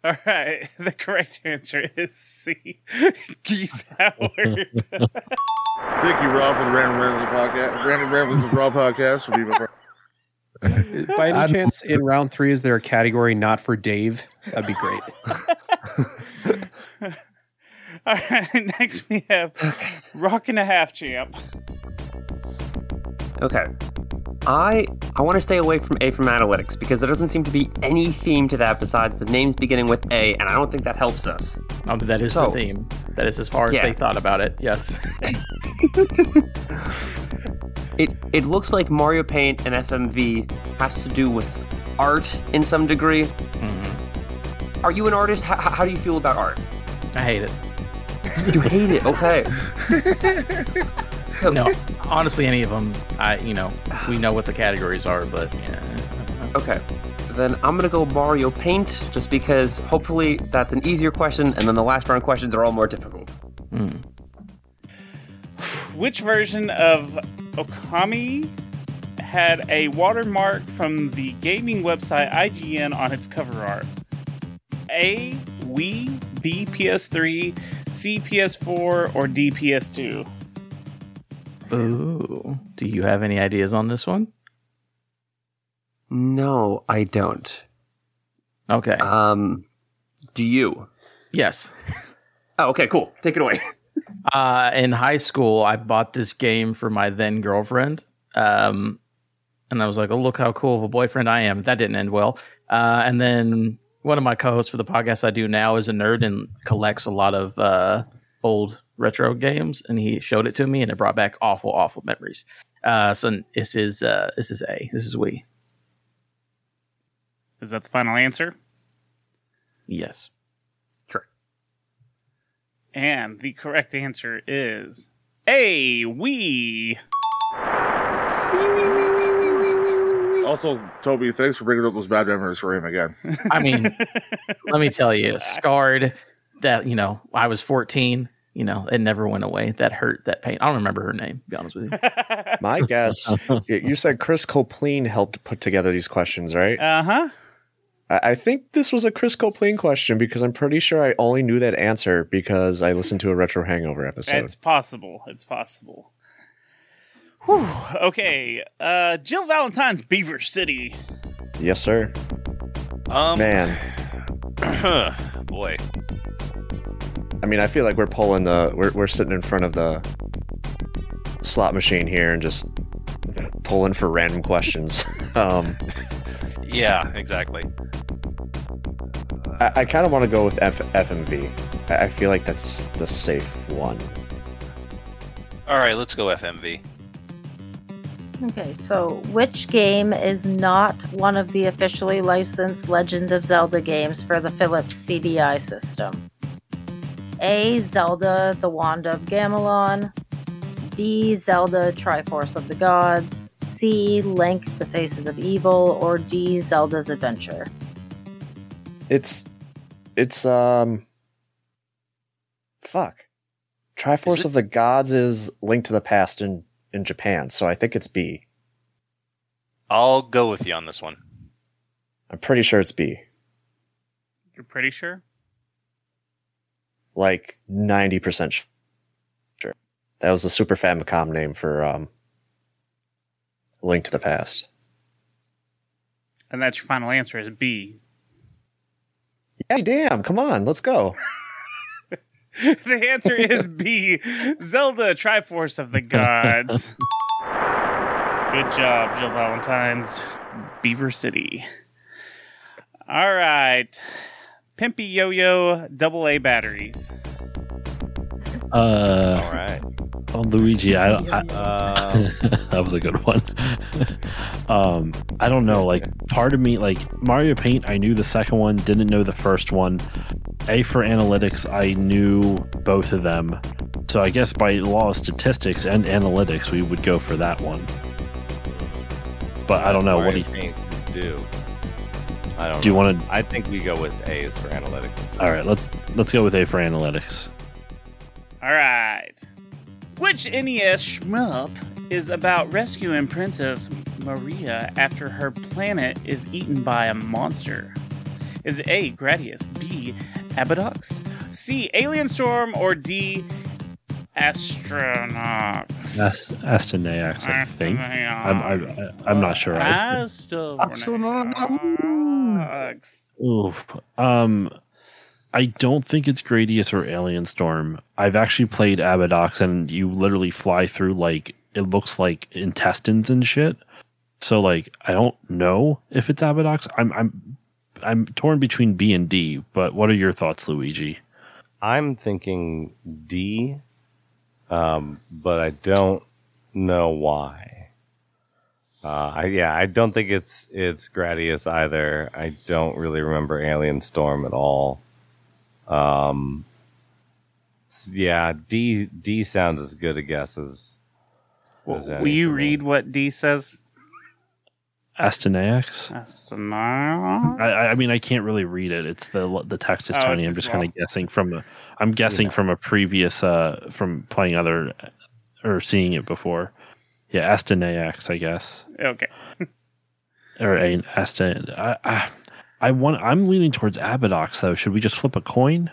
Speaker 1: All right, the correct answer is C. Geese Howard.
Speaker 2: Thank you, Rob, for the Random Ramblings podcast. Random Ramblings with Rob podcast would be my
Speaker 10: By
Speaker 17: any chance, in round three, is there a category not for Dave? That'd be great.
Speaker 1: All right, next we have Rock and a Half Champ.
Speaker 14: Okay. I I want to stay away from A from analytics because there doesn't seem to be any theme to that besides the names beginning with A, and I don't think that helps us.
Speaker 15: Um, that is the theme. That is as far as
Speaker 14: Yeah.
Speaker 15: they thought about it. Yes.
Speaker 14: It it looks like Mario Paint and FMV has to do with art in some degree. Are you an artist? How, how do you feel about art?
Speaker 15: Mm-hmm. I hate it.
Speaker 14: You hate it. Okay.
Speaker 15: no, honestly, any of them. I, you know, we know what the categories are, but yeah.
Speaker 14: Okay. Then I'm gonna go Mario Paint just because hopefully that's an easier question, and then the last round questions are all more difficult.
Speaker 1: Which version of Okami had a watermark from the gaming website IGN on its cover art? A. Wii, B. PS3, C. PS4, or D. PS2?
Speaker 15: Ooh. Do you have any ideas on this one?
Speaker 14: No, I don't.
Speaker 15: Okay.
Speaker 14: Um, do you?
Speaker 15: Yes.
Speaker 14: Oh, okay, cool. Take it away.
Speaker 15: Uh, in high school, I bought this game for my then girlfriend. Um, and I was like, oh, look how cool of a boyfriend I am. That didn't end well. Uh, and then one of my co hosts for the podcast I do now is a nerd and collects a lot of uh, old retro games. And he showed it to me, and it brought back awful, awful memories. Uh, so this is uh, this is A. This is we.
Speaker 1: Is that the final answer?
Speaker 15: Yes.
Speaker 1: And the correct answer is A. Wii.
Speaker 2: Also, Toby, thanks for bringing up those bad memories for him again.
Speaker 15: I mean, let me tell you, scarred that, you know, I was 14, you know, it never went away. That hurt, that pain. I don't remember her name, to be honest with you.
Speaker 11: My guess, y- you said Chris Copleen helped put together these questions, right?
Speaker 1: Uh huh.
Speaker 11: I I think this was a Chris Copleen question because I'm pretty sure I only knew that answer because I listened to a Retro Hangover episode.
Speaker 1: It's possible. It's possible. Whew. Okay. Uh, Jill Valentine's Beaver City.
Speaker 11: yes, sir.
Speaker 13: Um,
Speaker 11: Man,
Speaker 13: Boy.
Speaker 11: I mean, I feel like we're pulling the we're we're sitting in front of the slot machine here and just pulling for random questions. um,
Speaker 13: Yeah, exactly.
Speaker 11: I, I kind of want to go with F- FMV. I, I feel like that's the safe one.
Speaker 13: All right, let's go FMV.
Speaker 3: Okay, so which game is not one of the officially licensed Legend of Zelda games for the Philips CDI system? A. Zelda The Wand of Gamelon. B. Zelda Triforce of the Gods. C. Link The Faces of Evil. Or D. Zelda's Adventure.
Speaker 11: It's, it's um, fuck. Triforce of the Gods is Link to the Past in in Japan, so I think it's B.
Speaker 13: I'll go with you on this one.
Speaker 11: I'm pretty sure it's B.
Speaker 1: You're pretty sure?
Speaker 11: Like ninety percent sure. That was the Super Famicom name for um, Link to the Past.
Speaker 1: And that's your final answer is B.
Speaker 11: Hey, damn! Come on, let's go.
Speaker 1: the answer is B. Zelda Triforce of the Gods. Good job, Jill Valentine's Beaver City. All right. Pimpy Yo Yo double A batteries.
Speaker 8: Uh,
Speaker 13: All right. Um,
Speaker 8: Oh, Luigi, I, I that was a good one. um, I don't know. Like, part of me, like Mario Paint, I knew the second one, didn't know the first one. A for Analytics, I knew both of them. So I guess by law of statistics and analytics, we would go for that one. But I don't know. Uh, What do you?
Speaker 7: think? Do I don't.
Speaker 8: Do you
Speaker 7: know.
Speaker 8: wanna-
Speaker 7: I think we go with A is for analytics.
Speaker 8: All right, let's let's go with A for Analytics.
Speaker 1: All right. Which NES shmup is about rescuing Princess Maria after her planet is eaten by a monster? Is it A. Gradius, B. Abadox, C. Alien Storm, or D. Astronaut?
Speaker 8: Ast- Astonax, I think. I'm, I'm, I'm not sure. I-
Speaker 1: Astronaut.
Speaker 8: Oof. Um, I don't think it's Gradius or Alien Storm. I've actually played Abadox, and you literally fly through like it looks like intestines and shit. So like, I don't know if it's Abadox. I'm I'm I'm torn between B and D. But what are your thoughts, Luigi?
Speaker 7: I'm thinking D, um, but I don't know why. Uh, I, yeah, I don't think it's it's Gradius either. I don't really remember Alien Storm at all. Um, s- yeah, D D sounds as good a guess as. as
Speaker 1: Will
Speaker 7: any.
Speaker 1: you read what D says?
Speaker 8: Astonax.
Speaker 1: Astronaut.
Speaker 8: I, I- I mean, I can't really read it. It's the the text is
Speaker 1: Oh,
Speaker 8: tiny.
Speaker 1: it's
Speaker 8: I'm
Speaker 1: just
Speaker 8: just kind
Speaker 1: long.
Speaker 8: of guessing from a. I'm guessing from a previous uh from playing other uh, or seeing it before. Yeah, Astonax, I guess,
Speaker 1: Okay.
Speaker 8: or a Aston. I, I I want. I'm leaning towards Abadox though. Should we just flip a coin?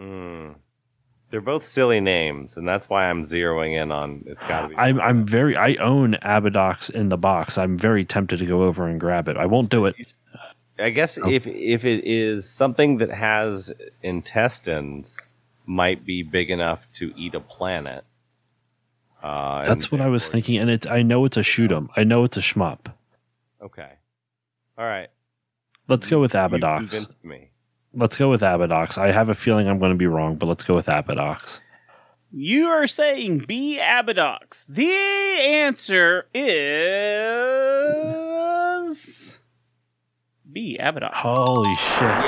Speaker 7: Mm. They're both silly names, and that's why I'm zeroing in on. It's got to be.
Speaker 8: I'm I'm very. I own Abadox in the box. I'm very tempted to go over and grab it. I won't do it.
Speaker 7: I guess
Speaker 8: Oh.
Speaker 7: if if it is something that has intestines, might be big enough to eat a planet. Uh, and-
Speaker 8: That's what I was thinking, and it's. I know it's a shoot 'em. I know it's a shmup.
Speaker 7: okay. All right,
Speaker 8: Let's go with
Speaker 7: you
Speaker 8: Abadox.
Speaker 7: convinced me.
Speaker 8: Let's go with Abadox. I have a feeling I'm going to be wrong, but let's go with Abadox.
Speaker 1: You are saying B. Abadox. The answer is B. Abadox.
Speaker 8: Holy shit!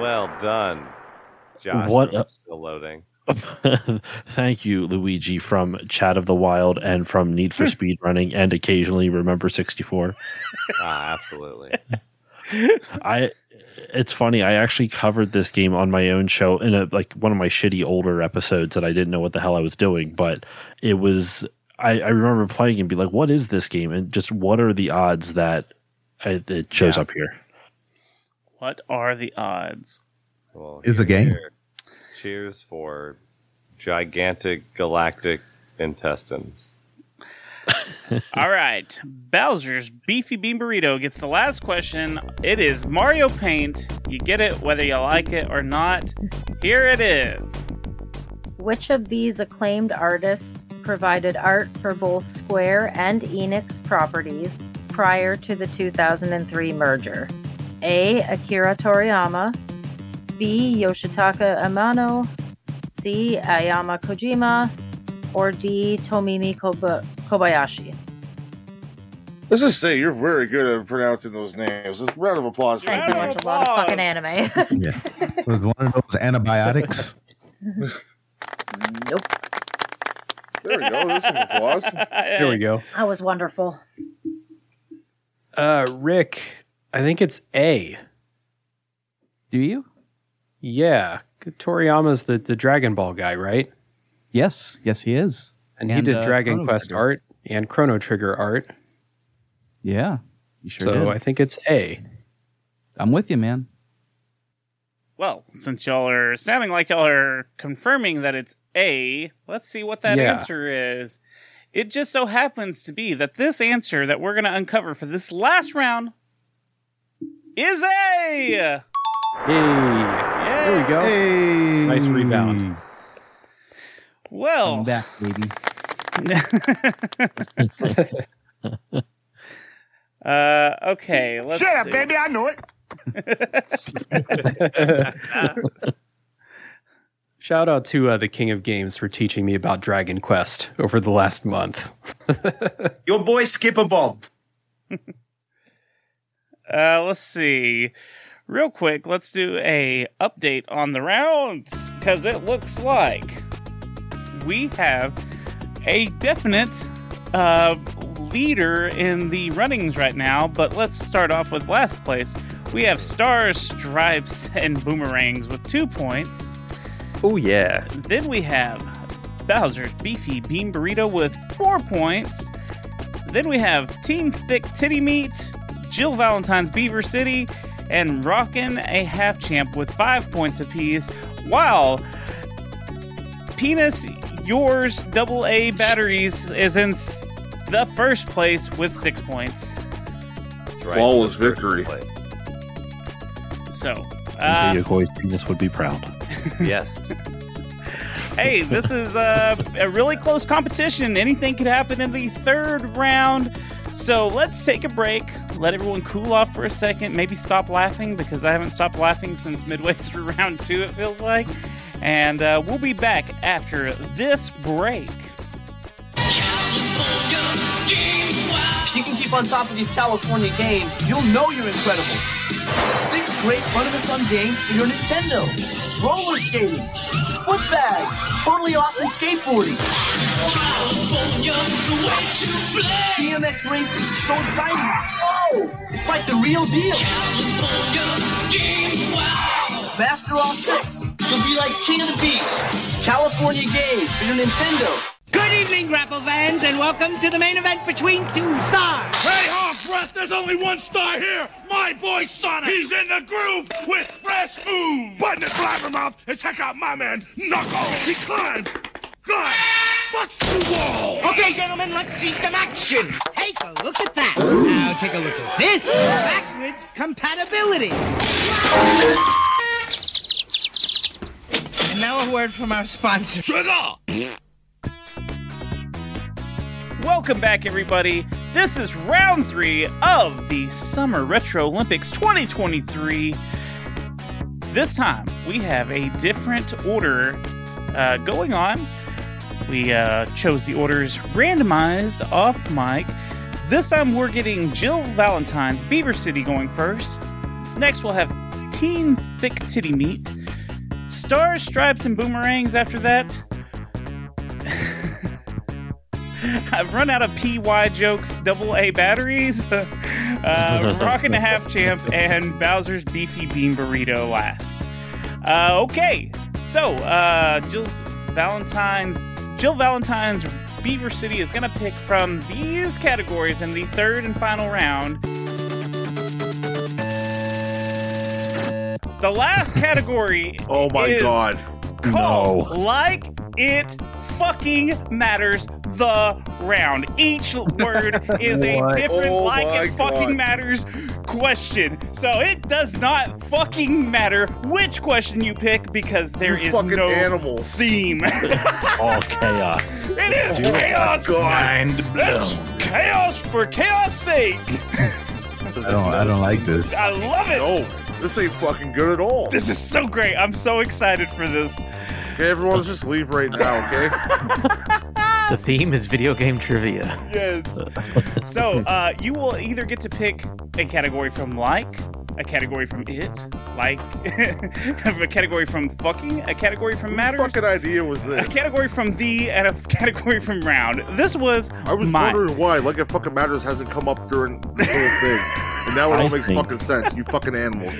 Speaker 7: Well done, Josh.
Speaker 8: What a-
Speaker 7: still loading?
Speaker 8: Thank you, Luigi, from Chat of the Wild and from Need for Speed Running, and occasionally Remember sixty four.
Speaker 7: ah, absolutely.
Speaker 8: I it's funny. I actually covered this game on my own show in a like one of my shitty older episodes that I didn't know what the hell I was doing, but it was I, I remember playing and be like, "What is this game?" And just what are the odds that it, it shows up here?
Speaker 1: What are the odds?
Speaker 7: Well,
Speaker 12: Is a game.
Speaker 7: Cheers for gigantic galactic intestines.
Speaker 1: All right. Bowser's Beefy Bean Burrito gets the last question. It is Mario Paint. You get it whether you like it or not. Here it is.
Speaker 3: Which of these acclaimed artists provided art for both Square and Enix properties prior to the 2003 merger? A. Akira Toriyama, B. Yoshitaka Amano, C. Ayama Kojima, or D. Tomimi Koba- Kobayashi.
Speaker 2: Let's just say you're very good at pronouncing those names. Let's round of applause for
Speaker 3: I
Speaker 2: you.
Speaker 3: watch a lot of fucking anime.
Speaker 12: Yeah. Was one of those antibiotics?
Speaker 3: nope.
Speaker 2: There we go. There's some applause.
Speaker 17: Here we go.
Speaker 3: That was wonderful.
Speaker 17: Uh, Rick, I think it's A.
Speaker 9: Do you?
Speaker 17: Yeah, Toriyama's the the Dragon Ball guy, right?
Speaker 9: Yes, yes, he is.
Speaker 17: And,
Speaker 9: And,
Speaker 17: he did
Speaker 9: uh,
Speaker 17: Dragon
Speaker 9: Chrono
Speaker 17: Quest
Speaker 9: Trigger.
Speaker 17: art and Chrono Trigger art.
Speaker 9: Yeah, you
Speaker 17: so
Speaker 9: sure did.
Speaker 17: I think it's A.
Speaker 9: I'm with you, man.
Speaker 1: Well, since y'all are sounding like y'all are confirming that it's A, let's see what that
Speaker 17: Yeah.
Speaker 1: answer is. It just so happens to be that this answer that we're going to uncover for this last round is A.
Speaker 17: Hey, there we go. Nice rebound.
Speaker 1: Well,
Speaker 9: I'm back, baby.
Speaker 1: uh, okay. Let's
Speaker 16: Shut up,
Speaker 1: see.
Speaker 16: baby. I know it.
Speaker 17: Shout out to uh, the King of Games for teaching me about Dragon Quest over the last month.
Speaker 18: Your boy skip a bob.
Speaker 1: Uh, let's see. Real quick, let's do a update on the rounds because it looks like we have a definite uh, leader in the runnings right now. But let's start off with last place. We have stars, stripes, and boomerangs with two points.
Speaker 6: Oh yeah.
Speaker 1: Then we have Bowser's Beefy Bean Burrito with four points. Then we have Team Thick Titty Meat, Jill Valentine's Beaver City, and Rockin' a Half Champ with five points apiece. While Penis Yours Double A Batteries is in s- the first place with six points.
Speaker 7: right.
Speaker 2: Flawless victory.
Speaker 1: So,
Speaker 8: Uh,
Speaker 1: uh,
Speaker 8: Yokoi's penis would be proud.
Speaker 7: Ah. yes.
Speaker 1: hey, this is uh, a really close competition. Anything could happen in the third round. So let's take a break, let everyone cool off for a second, maybe stop laughing because I haven't stopped laughing since midway through round two, it feels like. And uh, we'll be back after this break.
Speaker 4: If you can keep on top of these California games, you'll know you're incredible. Six great fun of the sun games for your Nintendo. Roller skating, foot bag, totally awesome skateboarding. BMX racing, so exciting. Oh, it's like the real deal. Master all six. You'll be like king of the beach. California games for your Nintendo.
Speaker 16: Good evening, Grapple fans, and welcome to the main event between two stars. Hey, off breath! There's only one star here. My boy Sonic. He's in the groove with fresh moves. Button his blabbermouth and check out my man Knuckle. He climbs, climbs, butts the wall.
Speaker 19: Okay, gentlemen, let's see some action. Take a look at that. Now take a look at this. Backwards compatibility. And now a word from our sponsor.
Speaker 2: Oh
Speaker 16: Sugar.
Speaker 1: Welcome back, everybody. This is round three of the Summer Retro Olympics 2023. This time, we have a different order uh, going on. We uh, chose the orders randomized off mic. This time, we're getting Jill Valentine's Beaver City going first. Next, we'll have Team Thick Titty Meat. Stars, Stripes, and Boomerangs after that. I've run out of PY jokes, double A batteries, uh, Rock and a Half Champ, and Bowser's Beefy Bean Burrito last. Uh, okay, so uh, Jill's Valentine's Jill Valentine's Beaver City is gonna pick from these categories in the third and final round. The last category.
Speaker 2: Oh my
Speaker 1: is
Speaker 2: god.
Speaker 1: called Like It Fucking Matters the Round. Each word is a
Speaker 16: What?
Speaker 1: different
Speaker 16: Oh my
Speaker 1: Like It
Speaker 16: God.
Speaker 1: Fucking Matters question. So it does not fucking matter which question you pick because there is no theme.
Speaker 8: All chaos.
Speaker 1: it is
Speaker 8: Do it.
Speaker 1: chaos.
Speaker 8: Mind
Speaker 1: It's chaos for chaos sake.
Speaker 12: I don't, I don't like this.
Speaker 1: I love it.
Speaker 2: No, this ain't fucking good at all.
Speaker 1: This is so great. I'm so excited for this.
Speaker 2: Okay, everyone, let's just leave right now, okay?
Speaker 15: The theme is video game trivia.
Speaker 1: yes. So uh, you will either get to pick a category from like, a category from it, like, a category from fucking, a category from matters. What fucking
Speaker 2: idea was this?
Speaker 1: A category from the, and a category from round. This was
Speaker 2: I was
Speaker 1: mine.
Speaker 2: wondering why, like, it fucking matters hasn't come up during the whole thing. And now it
Speaker 8: I
Speaker 2: all makes
Speaker 8: think-
Speaker 2: fucking sense, you fucking animals.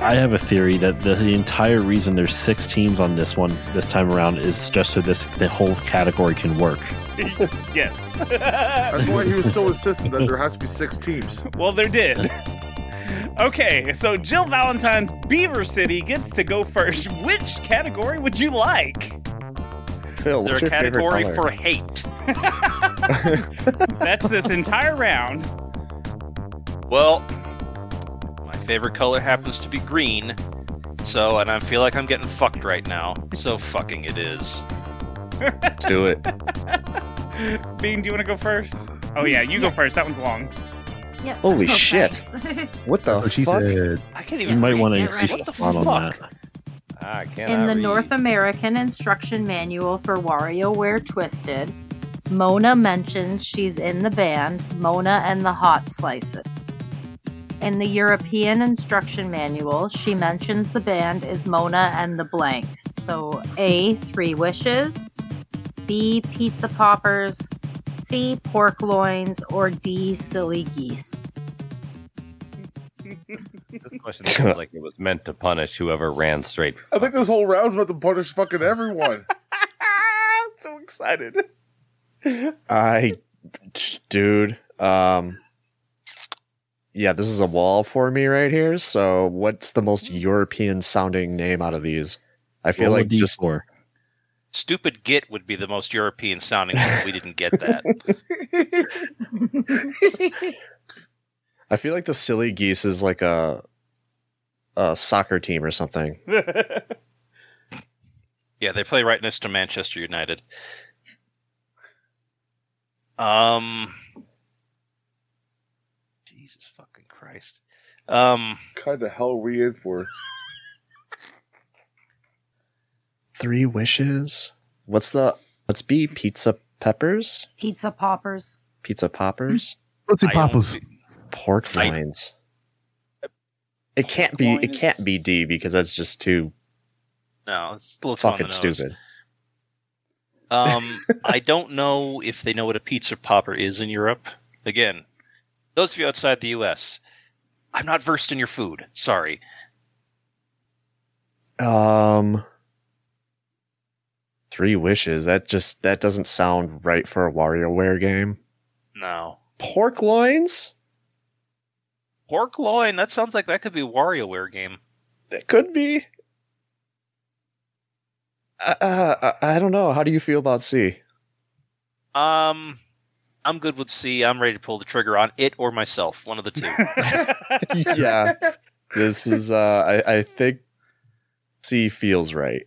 Speaker 8: I have a theory that the, the entire reason there's six teams on this one this time around is just so this the whole category can work.
Speaker 1: yes.
Speaker 2: That's why he was so insistent that there has to be six teams.
Speaker 1: Well, there did. Okay, so Jill Valentine's Beaver City gets to go first. Which category would you like?
Speaker 11: Phil,
Speaker 1: Is
Speaker 11: what's
Speaker 1: there a
Speaker 11: your favorite
Speaker 1: category
Speaker 11: color?
Speaker 1: for hate? That's this entire round.
Speaker 13: Well, my favorite color happens to be green, so and I feel like I'm getting fucked right now. So fucking it is.
Speaker 11: Do it.
Speaker 1: Bean, do you want to go first? Oh yeah, you go first. That one's long.
Speaker 11: Holy shit. What the
Speaker 12: she
Speaker 11: fuck?
Speaker 12: said.
Speaker 1: I can't
Speaker 8: You might want to
Speaker 3: Get
Speaker 8: increase
Speaker 3: ready.
Speaker 8: the font on that.
Speaker 7: Ah, I can't.
Speaker 3: In the North American instruction manual for WarioWare Twisted, Mona mentions she's in the band Mona and the Hot Slices. In the European instruction manual, she mentions the band is Mona and the Blanks. So A, Three Wishes, B, Pizza Poppers, C, Pork Loins, or D, Silly Geese.
Speaker 7: This question sounds like it was meant to punish whoever ran straight.
Speaker 2: I think this whole round's about to punish fucking everyone.
Speaker 1: I'm so excited.
Speaker 11: I, dude, um, yeah, this is a wall for me right here. So, what's the most European sounding name out of these? I feel
Speaker 13: Roll a
Speaker 11: like just
Speaker 13: Stupid git would be the most European sounding one. We didn't get that.
Speaker 11: I feel like the silly geese is like a a soccer team or something.
Speaker 13: yeah, they play right next to Manchester United. Um, Jesus fucking Christ. Um,
Speaker 2: kind of hell are we in for?
Speaker 11: Three wishes. What's the? Let's be pizza peppers,
Speaker 3: Pizza Poppers.
Speaker 11: pizza poppers,
Speaker 12: Pussy poppers.
Speaker 11: pork loins. It can't be. It can't be D because that's just too
Speaker 13: No, it's a little too on the
Speaker 11: fucking
Speaker 13: nose.
Speaker 11: stupid.
Speaker 13: Um, I don't know if they know what a pizza popper is in Europe. Again, those of you outside the U.S., I'm not versed in your food. Sorry.
Speaker 11: Um, three wishes. That just that doesn't sound right for a WarioWare game.
Speaker 13: No.
Speaker 11: Pork loins.
Speaker 13: Pork loin. That sounds like that could be a WarioWare game.
Speaker 11: It could be. Uh, uh, I I don't know. How do you feel about C?
Speaker 13: Um, I'm good with C. I'm ready to pull the trigger on it or myself. One of the two.
Speaker 11: yeah, this is. Uh, I I think C feels right.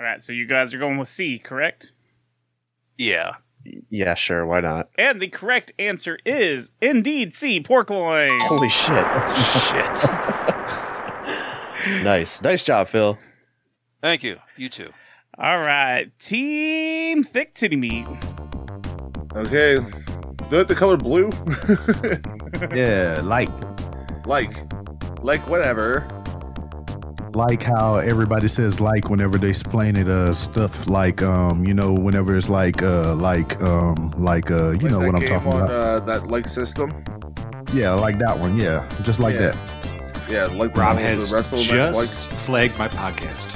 Speaker 1: All right, so you guys are going with C, correct?
Speaker 13: Yeah.
Speaker 11: Yeah, sure. Why not?
Speaker 1: And the correct answer is indeed C, pork loin.
Speaker 11: Holy shit!
Speaker 13: shit.
Speaker 11: nice, nice job, Phil.
Speaker 13: Thank you. You too.
Speaker 1: All right, team thick titty meat.
Speaker 2: Okay. Do it the color blue?
Speaker 12: yeah, like.
Speaker 2: Like. Like whatever.
Speaker 12: like how everybody says like whenever they explain it uh stuff like um you know whenever it's like uh like um like uh you know
Speaker 2: that
Speaker 12: what i'm
Speaker 2: game
Speaker 12: talking
Speaker 2: on,
Speaker 12: about
Speaker 2: Uh, that like system.
Speaker 12: yeah like that one yeah just like
Speaker 2: Yeah.
Speaker 12: that
Speaker 2: Yeah, like
Speaker 12: Rob
Speaker 2: rules
Speaker 12: has
Speaker 2: of wrestle match,
Speaker 10: Just flagged my podcast.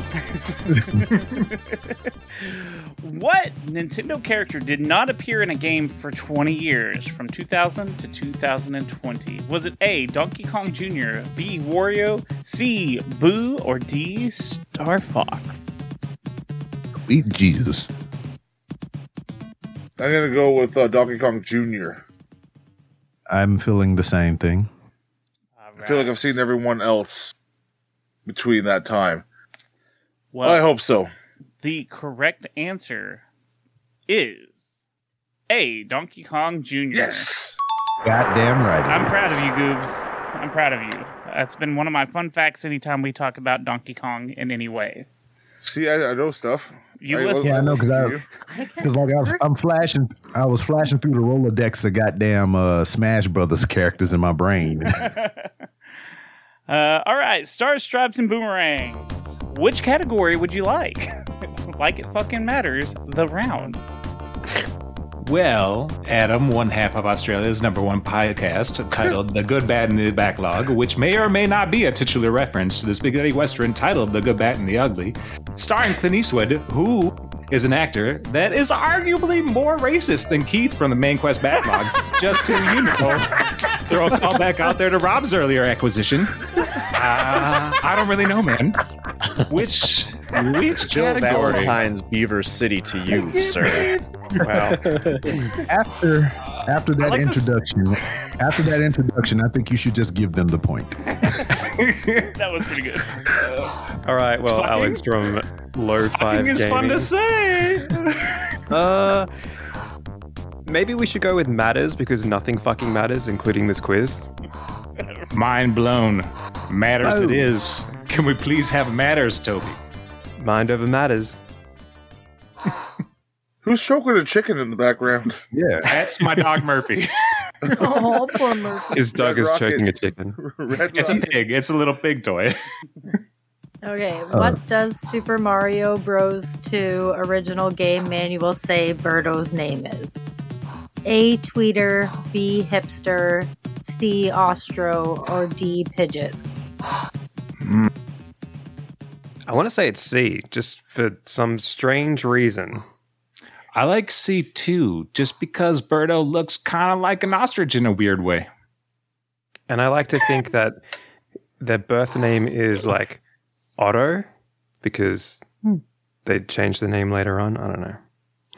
Speaker 1: What Nintendo character did not appear in a game for 20 years, from 2000 to 2020? Was it A. Donkey Kong Jr., B. Wario, C. Boo, or D. Star Fox?
Speaker 12: Sweet jesus
Speaker 2: I'm gonna go with uh, Donkey Kong Jr.
Speaker 12: i'm feeling the same thing
Speaker 2: I feel like I've seen everyone else between that time.
Speaker 1: Well-
Speaker 2: I hope so.
Speaker 1: The correct answer is A. Donkey Kong Jr. Yes!
Speaker 12: Goddamn right. it
Speaker 1: I'm
Speaker 12: is.
Speaker 1: proud of you, Goobs. I'm proud of you. That's been one of my fun facts anytime we talk about Donkey Kong in any way.
Speaker 2: See, I, I know stuff.
Speaker 1: You
Speaker 2: I ain't
Speaker 1: listen.
Speaker 12: Yeah, I know because
Speaker 2: you.
Speaker 12: I because like I was, I'm flashing, I was flashing through the Rolodex of goddamn uh, Smash Brothers characters in my brain.
Speaker 1: Uh, all right, stars, stripes, and boomerangs. Which category would you like? like it fucking matters. The round.
Speaker 10: Well, Adam, one half of Australia's number one podcast, titled The Good, Bad, and the Backlog, which may or may not be a titular reference to the spaghetti western titled The Good, Bad, and the Ugly, starring Clint Eastwood, who is an actor that is arguably more racist than Keith from the Main Quest Backlog, just to, you know, throw a callback out there to Rob's earlier acquisition. Uh, I don't really know, man. Which, which
Speaker 11: Jill
Speaker 10: category?
Speaker 11: Valentine's Beaver City to you, sir. Wow.
Speaker 12: after after that introduction, after that introduction, I think you should just give them the point.
Speaker 1: that was pretty good.
Speaker 17: All right, well,
Speaker 10: Fucking-
Speaker 17: Alex from Low Five
Speaker 10: Fucking is fun to
Speaker 17: Gaming.
Speaker 10: say.
Speaker 6: Uh, maybe we should go with matters because nothing fucking matters, including this quiz.
Speaker 10: Mind blown. Matters
Speaker 6: Oh.
Speaker 10: it is. Can we please have matters, Toby?
Speaker 6: Mind over matters.
Speaker 2: Who's choking a chicken in the background?
Speaker 12: Yeah,
Speaker 10: that's my dog Murphy.
Speaker 2: oh,
Speaker 3: poor Murphy.
Speaker 6: His dog
Speaker 2: Red
Speaker 6: is
Speaker 2: Rocket.
Speaker 6: choking a chicken.
Speaker 2: Red
Speaker 10: It's a pig. It's a little pig toy.
Speaker 3: Okay, what does Super Mario Bros. 2 original game manual say Birdo's name is? A. Tweeter, B. Hipster, C. Ostro, or D. Pidget?
Speaker 6: I want to say it's C, just for some strange reason.
Speaker 10: I like C2 just because Birdo looks kind of like an ostrich in a weird way.
Speaker 6: And I like to think that their birth name is like Otto because they changed the name later on. I don't know.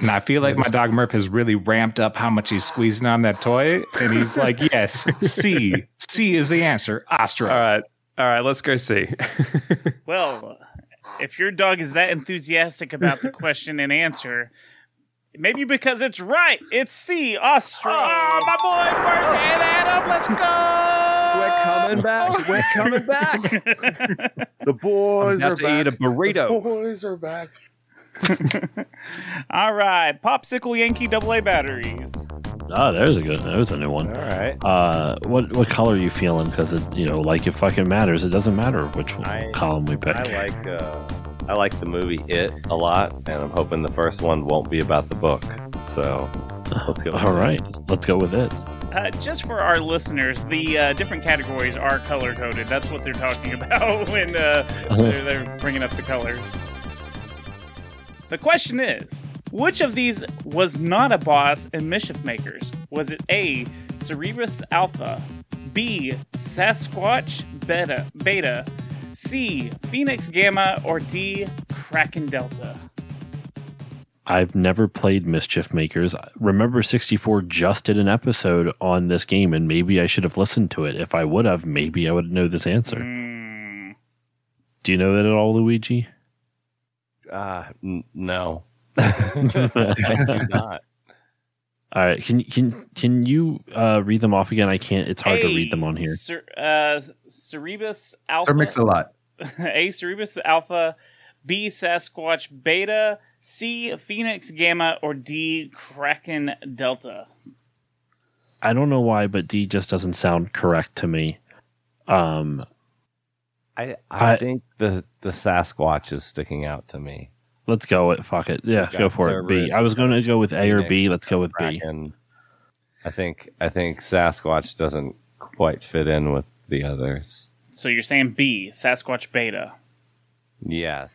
Speaker 10: And I feel like my dog Murph has really ramped up how much he's squeezing on that toy. And he's like, yes, C. C is the answer. Ostrich. All
Speaker 6: right. All right, let's go see.
Speaker 1: Well, if your dog is that enthusiastic about the question and answer, maybe because it's right, it's C, Austria. Oh, my boy, Murphy and Adam, let's go!
Speaker 6: We're coming back. We're coming back.
Speaker 2: the boys
Speaker 1: I'm
Speaker 2: are
Speaker 1: about
Speaker 2: back.
Speaker 1: to eat a burrito.
Speaker 2: The boys are back.
Speaker 1: All right, Popsicle Yankee double A batteries.
Speaker 8: Oh, there's a good. There's a new one. All
Speaker 7: right.
Speaker 8: Uh, what what color are you feeling? Because it you know like it fucking matters. It doesn't matter which one, column we pick.
Speaker 7: I like uh, I like the movie It a lot, and I'm hoping the first one won't be about the book. So let's go.
Speaker 8: All right, let's go with it.
Speaker 1: Uh, just for our listeners, the uh, different categories are color coded. That's what they're talking about when uh, they're, they're bringing up the colors. The question is which of these was not a boss in Mischief Makers? Was it A, Cerebrus Alpha, B, Sasquatch Beta, Beta C, Phoenix Gamma, or D, Kraken Delta?
Speaker 8: I've never played Mischief Makers. Remember, 64 just did an episode on this game, and maybe I should have listened to it. If I would have, maybe I would know this answer.
Speaker 7: Hmm.
Speaker 8: Do you know that at all, Luigi?
Speaker 7: Uh, n- no. I do not.
Speaker 8: All right, can can can you uh, read them off again? I can't. It's hard to read them on here.
Speaker 1: Cer- uh, Cerebus Alpha.
Speaker 8: Mix-a-Lot.
Speaker 1: A. Cerebus Alpha. B. Sasquatch Beta. C. Phoenix Gamma. Or D. Kraken Delta.
Speaker 8: I don't know why, but D just doesn't sound correct to me. Um,
Speaker 7: I I
Speaker 8: I-
Speaker 7: think the the Sasquatch is sticking out to me.
Speaker 8: let's go with fuck it. Yeah,
Speaker 7: Got
Speaker 8: go for it. B.
Speaker 7: Cerberus,
Speaker 8: I was going to go with A or
Speaker 7: Phoenix,
Speaker 8: B. Let's go with B.
Speaker 7: Kraken. I think I think Sasquatch doesn't quite fit in with the others.
Speaker 1: So you're saying B. Sasquatch Beta.
Speaker 7: Yes.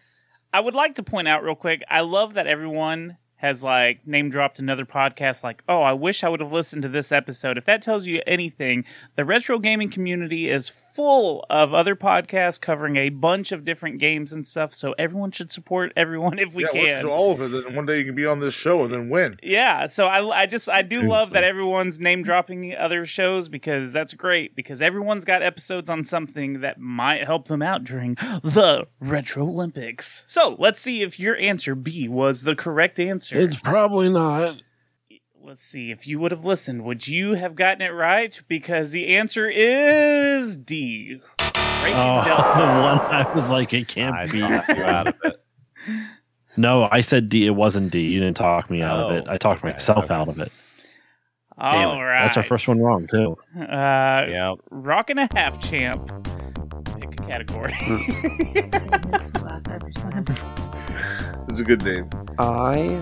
Speaker 1: I would like to point out real quick. I love that everyone has like name dropped another podcast. Like, oh, I wish I would have listened to this episode. If that tells you anything, the retro gaming community is full of other podcasts covering a bunch of different games and stuff. So everyone should support everyone if we
Speaker 2: yeah,
Speaker 1: can.
Speaker 2: listen to all of it. Then one day you can be on this show and then win.
Speaker 1: Yeah, so I, I just I do love that everyone's name dropping other shows because that's great because everyone's got episodes on something that might help them out during the Retro Olympics. So let's see if your answer B was the correct answer.
Speaker 8: It's probably not.
Speaker 1: Let's see. If you would have listened, would you have gotten it right? Because the answer is D. Right?
Speaker 8: Oh,
Speaker 1: Delta.
Speaker 8: the one I was like, it can't be. No, I said D. It wasn't D. You didn't talk me out of it. I talked myself out of it. Damn
Speaker 1: Oh, All
Speaker 8: it.
Speaker 1: right.
Speaker 8: That's our first one wrong, too.
Speaker 1: Uh, Rock and a half champ. Pick a category.
Speaker 2: It's a good name.
Speaker 14: I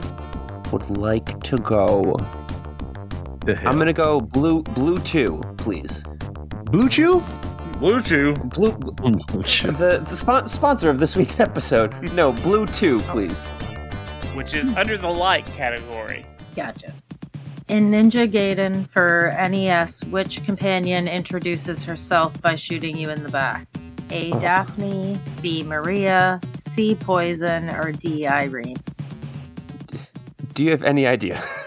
Speaker 14: would like to go. I'm gonna go blue blue two, please.
Speaker 21: Blue Chew?
Speaker 2: Blue Chew.
Speaker 14: Blue, The, the spon- sponsor of this week's episode. No, blue two, please.
Speaker 1: Which is under the like category.
Speaker 3: Gotcha. In Ninja Gaiden for NES, which companion introduces herself by shooting you in the back? A. Daphne, B. Maria, C. Poison, or D. Irene?
Speaker 14: Do you have any idea?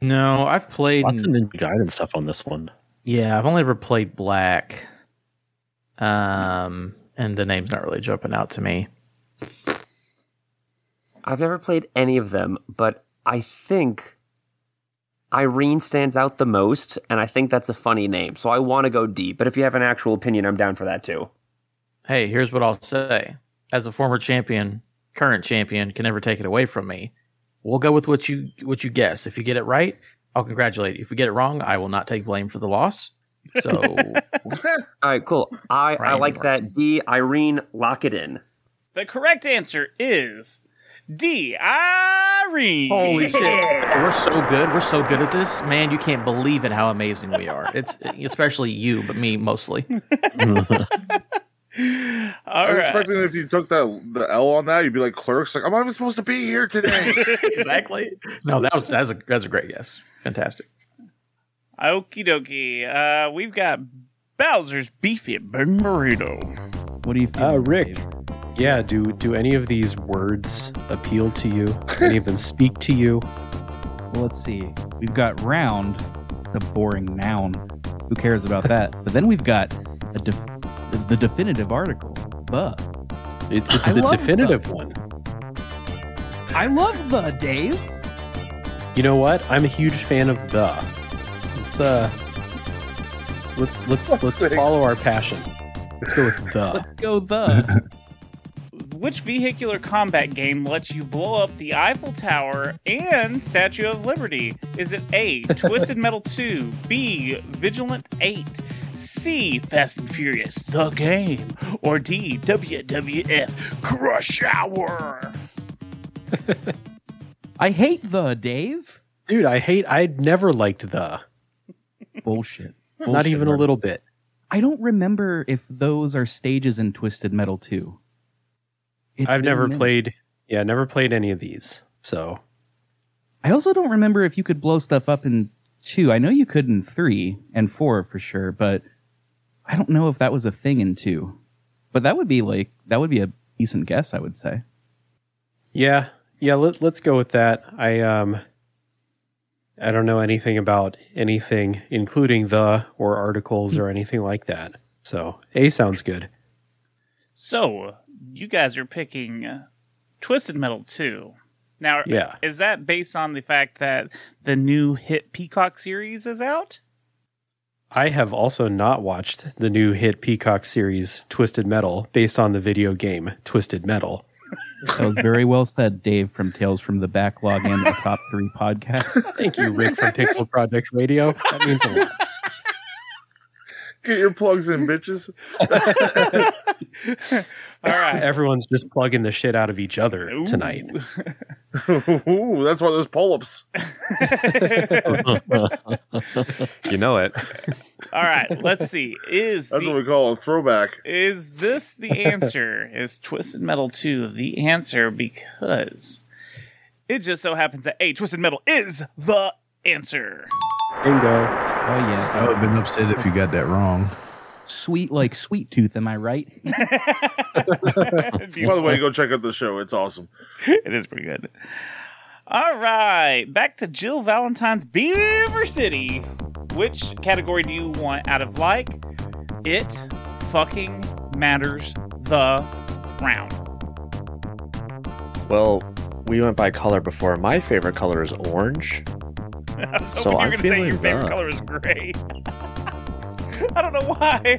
Speaker 15: No, I've played
Speaker 8: lots of Ninja Gaiden stuff on this one.
Speaker 15: Yeah, I've only ever played black. Um, and the name's not really jumping out to me.
Speaker 14: I've never played any of them, but I think Irene stands out the most, and I think that's a funny name. So I want to go D. But if you have an actual opinion, I'm down for that too.
Speaker 15: Hey, here's what I'll say. As a former champion, current champion can never take it away from me. We'll go with what you what you guess. If you get it right, I'll congratulate you. If you get it wrong, I will not take blame for the loss. So
Speaker 14: All right, cool. I, I like that. D. Irene, lock it in.
Speaker 1: The correct answer is D. Irene.
Speaker 15: Holy shit. We're so good. We're so good at this. Man, you can't believe it how amazing we are. It's especially you, but me mostly.
Speaker 2: I was
Speaker 15: right.
Speaker 2: expecting if you took that the L on that, you'd be like clerks, like I'm not even supposed to be here today.
Speaker 15: exactly. No, that was that's a that's a great guess. Fantastic.
Speaker 1: Okie dokie. Uh, we've got Bowser's Beefy Burn Burrito.
Speaker 9: What do you
Speaker 17: Uh, Rick, yeah, do do any of these words appeal to you? any of them speak to you?
Speaker 9: Well, let's see. We've got round, the boring noun. Who cares about that? But then we've got a def- the definitive article, the.
Speaker 17: it's the definitive one.
Speaker 9: I love the, Dave.
Speaker 17: You know what? I'm a huge fan of the. Let's uh, let's let's let's follow our passion. Let's go with the.
Speaker 9: Let's go the.
Speaker 1: Which vehicular combat game lets you blow up the Eiffel Tower and Statue of Liberty? Is it A. Twisted Metal 2, B. Vigilant 8, C. Fast and Furious, the game, or D. WWF, Crush Hour?
Speaker 9: I hate the, Dave.
Speaker 17: Dude, I hate. I never liked the.
Speaker 9: Bullshit.
Speaker 17: Not even a
Speaker 9: Bullshit.
Speaker 17: little bit.
Speaker 9: I don't remember if those are stages in Twisted Metal 2. It's
Speaker 17: I've
Speaker 9: been
Speaker 17: never
Speaker 9: a minute.
Speaker 17: played. Yeah, never played any of these. So
Speaker 9: I also don't remember if you could blow stuff up in 2. I know you could in 3 and 4 for sure, but I don't know if that was a thing in 2. But that would be like, that would be a decent guess, I would say.
Speaker 17: yeah, yeah. Let, let's go with that. I um, I don't know anything about anything, including the or articles or anything like that. So A sounds good.
Speaker 1: So, you guys are picking uh, Twisted Metal 2. Now,
Speaker 17: Yeah.
Speaker 1: is that based on the fact that the new hit Peacock series is out?
Speaker 17: I have also not watched the new hit Peacock series Twisted Metal based on the video game Twisted Metal.
Speaker 9: That was very well said, Dave, from Tales from the Backlog and the Top 3 podcast.
Speaker 17: Thank you, Rick from Pixel Project Radio. That means a lot.
Speaker 2: Get your plugs in, bitches.
Speaker 17: All right. Everyone's just plugging the shit out of each other tonight.
Speaker 2: Ooh, that's why there's pull-ups.
Speaker 22: you know it.
Speaker 1: All right, let's see. Is
Speaker 2: That's
Speaker 1: the-
Speaker 2: what we call a throwback.
Speaker 1: Is this the answer? is Twisted Metal 2 the answer? Because it just so happens that A, Twisted Metal is the answer.
Speaker 17: Bingo. Oh,
Speaker 9: yeah.
Speaker 21: I would have been upset if you got that wrong.
Speaker 9: Sweet, like sweet tooth, am I right?
Speaker 2: By the way, go check out the show. It's awesome.
Speaker 1: It is pretty good. All right, back to Jill Valentine's Beaver City. Which category do you want out of like? It fucking matters the round.
Speaker 11: Well, we went by color before. My favorite color is orange.
Speaker 1: I was
Speaker 11: So
Speaker 1: hoping
Speaker 11: I'm
Speaker 1: you were going to say
Speaker 11: feeling
Speaker 1: your favorite
Speaker 11: that.
Speaker 1: color is gray. I don't know why.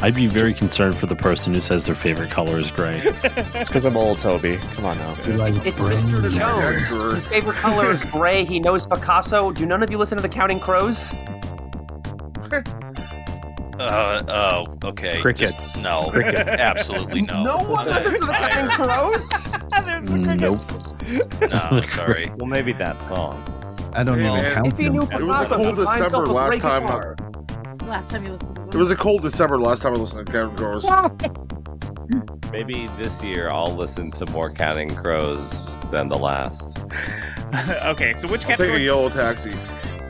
Speaker 8: I'd be very concerned for the person who says their favorite color is gray.
Speaker 11: It's because I'm old, Toby. Come on now.
Speaker 14: It's Mr. Jones. His favorite color is gray. He knows Picasso. Do none of you listen to the Counting Crows?
Speaker 13: Uh, uh, okay. just
Speaker 17: Crickets.
Speaker 13: no.
Speaker 17: Crickets.
Speaker 13: Absolutely no.
Speaker 14: No one listens to the Counting Crows.
Speaker 8: Nope.
Speaker 13: No, sorry.
Speaker 7: Well, maybe that song.
Speaker 12: I don't
Speaker 7: Well,
Speaker 12: even count
Speaker 14: If he
Speaker 12: them.
Speaker 14: knew
Speaker 2: It was a
Speaker 14: Picasso,
Speaker 2: cold
Speaker 14: he'd buy
Speaker 2: December
Speaker 14: himself a
Speaker 2: last
Speaker 14: great
Speaker 2: time. uh,
Speaker 14: guitar.
Speaker 3: Last time you listened to
Speaker 2: It was a cold December last time I listened to Kevin Gross.
Speaker 7: Maybe this year I'll listen to more Counting Crows than the last.
Speaker 1: okay, so which
Speaker 2: I'll take a
Speaker 1: category?
Speaker 2: yellow taxi.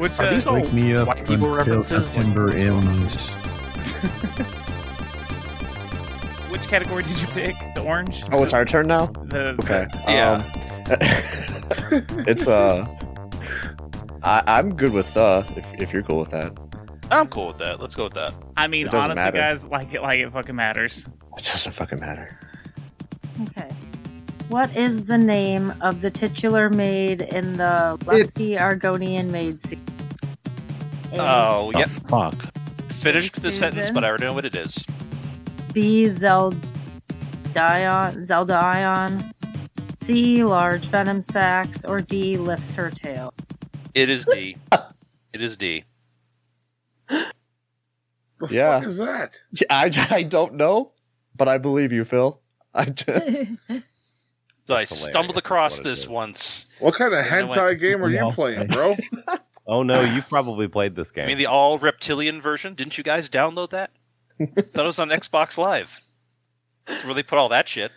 Speaker 1: Which
Speaker 12: Are
Speaker 1: uh,
Speaker 12: these Wake me up
Speaker 1: people
Speaker 12: until
Speaker 1: references?
Speaker 12: September ends.
Speaker 1: which category did you pick? The orange.
Speaker 11: Oh, it's our turn now.
Speaker 1: The-
Speaker 11: okay.
Speaker 1: yeah.
Speaker 11: Um, it's uh, I, I'm good with uh. If, if you're cool with that,
Speaker 13: I'm cool with that. Let's go with that.
Speaker 1: I mean,
Speaker 11: It doesn't
Speaker 1: honestly,
Speaker 11: matter.
Speaker 1: guys, like it, like it fucking matters.
Speaker 11: it doesn't fucking matter.
Speaker 3: Okay. What is the name of the titular maid in the Lusty Argonian maid series?
Speaker 13: Oh,
Speaker 8: The
Speaker 13: yep.
Speaker 8: Fuck.
Speaker 13: Finish the sentence,
Speaker 3: Susan?
Speaker 13: but I already know what it is.
Speaker 3: B. Zeldion, Zeldion, C. Large venom sacs, or D. Lifts her tail.
Speaker 13: It is D. it is D.
Speaker 11: yeah.
Speaker 2: What is that?
Speaker 11: Yeah, I, I don't know, but I believe you, Phil. I d-
Speaker 13: So I stumbled across this once.
Speaker 2: What kind of
Speaker 13: And I went-
Speaker 2: hentai game are you playing, bro?
Speaker 7: Oh no, you probably played this game.
Speaker 13: I mean, the all reptilian version. Didn't you guys download that? Thought it was on Xbox Live. That's where they put all that shit.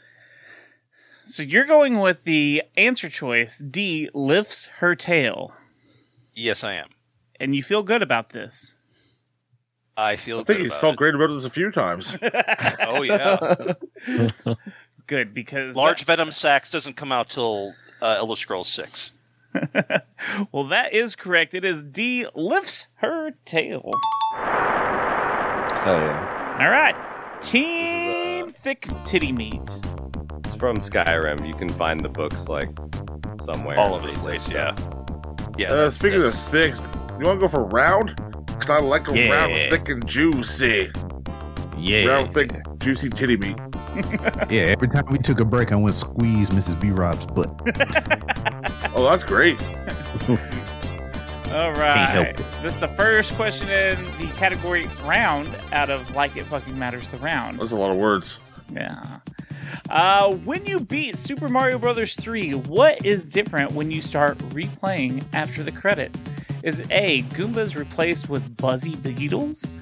Speaker 1: So you're going with the answer choice D. Lifts her tail,
Speaker 13: Yes, I am.
Speaker 1: and you feel good about this.
Speaker 13: I feel
Speaker 2: I think
Speaker 13: good
Speaker 2: he's
Speaker 13: about
Speaker 2: felt great about this a few times.
Speaker 13: it. Oh yeah.
Speaker 1: good because
Speaker 13: Large Venom Sax doesn't come out till uh, Elder Scrolls Six.
Speaker 1: Well, that is correct. It is D. Lifts her tail.
Speaker 7: Hell yeah.
Speaker 1: All right, Team Thick Titty Meat.
Speaker 7: uh, It's from Skyrim. You can find the books like somewhere.
Speaker 13: All over the place, yeah. Yeah.
Speaker 2: uh, speaking of thick, you want to go for round? Because I like a
Speaker 7: Yeah.
Speaker 2: round, thick, and juicy.
Speaker 7: Yeah.
Speaker 2: Round, thick, juicy titty meat.
Speaker 12: Yeah, every time we took a break, I went squeeze Mrs. B. Rob's butt.
Speaker 2: Oh, that's great.
Speaker 1: All
Speaker 12: help
Speaker 1: right.
Speaker 12: it.
Speaker 1: This is the first question in the category round out of like it fucking matters the round.
Speaker 2: That's a lot of words.
Speaker 1: Yeah. Uh, when you beat Super Mario Brothers 3, what is different when you start replaying after the credits? Is it A, Goombas replaced with buzzy beetles?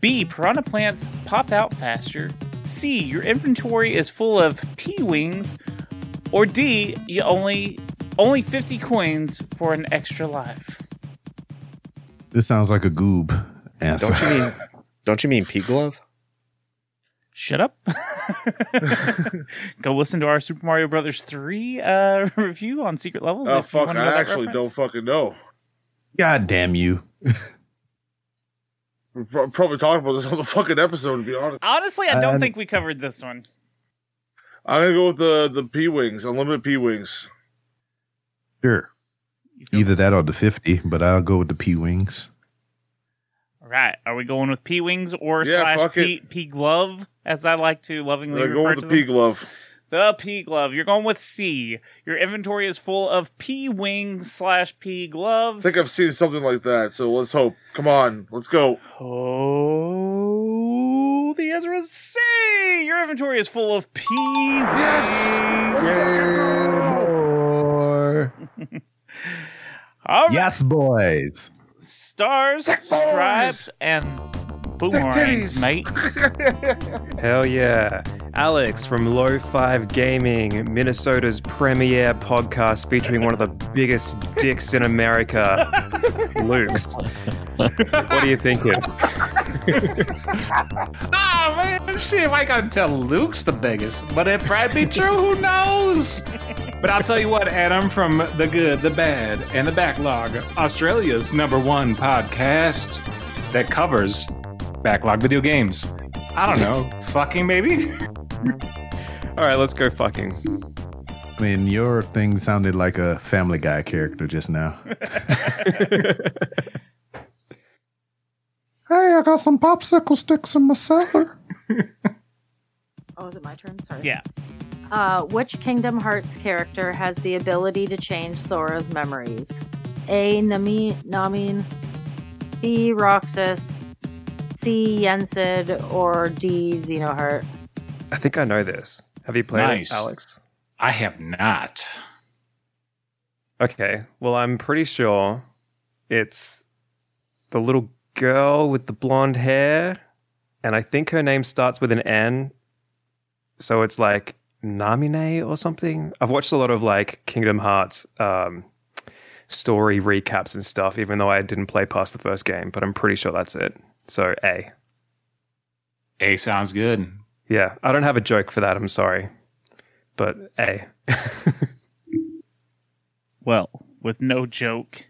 Speaker 1: B, piranha plants pop out faster? C, your inventory is full of pea wings? Or D, you only only 50 coins for an extra life?
Speaker 12: This sounds like a goob answer.
Speaker 11: Don't you mean? Don't you mean pea glove?
Speaker 1: Shut up. Go listen to our Super Mario Brothers 3 uh, review on Secret Levels.
Speaker 2: Oh,
Speaker 1: if you
Speaker 2: fuck.
Speaker 1: wanna
Speaker 2: I
Speaker 1: know that
Speaker 2: actually
Speaker 1: reference.
Speaker 2: don't fucking know.
Speaker 12: God damn you!
Speaker 2: We're pro- probably talking about this on the fucking episode, to be honest.
Speaker 1: Honestly, I don't
Speaker 2: Um,
Speaker 1: think we covered this one.
Speaker 2: I'm going to go with the, the P Wings, unlimited P Wings.
Speaker 12: Sure. Either that or the fifty, but I'll go with the P wings.
Speaker 1: All right. Are we going with P Wings or
Speaker 2: Yeah,
Speaker 1: slash
Speaker 2: fuck it.
Speaker 1: P, P Glove, as I like to lovingly
Speaker 2: I'm
Speaker 1: refer
Speaker 2: going
Speaker 1: to
Speaker 2: with the P
Speaker 1: them?
Speaker 2: Glove.
Speaker 1: The P Glove. You're going with C. Your inventory is full of P Wings slash P
Speaker 2: I
Speaker 1: Gloves.
Speaker 2: think I've seen something like that, so let's hope. Come on, let's go.
Speaker 1: Oh, the answer is C. Your inventory is full of P Wings. All right.
Speaker 12: Yes, boys.
Speaker 1: Stars, stripes, and boomerangs, mate.
Speaker 6: Hell yeah. Alex from Low Five Gaming, Minnesota's premier podcast featuring one of the biggest dicks in America, Luke's. What are you thinking?
Speaker 10: Nah, man, shit, if I gotta tell Luke's the biggest, but it probably be true, who knows? But I'll tell you what, Adam, from The Good, The Bad, and The Backlog, Australia's number one podcast that covers backlog video games. I don't know, fucking maybe?
Speaker 6: All right, let's go fucking.
Speaker 12: mean, your thing sounded like a Family Guy character just now.
Speaker 16: Hey, I got some popsicle sticks in my cellar.
Speaker 3: Oh, is it my turn? Sorry.
Speaker 1: Yeah.
Speaker 3: Uh, which Kingdom Hearts character has the ability to change Sora's memories? A. Nami, Namin, B. Roxas, C. Yensid, or D. Xenoheart?
Speaker 6: I think I know this. Have you played
Speaker 10: Nice.
Speaker 6: it, Alex?
Speaker 10: I have not.
Speaker 6: Okay. Well, I'm pretty sure it's the little girl with the blonde hair, and I think her name starts with an N. So it's like Namine or something. I've watched a lot of like Kingdom Hearts um, story recaps and stuff, even though I didn't play past the first game, but I'm pretty sure that's it. So A.
Speaker 10: A sounds good.
Speaker 6: Yeah. I don't have a joke for that. I'm sorry. But A.
Speaker 1: well, with no joke,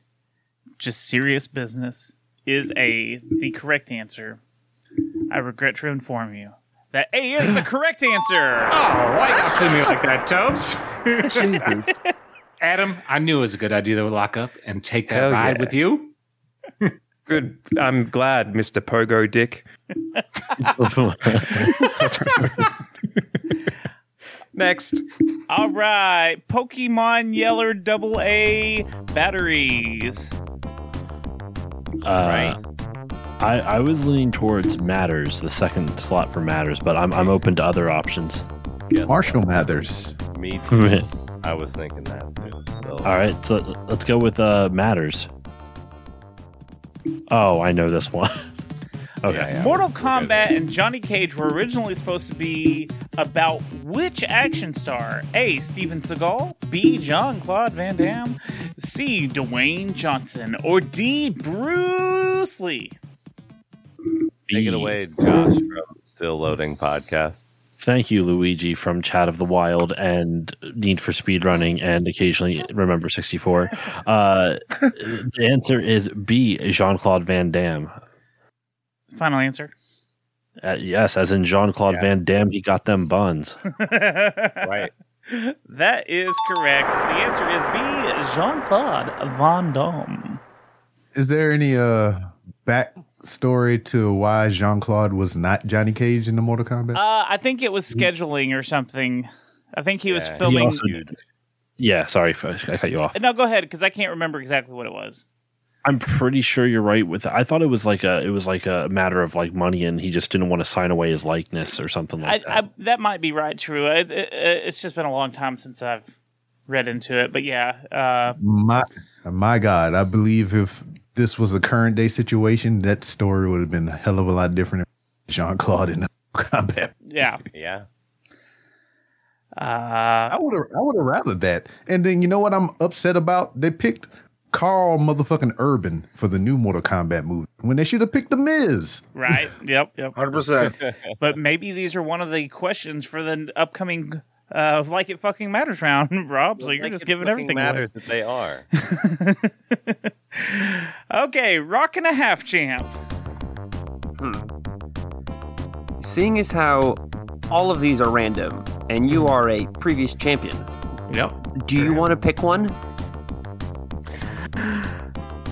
Speaker 1: just serious business, is A the correct answer. I regret to inform you that A is the correct answer.
Speaker 10: Oh, why you play me like that, Tubbs? Adam, I knew it was a good idea to lock up and take that
Speaker 6: Hell
Speaker 10: ride
Speaker 6: yeah.
Speaker 10: with you.
Speaker 6: Good. I'm glad, Mr. Pogo Dick. Next.
Speaker 1: All right, Pokemon Yeller Double A batteries.
Speaker 8: Uh, I I was leaning towards Matters, the second slot for Matters, but I'm I'm open to other options.
Speaker 12: Marshall Mathers.
Speaker 7: Me
Speaker 8: too.
Speaker 7: I was thinking that too. So.
Speaker 8: All right, so let's go with uh, Matters. Oh, I know this one. okay.
Speaker 1: Mortal Kombat and Johnny Cage were originally supposed to be about which action star? A. Steven Seagal, B. John Claude Van Damme, C. Dwayne Johnson, or D. Bruce Lee?
Speaker 7: Take it away, Josh from Still Loading Podcast.
Speaker 8: Thank you, Luigi from Chat of the Wild and Need for Speed Running and occasionally Remember 64. Uh, the answer is B, Jean Claude Van Damme.
Speaker 1: Final answer.
Speaker 8: Uh, yes, as in Jean Claude Van Damme, he got them buns.
Speaker 1: right. That is correct. The answer is B. Jean Claude Van Damme.
Speaker 12: Is there any uh backstory to why Jean Claude was not Johnny Cage in the Mortal Kombat?
Speaker 1: Uh, I think it was scheduling or something. I think he was
Speaker 8: Mm. Yeah, he
Speaker 1: filming.
Speaker 8: also yeah, sorry, I cut you off.
Speaker 1: no, go ahead because I can't remember exactly what it was.
Speaker 8: I'm pretty sure you're right with I thought it was like a it was like a matter of like money and he just didn't want to sign away his likeness or something like
Speaker 1: I, I, that might be right, true. I, it, it's just been a long time since I've read into it, but yeah, uh,
Speaker 12: My my God, I believe if this was a current day situation, that story would have been a hell of a lot different. If Jean Claude in the combat.
Speaker 1: yeah,
Speaker 7: yeah.
Speaker 1: Uh,
Speaker 12: I would have I would have rather that. And then you know what I'm upset about? They picked Carl motherfucking Urban for the new Mortal Kombat movie when they should have picked the Miz.
Speaker 1: Right. Yep. Yep.
Speaker 12: 100%.
Speaker 1: But maybe these are one of the questions for the upcoming uh, "Like It Fucking Matters" round, Rob. So you're
Speaker 7: Like
Speaker 1: just
Speaker 7: it
Speaker 1: giving
Speaker 7: fucking
Speaker 1: everything away.
Speaker 7: matters that they are.
Speaker 1: Okay, rock and a half champ.
Speaker 14: Hmm. Seeing as how all of these are random, and you are a previous champion.
Speaker 15: Yep.
Speaker 14: Do you want to pick one?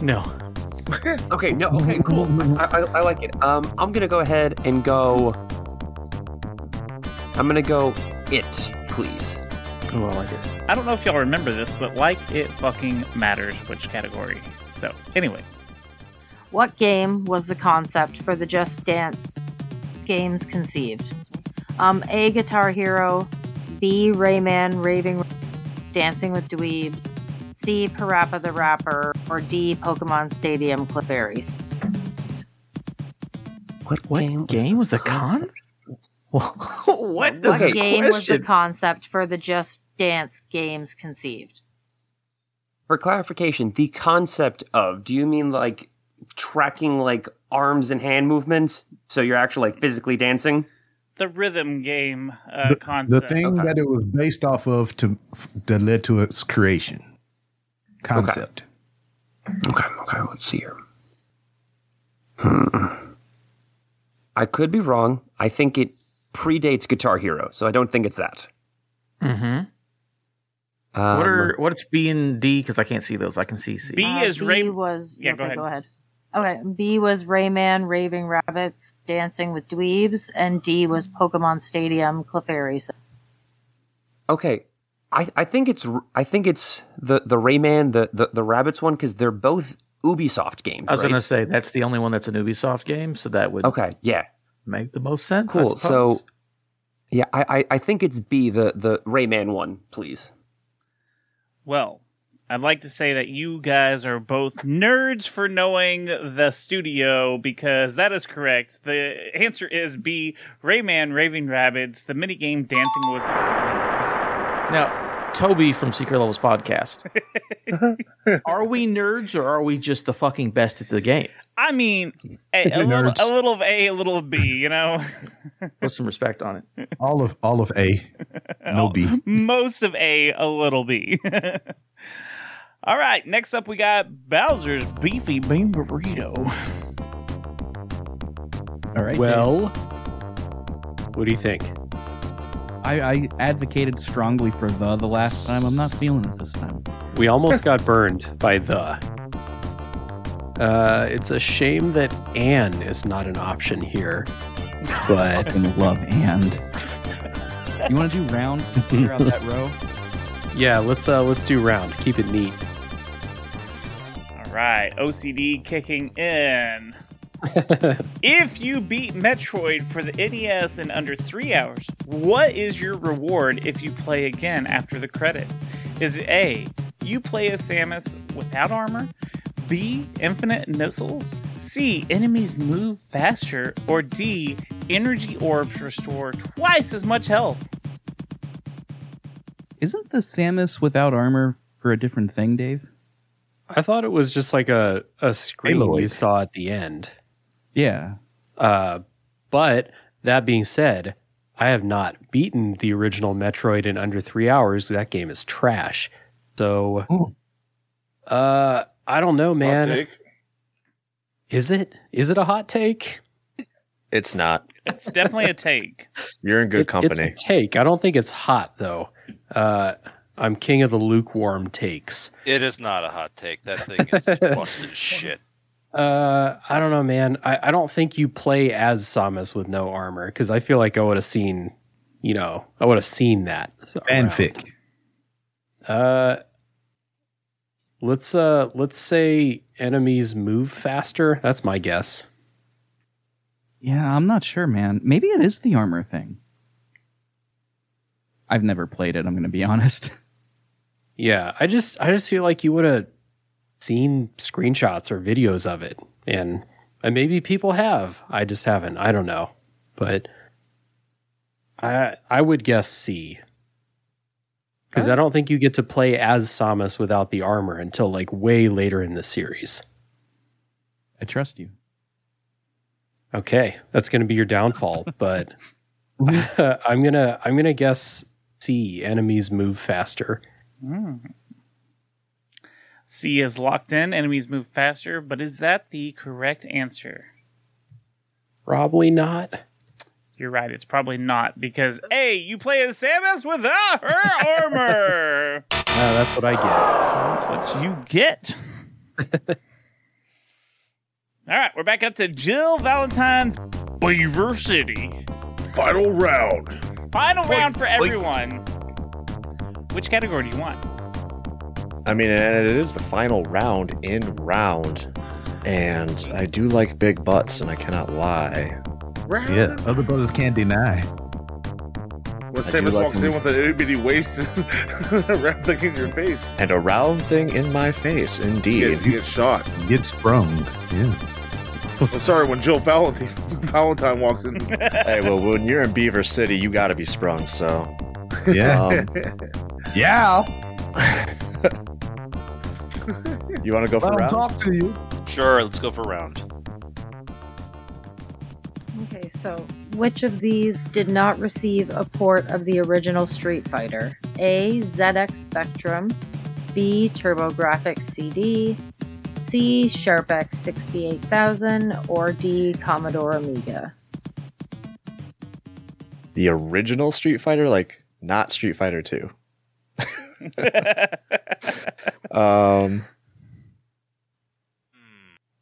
Speaker 15: No.
Speaker 14: okay. No. Okay. Cool. I, I, I like it. Um, I'm gonna go ahead and go. I'm gonna go it, please.
Speaker 15: Oh, I like it.
Speaker 1: I don't know if y'all remember this, but "Like It Fucking Matters" which category? So, anyways,
Speaker 3: What game was the concept for the Just Dance games conceived? Um, A. Guitar Hero, B. Rayman Raving Dancing with Dweebs, C. Parappa the Rapper, or D. Pokemon Stadium Clefairies.
Speaker 15: What, what game, was the con? what
Speaker 3: What
Speaker 15: does this
Speaker 3: game was the
Speaker 15: question-
Speaker 3: concept for the Just Dance games conceived?
Speaker 14: For clarification, the concept of. Do you mean like tracking like arms and hand movements, so you're actually like physically dancing?
Speaker 1: the rhythm game uh,
Speaker 12: The
Speaker 1: concept.
Speaker 12: thing that it was based off of to that led to its creation concept.
Speaker 14: Okay. Okay. Let's see here. Hmm. I could be wrong. I think it predates Guitar Hero, so I don't think it's that.
Speaker 15: Mm-hmm. what
Speaker 14: Um,
Speaker 15: are what's B and D? Because I can't see those. I can see C.
Speaker 1: B
Speaker 3: Uh,
Speaker 1: is
Speaker 3: B
Speaker 1: Ray.
Speaker 3: was
Speaker 1: Yeah,
Speaker 3: okay,
Speaker 1: go ahead.
Speaker 3: Okay, B was Rayman, Raving Rabbits, Dancing with Dweebs, and D was Pokemon Stadium, Clefairy.
Speaker 14: Okay. I, I think it's I think it's the the Rayman the the, the Rabbits one because they're both Ubisoft games.
Speaker 15: I was
Speaker 14: right?
Speaker 15: going to say that's the only one that's an Ubisoft game, so that would
Speaker 14: Okay, yeah,
Speaker 15: make the most sense. I
Speaker 14: cool. So
Speaker 15: suppose.
Speaker 14: yeah, I, I I think it's B the the Rayman one, please.
Speaker 1: Well, I'd like to say that you guys are both nerds for knowing the studio because that is correct. The answer is B Rayman Raving Rabbids, the minigame Dancing with
Speaker 15: now, Toby from Secret Levels podcast, are we nerds or are we just the fucking best at the game?
Speaker 1: I mean, a, a, little,
Speaker 15: Nerds.
Speaker 1: a little of A, a little of B, you know?
Speaker 15: Put some respect on it.
Speaker 12: All of all of A, no B.
Speaker 1: Most of A, a little B. All right, next up we got Bowser's Beefy Bean Burrito.
Speaker 9: All right.
Speaker 17: Well, what do you think?
Speaker 9: I, I advocated strongly for the the last time. I'm not feeling it this time.
Speaker 17: We almost got burned by the. Uh, it's a shame that Anne is not an option here, but
Speaker 9: fucking love and. You want to do round? Just clear out that row.
Speaker 17: Yeah, let's uh, let's do round. Keep it neat.
Speaker 1: All right, OCD kicking in. if you beat Metroid for the NES in under three hours, what is your reward if you play again after the credits? Is it A, you play as Samus without armor? B, infinite missiles? C, enemies move faster? Or D, energy orbs restore twice as much health?
Speaker 9: Isn't the Samus without armor for a different thing, Dave?
Speaker 17: I thought it was just like a a screen
Speaker 9: Aloy.
Speaker 17: you saw at the end.
Speaker 9: Yeah.
Speaker 17: Uh, but that being said, I have not beaten the original Metroid in under three hours. That game is trash. So, uh, I don't know, man.
Speaker 11: take.
Speaker 17: Is it? Is it a hot take?
Speaker 11: It's not.
Speaker 1: It's definitely a take.
Speaker 11: You're in good
Speaker 17: It- it's
Speaker 11: company.
Speaker 17: a take. I don't think it's hot though. Uh, I'm king of the lukewarm takes.
Speaker 13: It is not a hot take. That thing is busted as shit.
Speaker 17: Uh, I don't know, man. I, I don't think you play as Samus with no armor because I feel like I would have seen, you know, I would have seen that.
Speaker 12: Fanfic.
Speaker 17: Uh, let's uh, let's say enemies move faster. That's my guess.
Speaker 9: Yeah, I'm not sure, man. Maybe it is the armor thing. I've never played it. I'm going to be honest.
Speaker 17: Yeah, I just I just feel like you would have seen screenshots or videos of it, and and maybe people have. I just haven't. I don't know, but I I would guess C because I don't think you get to play as Samus without the armor until like way later in the series.
Speaker 9: I trust you.
Speaker 17: Okay, that's going to be your downfall, but I'm gonna I'm gonna guess C. Enemies move faster.
Speaker 1: Mm. C is locked in, enemies move faster, but is that the correct answer?
Speaker 17: Probably not.
Speaker 1: You're right, it's probably not because A, you play as Samus without her armor.
Speaker 17: Uh, that's what I get. That's
Speaker 1: what you get. All right, we're back up to Jill Valentine's Beaver City.
Speaker 20: Final round.
Speaker 1: Final
Speaker 20: Wait,
Speaker 1: round for
Speaker 20: wait.
Speaker 1: everyone. Which category do you want?
Speaker 11: I mean, and it is the final round in round, and I do like big butts, and I cannot lie.
Speaker 12: Yeah, other brothers can't deny.
Speaker 2: When
Speaker 11: I do
Speaker 2: Samus
Speaker 11: like
Speaker 2: walks in
Speaker 11: him.
Speaker 2: with an itty bitty waist and wrap thing in your face.
Speaker 11: And a round thing in my face, indeed.
Speaker 2: Get, get shot.
Speaker 12: Get sprung. Yeah.
Speaker 2: I'm sorry, when Jill Valentine, Valentine walks in.
Speaker 11: hey, well, when you're in Beaver City, you got to be sprung. So,
Speaker 12: Yeah.
Speaker 11: Um,
Speaker 12: yeah.
Speaker 11: you want to go for
Speaker 12: Let 'em
Speaker 11: round?
Speaker 12: talk to you.
Speaker 13: Sure, let's go for round.
Speaker 3: Okay, so which of these did not receive a port of the original Street Fighter? A. ZX Spectrum, B. TurboGrafx CD, C. SharpX 68000, or D. Commodore Amiga?
Speaker 11: The original Street Fighter, like not Street Fighter Two. um,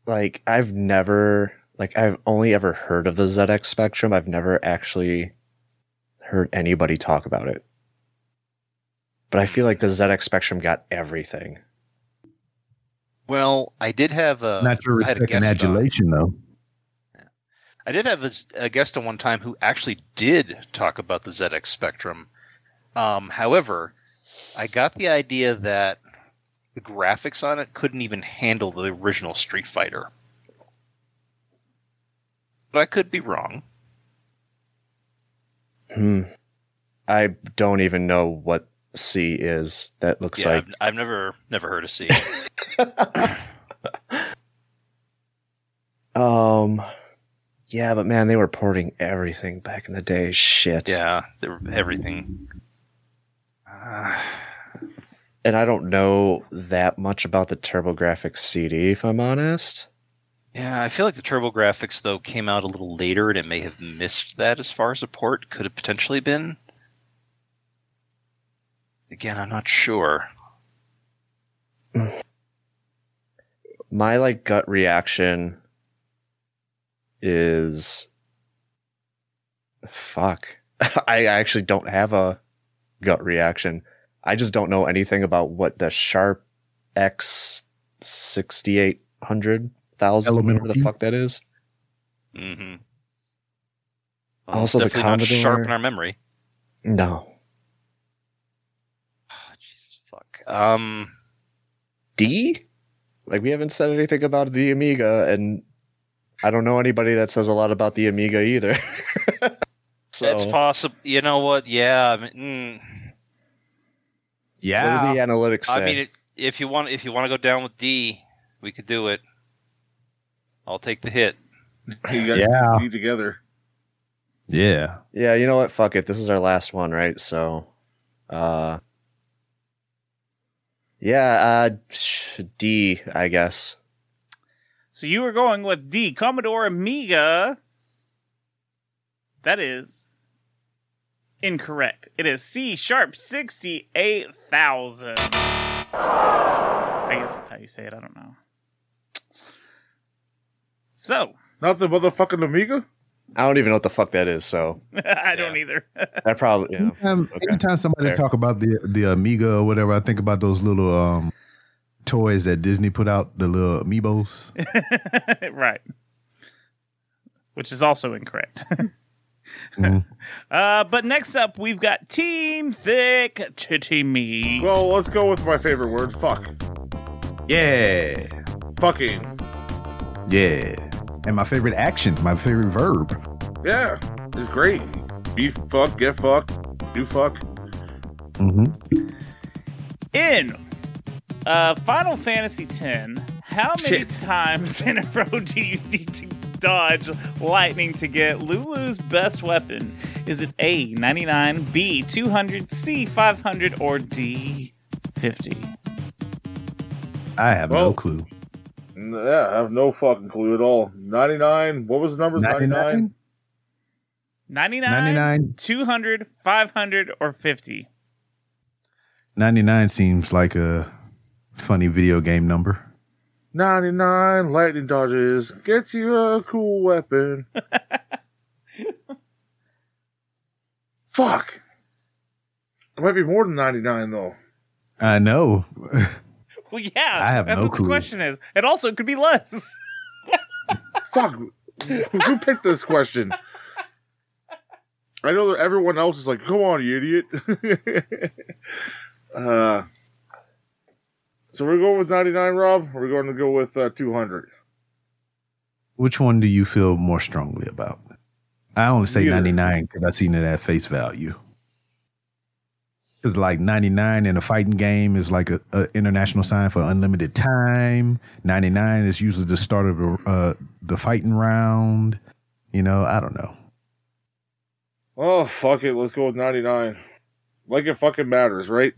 Speaker 11: like I've never, like I've only ever heard of the ZX Spectrum. I've never actually heard anybody talk about it. But I feel like the ZX Spectrum got everything.
Speaker 13: Well, I did have a
Speaker 12: Not your
Speaker 13: I had a
Speaker 12: respect and
Speaker 13: guest on-
Speaker 12: adulation, though.
Speaker 13: I did have a, a guest on one time who actually did talk about the ZX Spectrum. Um, however, I got the idea that the graphics on it couldn't even handle the original Street Fighter. But I could be wrong.
Speaker 11: Hmm. I don't even know what C is. That looks
Speaker 13: yeah,
Speaker 11: like
Speaker 13: I've, I've never never heard of C.
Speaker 11: Um, yeah, but man, they were porting everything back in the day. Shit.
Speaker 13: yeah, they're- everything.
Speaker 11: And I don't know that much about the TurboGrafx CD, if I'm honest.
Speaker 13: Yeah, I feel like the Turbo Graphics though came out a little later, and it may have missed that as far as support could have potentially been. Again, I'm not sure.
Speaker 11: My like gut reaction is fuck. I actually don't have a gut reaction. I just don't know anything about what the Sharp X sixty eight hundred thousand whatever the fuck that is.
Speaker 13: Mm-hmm.
Speaker 11: also, the
Speaker 13: definitely not sharp
Speaker 11: Commodore.
Speaker 13: in our memory.
Speaker 11: No. Ah,
Speaker 13: Um,
Speaker 11: D? Like we haven't said anything about the Amiga, and I don't know anybody that says a lot about the Amiga either. so
Speaker 13: That's possible. You know what? Yeah. I mean, mm.
Speaker 11: yeah, what do the analytics say?
Speaker 13: I mean, it, if you want, if you want to go down with D, we could do it. I'll take the hit.
Speaker 2: You guys
Speaker 11: Yeah.
Speaker 2: be together.
Speaker 11: yeah, yeah. You know what? Fuck it. This is our last one, right? So, uh, yeah, uh, D, I guess.
Speaker 1: So you were going with D, Commodore Amiga. That is incorrect. It is C sharp 68,000. I guess that's how you say it. I don't know. So,
Speaker 11: Not the motherfucking Amiga. I don't even know what the fuck that is. So
Speaker 1: I don't either.
Speaker 11: I probably yeah.
Speaker 12: Anytime,
Speaker 11: Okay.
Speaker 12: anytime somebody
Speaker 11: Fair.
Speaker 12: talk about the the Amiga or whatever, I think about those little um toys that Disney put out, the little amiibos.
Speaker 1: right. Which is also incorrect.
Speaker 12: Mhm.
Speaker 1: Uh, but next up, we've got Team Thick Titty Meat.
Speaker 2: Well, let's go with my favorite word. Fuck.
Speaker 12: Yeah.
Speaker 2: Fucking.
Speaker 12: Yeah. And my favorite action, my favorite verb.
Speaker 2: Yeah. It's great. Be fucked, get fucked, do fuck.
Speaker 12: Mm-hmm.
Speaker 1: In uh, Final Fantasy X, how many times in a row do you need to dodge lightning to get Lulu's best weapon? Is it A, 99, B, 200, C, 500, or D, 50?
Speaker 12: I have no clue.
Speaker 2: N- Yeah, I have no fucking clue at all. 99. What was the number? 99?
Speaker 1: 99,
Speaker 12: 99.
Speaker 1: 200, 500, or 50?
Speaker 12: 99 seems like a funny video game number.
Speaker 2: 99 lightning dodges gets you a cool weapon. Fuck. It might be more than 99, though.
Speaker 12: I know.
Speaker 1: Well, yeah. I
Speaker 12: have
Speaker 1: that's
Speaker 12: no
Speaker 1: what
Speaker 12: clue.
Speaker 1: the question is. It also could be less.
Speaker 2: Fuck. Who picked this question? I know that everyone else is like, come on, you idiot. uh, so we're going with 99, Rob, or we're going to go with uh, 200?
Speaker 12: Which one do you feel more strongly about? I only say
Speaker 2: Neither.
Speaker 12: 99 because I seen it at face value. Because like 99 in a fighting game is like a, a international sign for unlimited time. 99 is usually the start of the, uh, the fighting round. You know, I don't know.
Speaker 2: Oh, fuck it. Let's go with 99. Like it fucking matters, right?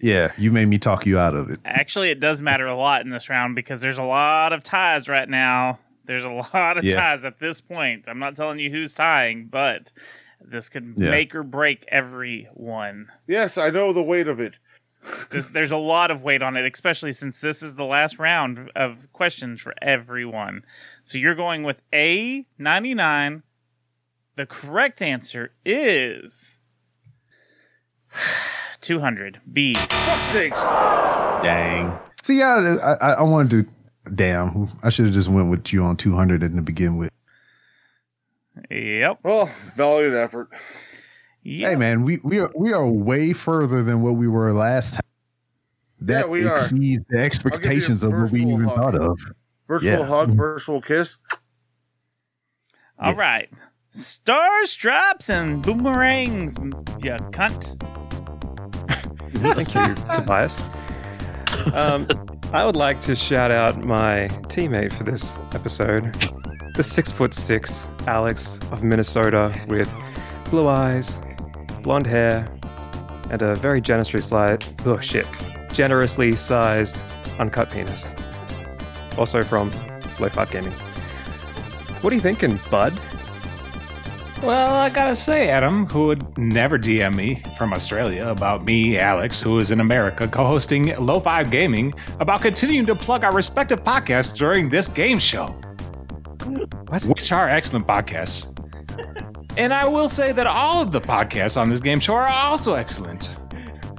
Speaker 12: Yeah, you made me talk you out of it.
Speaker 1: Actually, it does matter a lot in this round because there's a lot of ties right now. There's a lot of
Speaker 12: Yeah.
Speaker 1: ties at this point. I'm not telling you who's tying, but This could
Speaker 2: Yeah.
Speaker 1: make or break everyone.
Speaker 2: Yes, I know the weight of it.
Speaker 1: There's- There's a lot of weight on it, especially since this is the last round of questions for everyone. So you're going with A99. The correct answer is 200. B.
Speaker 2: Six.
Speaker 7: Dang.
Speaker 12: See, I, I, I wanted to. Damn, I should have just went with you on 200 in the begin with.
Speaker 1: Yep.
Speaker 2: Well, Oh, valiant effort.
Speaker 12: Hey, man, we, we are we are way further than what we were last time. That
Speaker 2: Yeah, we are.
Speaker 12: exceeds the expectations of what we even thought of.
Speaker 2: Virtual
Speaker 12: Yeah.
Speaker 2: hug, virtual kiss.
Speaker 1: All right. Star straps and boomerangs, you cunt.
Speaker 6: Thank you, Tobias. Um, I would like to shout out my teammate for this episode, the six foot six Alex of Minnesota with blue eyes, blonde hair, and a very generously sized oh shit, generously sized uncut penis. Also from Low Five Gaming. What are you thinking, bud?
Speaker 10: Well, I gotta say, Adam, who would never DM me from Australia about me, Alex, who is in America, co hosting Low Five Gaming, about continuing to plug our respective podcasts during this game show. Which are excellent podcasts. And I will say that all of the podcasts on this game show are also excellent.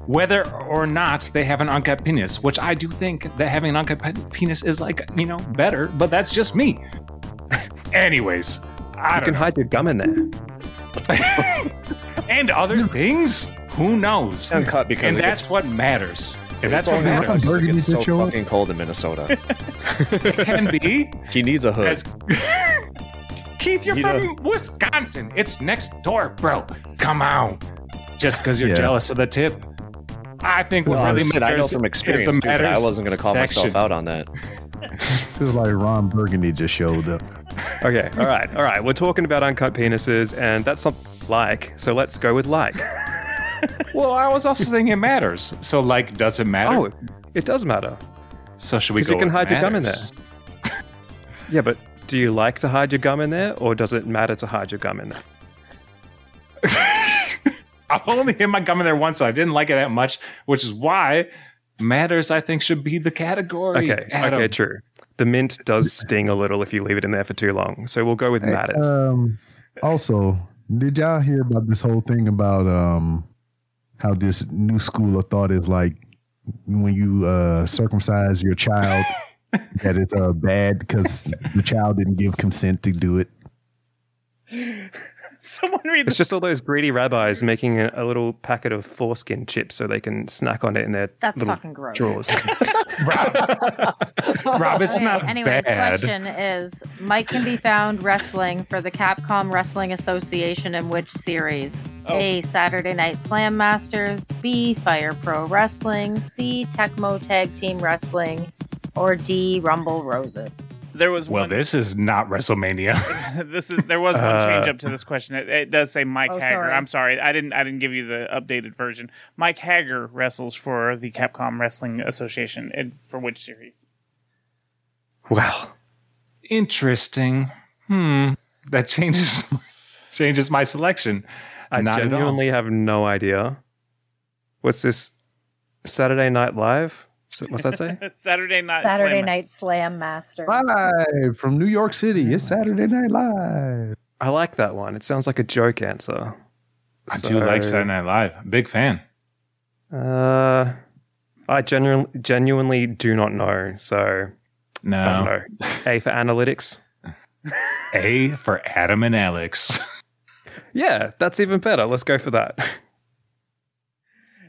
Speaker 10: Whether or not they have an uncut penis, which I do think that having an uncut pe- penis is like, you know, better, but that's just me. Anyways, I
Speaker 6: you
Speaker 10: don't
Speaker 6: can
Speaker 10: know
Speaker 6: hide your gum in there.
Speaker 10: and other things. Who knows?
Speaker 11: Uncut because
Speaker 10: and
Speaker 11: it
Speaker 10: that's
Speaker 11: gets-
Speaker 10: what matters.
Speaker 11: It's
Speaker 10: And that's what
Speaker 11: only because
Speaker 10: matters.
Speaker 11: It gets so fucking cold in Minnesota.
Speaker 10: it can be.
Speaker 11: She needs a hood.
Speaker 10: As- Keith, you're
Speaker 11: You know-
Speaker 10: from Wisconsin. It's next door, bro. Come on. Just because you're
Speaker 11: Yeah.
Speaker 10: jealous of the tip. I think what
Speaker 11: Well,
Speaker 10: really
Speaker 11: shit,
Speaker 10: matters
Speaker 11: I know from
Speaker 10: is
Speaker 11: experience,
Speaker 10: the
Speaker 11: too, but I
Speaker 10: matters
Speaker 11: wasn't going to call
Speaker 10: section.
Speaker 11: myself out on that.
Speaker 12: Feels like Ron Burgundy just showed up.
Speaker 6: Okay, all right, all right. We're talking about uncut penises, and that's not like. So let's go with like.
Speaker 10: Well, I was also saying it matters. So, like, does it matter?
Speaker 6: Oh, it does matter.
Speaker 10: So should we
Speaker 6: 'Cause
Speaker 10: go
Speaker 6: You can
Speaker 10: with
Speaker 6: hide your gum in there.
Speaker 10: matters?
Speaker 6: yeah, but do you like to hide your gum in there, or does it matter to hide your gum in there?
Speaker 10: I've only hit my gum in there once. So I didn't like it that much, which is why matters. I think should be the category.
Speaker 6: Okay,
Speaker 10: Adam.
Speaker 6: okay, true. The mint does sting a little if you leave it in there for too long. So we'll go with matters.
Speaker 12: Um, also, did y'all hear about this whole thing about um, how this new school of thought is like when you uh, circumcise your child that it's uh, bad because the child didn't give consent to do it.
Speaker 1: Someone read
Speaker 6: It's just all those greedy rabbis making a, a little packet of foreskin chips so they can snack on it in their
Speaker 3: That's
Speaker 6: little
Speaker 3: fucking gross.
Speaker 6: drawers.
Speaker 10: Rob, it's
Speaker 3: Okay,
Speaker 10: not
Speaker 3: anyways,
Speaker 10: bad.
Speaker 3: question is Mike can be found wrestling for the Capcom Wrestling Association in which series?
Speaker 10: Oh.
Speaker 3: A. Saturday Night Slam Masters, B. Fire Pro Wrestling, C. Tecmo Tag Team Wrestling, or D. Rumble Roses.
Speaker 1: There was
Speaker 10: Well, this is not WrestleMania.
Speaker 1: this is there was one
Speaker 10: Uh,
Speaker 1: change up to this question. It, it does say Mike
Speaker 3: Oh,
Speaker 1: Hager.
Speaker 3: sorry.
Speaker 1: I'm sorry, I didn't I didn't give you the updated version. Mike Hager wrestles for the Capcom Wrestling Association, and for which series?
Speaker 10: well, interesting. Hmm, that changes changes my selection.
Speaker 6: I
Speaker 10: Not at all.
Speaker 6: genuinely have no idea. What's this? Saturday Night Live? S- What's that say?
Speaker 1: Saturday Night
Speaker 3: Saturday
Speaker 1: Slam.
Speaker 3: Night Slam Masters.
Speaker 12: Live from New York City, it's Saturday Night Live.
Speaker 6: I like that one. It sounds like a joke answer.
Speaker 10: I do like Saturday Night Live. Big fan.
Speaker 6: Uh, I genuinely genuinely do not know. So
Speaker 10: no,
Speaker 6: I don't know. A for analytics.
Speaker 10: A for Adam and Alex.
Speaker 6: Yeah, that's even better. Let's go for that.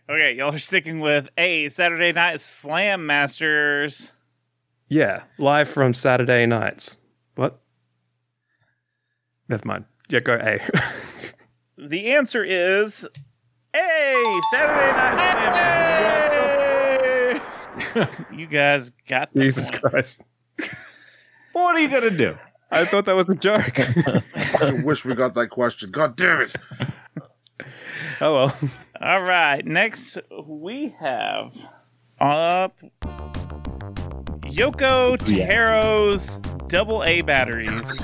Speaker 1: Okay, y'all are sticking with A Saturday Night Slam Masters.
Speaker 6: Yeah, live from Saturday nights. What? Never mind. Yeah, go A.
Speaker 1: The answer is A Saturday Night Slam Masters. you guys got the
Speaker 6: Jesus Christ.
Speaker 10: What are you gonna do?
Speaker 6: I thought that was a joke.
Speaker 2: I wish we got that question. God damn it!
Speaker 6: Oh well.
Speaker 1: All right. Next, we have up Yoko Taro's double A batteries.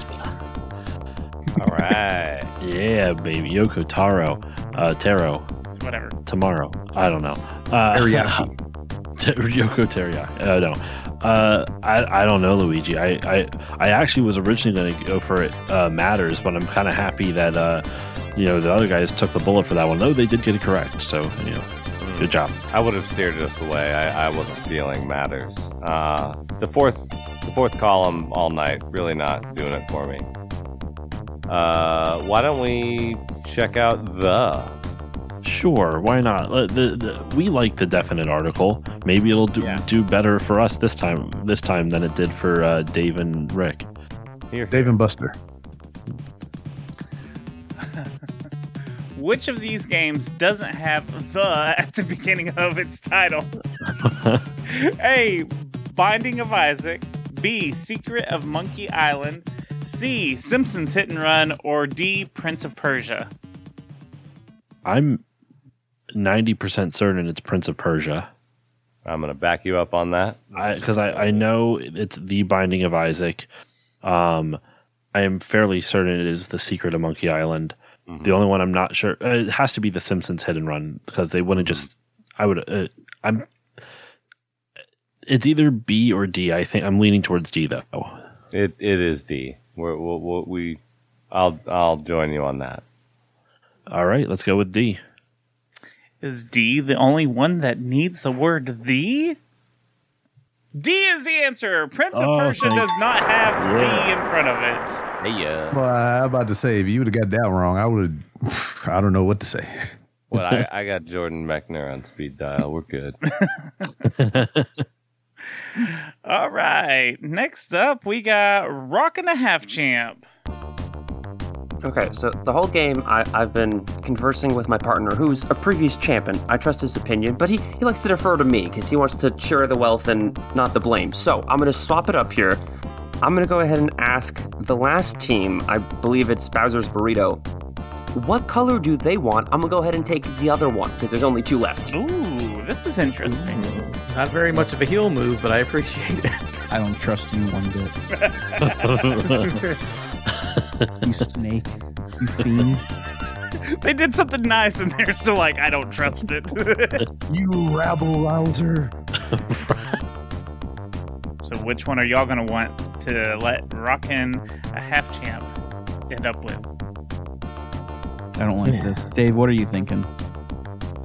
Speaker 7: All right.
Speaker 8: yeah, baby. Yoko Taro. Uh, Taro.
Speaker 1: Whatever.
Speaker 8: Tomorrow. I don't know. Uh,
Speaker 1: Teriyaki.
Speaker 8: Ter- Yoko Teriyaki. Uh, no. Uh, I, I don't know, Luigi. I, I, I actually was originally going to go for it, uh, Matters, but I'm kind of happy that, uh, you know, the other guys took the bullet for that one. Though they did get it correct. So, you know, good job.
Speaker 7: I would have steered us away. I, I wasn't feeling matters. Uh, the fourth, the fourth column all night, really not doing it for me. Uh, why don't we check out the?
Speaker 8: Sure, why not? Uh, The, the, we like the definite article. Maybe it'll do, do better for us this time this time than it did for uh, Dave and Rick.
Speaker 12: Dave and Buster.
Speaker 1: Which of these games doesn't have the at the beginning of its title? A. Binding of Isaac. B. Secret of Monkey Island. C. Simpsons Hit and Run. Or D. Prince of Persia.
Speaker 8: I'm ninety percent certain it's Prince of Persia.
Speaker 7: I'm gonna back you up on that
Speaker 8: because I, I, know it's the Binding of Isaac. Um, I am fairly certain it is the Secret of Monkey Island.
Speaker 7: Mm-hmm.
Speaker 8: The only one I'm not sure uh, it has to be the Simpsons Hit and Run because they
Speaker 7: Mm-hmm.
Speaker 8: wouldn't just. I would. Uh, I'm. It's either B or D. I think I'm leaning towards D though.
Speaker 7: It it is D. We're, we'll, we'll, we, I'll I'll join you on that.
Speaker 8: All right, let's go with D.
Speaker 1: Is D the only one that needs the word the? D is the answer. Prince of
Speaker 12: Oh,
Speaker 1: Persia
Speaker 12: thank-
Speaker 1: does not have
Speaker 12: Yeah.
Speaker 1: the in front of it.
Speaker 7: Yeah.
Speaker 12: Well, I'm about to say, if you would have got that wrong, I would have, I don't know what to say.
Speaker 7: What I, I got Jordan Mechner on speed dial. We're good.
Speaker 1: All right. Next up, we got Rock and a Half Champ.
Speaker 14: Okay, so the whole game I, I've been conversing with my partner, who's a previous champion. I trust his opinion, but he, he likes to defer to me because he wants to share the wealth and not the blame. So I'm going to swap it up here. I'm going to go ahead and ask the last team, I believe it's Bowser's Burrito, what color do they want? I'm going to go ahead and take the other one because there's only two left.
Speaker 1: Ooh, this is interesting.
Speaker 15: Not very much of a heel move, but I appreciate it.
Speaker 9: I don't trust you one bit. you snake. You fiend.
Speaker 1: They did something nice, and they're still like, I don't trust it.
Speaker 12: you rabble rouser.
Speaker 1: so, which one are y'all going to want to let Rockin' a Half Champ end up with?
Speaker 9: I don't like this. Dave, what are you thinking?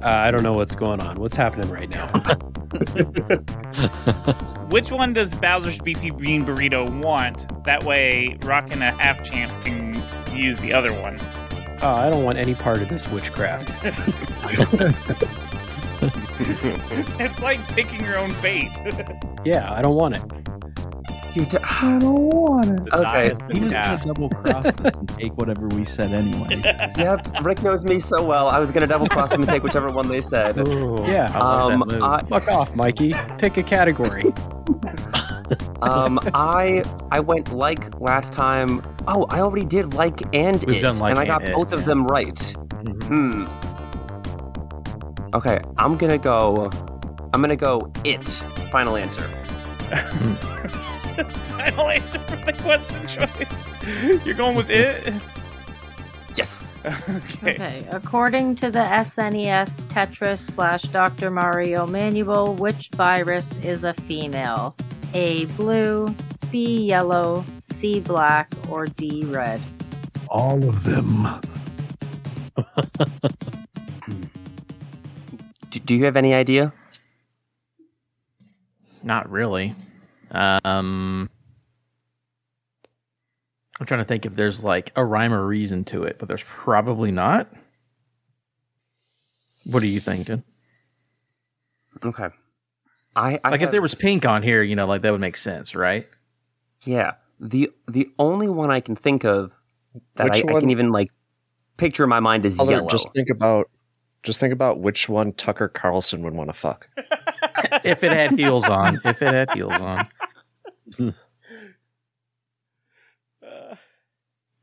Speaker 10: Uh, I don't know what's going on. What's happening right now?
Speaker 1: Which one does Bowser's Beefy Bean Burrito want? That way, Rockin' a Half Champ can use the other one.
Speaker 10: Oh, I don't want any part of this witchcraft.
Speaker 1: It's like picking your own fate.
Speaker 10: yeah, I don't want it.
Speaker 14: You d- I
Speaker 12: don't want it.
Speaker 14: Okay.
Speaker 9: He was going to double cross us and take whatever we said anyway.
Speaker 14: yep, Rick knows me so well. I was going to double cross them and take whichever one they said.
Speaker 10: Yeah.
Speaker 14: um, I,
Speaker 10: Fuck off, Mikey. Pick a category.
Speaker 14: um, I I went like last time. Oh, I already did like and
Speaker 10: We've
Speaker 14: it,
Speaker 10: done like
Speaker 14: and I
Speaker 10: and
Speaker 14: got
Speaker 10: it,
Speaker 14: both of them right.
Speaker 15: Mm-hmm.
Speaker 14: Hmm. Okay, I'm gonna go. I'm gonna go it. Final answer.
Speaker 1: Final answer for the question choice. You're going with it?
Speaker 14: Yes.
Speaker 3: Okay. According to the SNES Tetris slash Dr. Mario manual, which virus is a female? A blue, B yellow, C black, or D red?
Speaker 12: All of them.
Speaker 14: Do, do you have any idea?
Speaker 15: Not really. Um, I'm trying to think if there's like a rhyme or reason to it, but there's probably not. What are you thinking?
Speaker 14: Okay. I, I
Speaker 15: like if
Speaker 14: have-
Speaker 15: there was pink on here, you know, like that would make sense, right?
Speaker 14: Yeah. The the only one I can think of that I,
Speaker 11: Which
Speaker 14: I
Speaker 11: one?
Speaker 14: can even like picture in my mind is
Speaker 11: Other-
Speaker 14: yellow.
Speaker 11: Just think about just think about which one Tucker Carlson would want to fuck.
Speaker 15: if it had heels on, if it had heels on.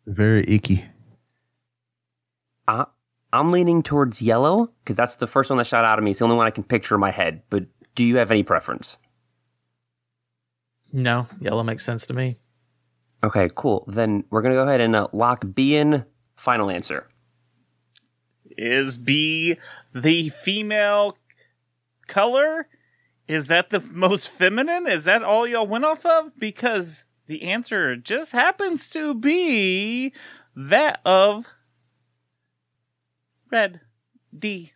Speaker 12: Very icky.
Speaker 14: I, I'm leaning towards yellow because that's the first one that shot out of me. It's the only one I can picture in my head. But do you have any preference?
Speaker 15: No, yellow makes sense to me.
Speaker 14: Okay, cool. Then we're going to go ahead and uh, lock B in. Final answer.
Speaker 1: Is B the female color? Is that the most feminine? Is that all y'all went off of? Because the answer just happens to be that of red. D.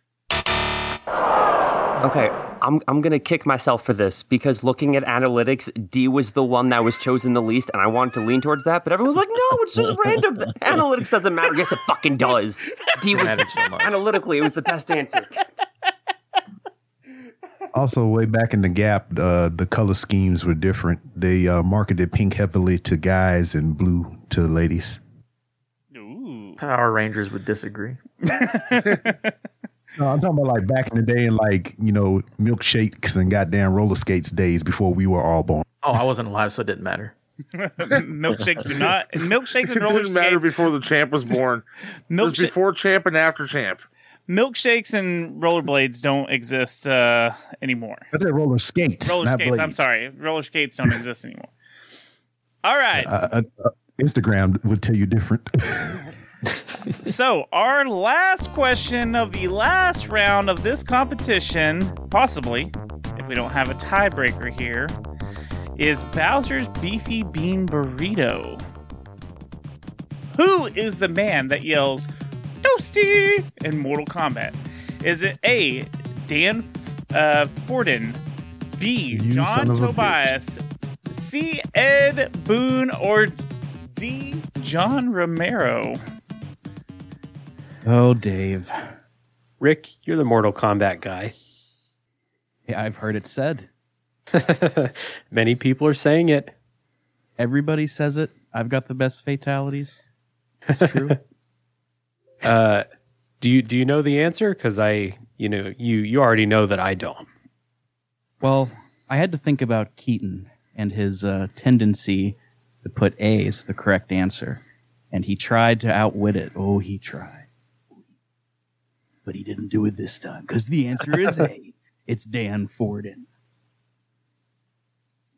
Speaker 14: Okay, I'm, I'm going to kick myself for this because looking at analytics, D was the one that was chosen the least, and I wanted to lean towards that, but everyone was like, no, it's just random. The analytics doesn't matter. Yes, it fucking does. D was
Speaker 15: Matters so much.
Speaker 14: analytically, it was the best answer.
Speaker 12: Also, way back in the gap, uh, the color schemes were different. They uh, marketed pink heavily to guys and blue to ladies.
Speaker 15: Power Rangers would disagree.
Speaker 12: No, I'm talking about like back in the day, and like you know, milkshakes and goddamn roller skates days before we were all born.
Speaker 15: Oh, I wasn't alive, so it didn't matter.
Speaker 1: milkshakes do not. Milkshakes
Speaker 2: It
Speaker 1: and roller
Speaker 2: didn't matter
Speaker 1: skates.
Speaker 2: before the champ was born. Milk
Speaker 1: Milkshake-
Speaker 2: before champ and after champ.
Speaker 1: Milkshakes and rollerblades don't exist uh, anymore.
Speaker 12: I said roller skates,
Speaker 1: roller
Speaker 12: not
Speaker 1: skates. I'm
Speaker 12: blades.
Speaker 1: sorry, roller skates don't exist anymore. All right.
Speaker 12: Uh, uh, Instagram would tell you different.
Speaker 1: so our last question of the last round of this competition, possibly, if we don't have a tiebreaker here, is Bowser's beefy bean burrito. Who is the man that yells "Toasty" in Mortal Kombat? Is it A. Dan uh, Forden, B.
Speaker 16: You
Speaker 1: John
Speaker 16: son of a
Speaker 1: Tobias, C. Ed Boone, or D. John Romero?
Speaker 9: Oh, Dave.
Speaker 10: Rick, you're the Mortal Kombat guy.
Speaker 9: Yeah, I've heard it said.
Speaker 10: Many people are saying it.
Speaker 9: Everybody says it. I've got the best fatalities. It's true.
Speaker 10: Uh, do you do you know the answer? Because I, you know, you you already know that I don't.
Speaker 9: Well, I had to think about Keaton and his uh, tendency to put A as the correct answer, and he tried to outwit it. Oh, he tried, but he didn't do it this time because the answer is A. It's Dan Forden.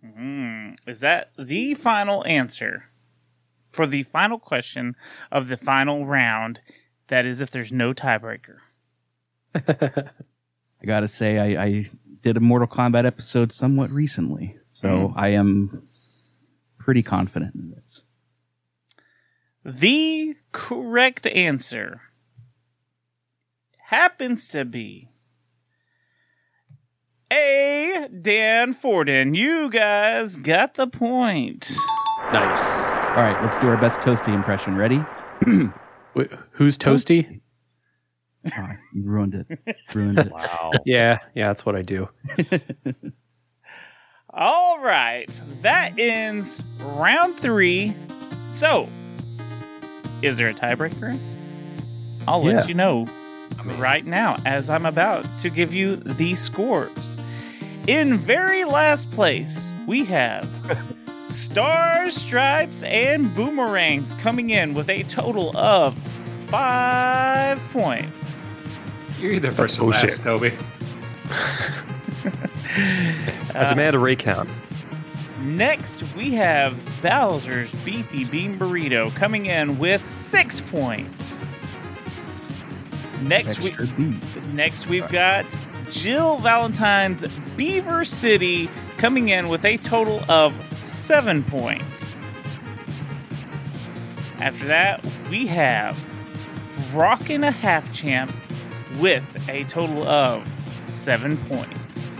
Speaker 1: Mm, is that the final answer for the final question of the final round? That is, if there's no tiebreaker.
Speaker 9: I gotta say, I, I did a Mortal Kombat episode somewhat recently, so
Speaker 1: Mhm.
Speaker 10: Mm-hmm.
Speaker 9: I am pretty confident in this.
Speaker 1: The correct answer happens to be A. Dan Forden. You guys got the point.
Speaker 10: Nice.
Speaker 9: All right, let's do our best Toasty impression. Ready?
Speaker 10: Who's Toasty?
Speaker 9: Ah, you ruined it. Ruined it.
Speaker 10: Wow. yeah, yeah, that's what I do.
Speaker 1: All right, that ends round three. So, is there a tiebreaker? I'll
Speaker 16: Yeah.
Speaker 1: let you know right now as I'm about to give you the scores. In very last place, we have Stars, Stripes, and Boomerangs coming in with a total of five points.
Speaker 10: You're either
Speaker 1: first
Speaker 10: or last,
Speaker 1: Toby.
Speaker 6: I demand Uh, a recount.
Speaker 1: Next, we have Bowser's Beefy Bean Burrito coming in with six points. Next week,
Speaker 16: Extra
Speaker 1: next we've got Jill Valentine's Beaver City coming in with a total of seven points. After that, we have Rockin' a Half Champ with a total of seven points.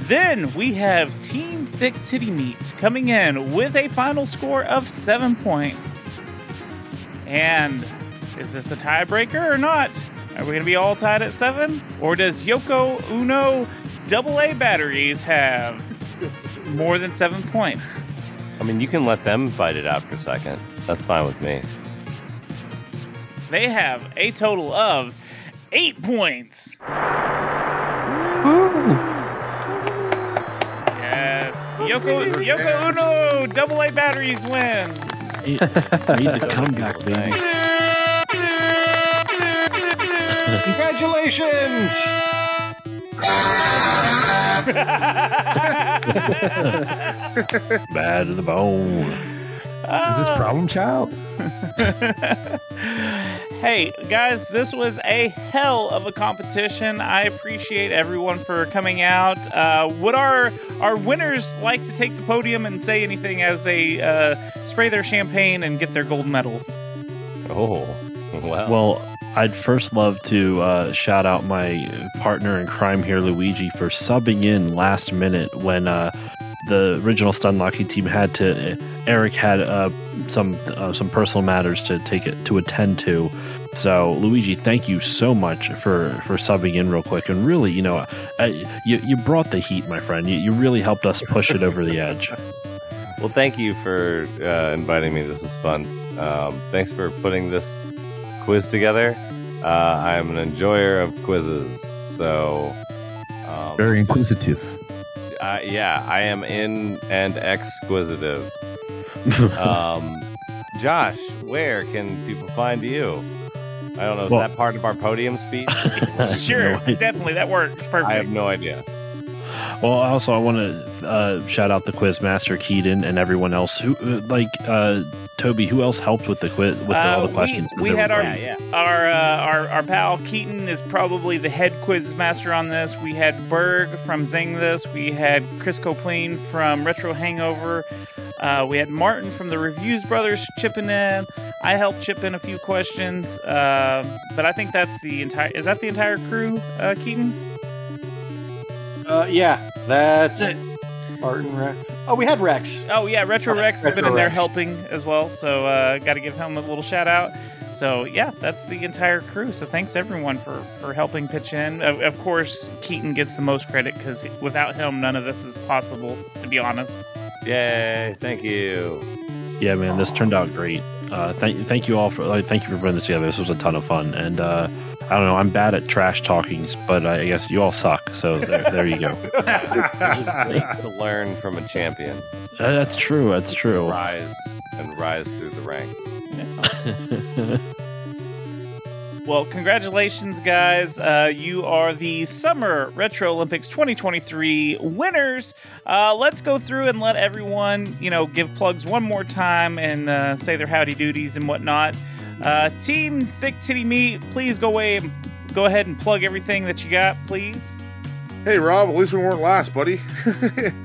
Speaker 1: Then we have Team Thick Titty Meat coming in with a final score of seven points. And is this a tiebreaker or not? Are we going to be all tied at seven? Or does Yoko Uno AA batteries have more than seven points?
Speaker 7: I mean, you can let them fight it out for a second. That's fine with me.
Speaker 1: They have a total of eight points. Yes. Yoko, Yoko Uno AA batteries win.
Speaker 8: Need the comeback, baby.
Speaker 16: Congratulations!
Speaker 8: Oh, Bad to the bone.
Speaker 12: Is
Speaker 1: Ah.
Speaker 12: this problem child?
Speaker 1: Hey, guys, this was a hell of a competition. I appreciate everyone for coming out. Uh, would our, our winners like to take the podium and say anything as they uh, spray their champagne and get their gold medals?
Speaker 7: Oh, wow.
Speaker 8: Well, I'd first love to uh, shout out my partner in crime here, Luigi, for subbing in last minute when uh, the original Stunlocking team had to. Eric had uh, some uh, some personal matters to take it to attend to. So Luigi, thank you so much for for subbing in real quick and really, you know, I, you you brought the heat, my friend. You, you really helped us push it over the edge.
Speaker 7: Well, thank you for uh, inviting me. This was fun. Um, thanks for putting this quiz together. Uh, I'm an enjoyer of quizzes, so
Speaker 1: Oh.
Speaker 7: um,
Speaker 12: Very inquisitive.
Speaker 7: uh, yeah, I am in and exquisitive. um, Josh, where can people find you? I don't know. Is
Speaker 1: Well-
Speaker 7: that part of our podium speech?
Speaker 1: Sure, definitely. That works. Perfect.
Speaker 7: I have no idea.
Speaker 8: Well, also I want to uh, shout out the quiz master Keaton and everyone else who, uh, like uh, Toby, who else helped with the quiz with
Speaker 1: Uh,
Speaker 8: all the
Speaker 1: we-
Speaker 8: questions. 'Cause
Speaker 1: We,
Speaker 8: they
Speaker 1: had
Speaker 8: were
Speaker 1: our
Speaker 8: great.
Speaker 1: our, uh, our our pal Keaton is probably the head quiz master on this. We had Berg from Zing This. We had Chris Copeland from Retro Hangover. Uh, we had Martin from the Reviews Brothers chipping in. I helped chip in a few questions, uh, but I think that's the entire. Is that the entire crew, uh, Keaton?
Speaker 5: Uh, yeah, that's it. Martin Rex. Oh, we had Rex.
Speaker 1: Oh yeah, Retro Rex has been
Speaker 5: Retro
Speaker 1: in there
Speaker 5: Rex.
Speaker 1: helping as well, so uh, got to give him a little shout out. So yeah, that's the entire crew. So thanks everyone for for helping pitch in. Of, of course, Keaton gets the most credit because without him, none of this is possible. To be honest.
Speaker 7: Yay! Thank you.
Speaker 8: Yeah, man, this turned out great. Uh, thank thank you all for like, thank you for putting this together. This was a ton of fun, and uh, I don't know, I'm bad at trash talkings, but I guess you all suck. So there, there you go.
Speaker 7: to learn from a champion,
Speaker 8: Uh, that's true. That's true.
Speaker 7: rise and rise through the ranks.
Speaker 1: Well, congratulations, guys. Uh, you are the Summer Retro Olympics 2023 winners. Uh, let's go through and let everyone, you know, give plugs one more time and uh, say their howdy duties and whatnot. Uh, Team Thick Titty Meat, please go away and go ahead and plug everything that you got, please.
Speaker 2: Hey, Rob, at least we weren't last, buddy.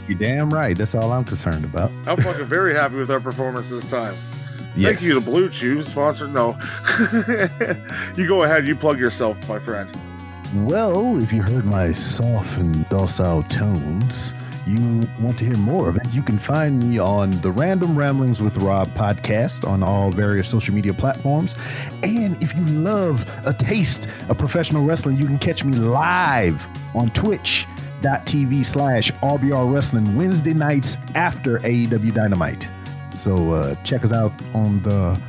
Speaker 12: You damn right. That's all I'm concerned about.
Speaker 2: I'm fucking very happy with our performance this time.
Speaker 12: Yes.
Speaker 2: Thank you to Blue Chew, sponsor. No. you go ahead, you plug yourself, my friend.
Speaker 12: Well, if you heard my soft and docile tones, you want to hear more of it, you can find me on the Random Ramblings with Rob podcast on all various social media platforms. And if you love a taste of professional wrestling, you can catch me live on twitch.tv slash RBR Wrestling Wednesday nights after AEW Dynamite. So uh, check us out on the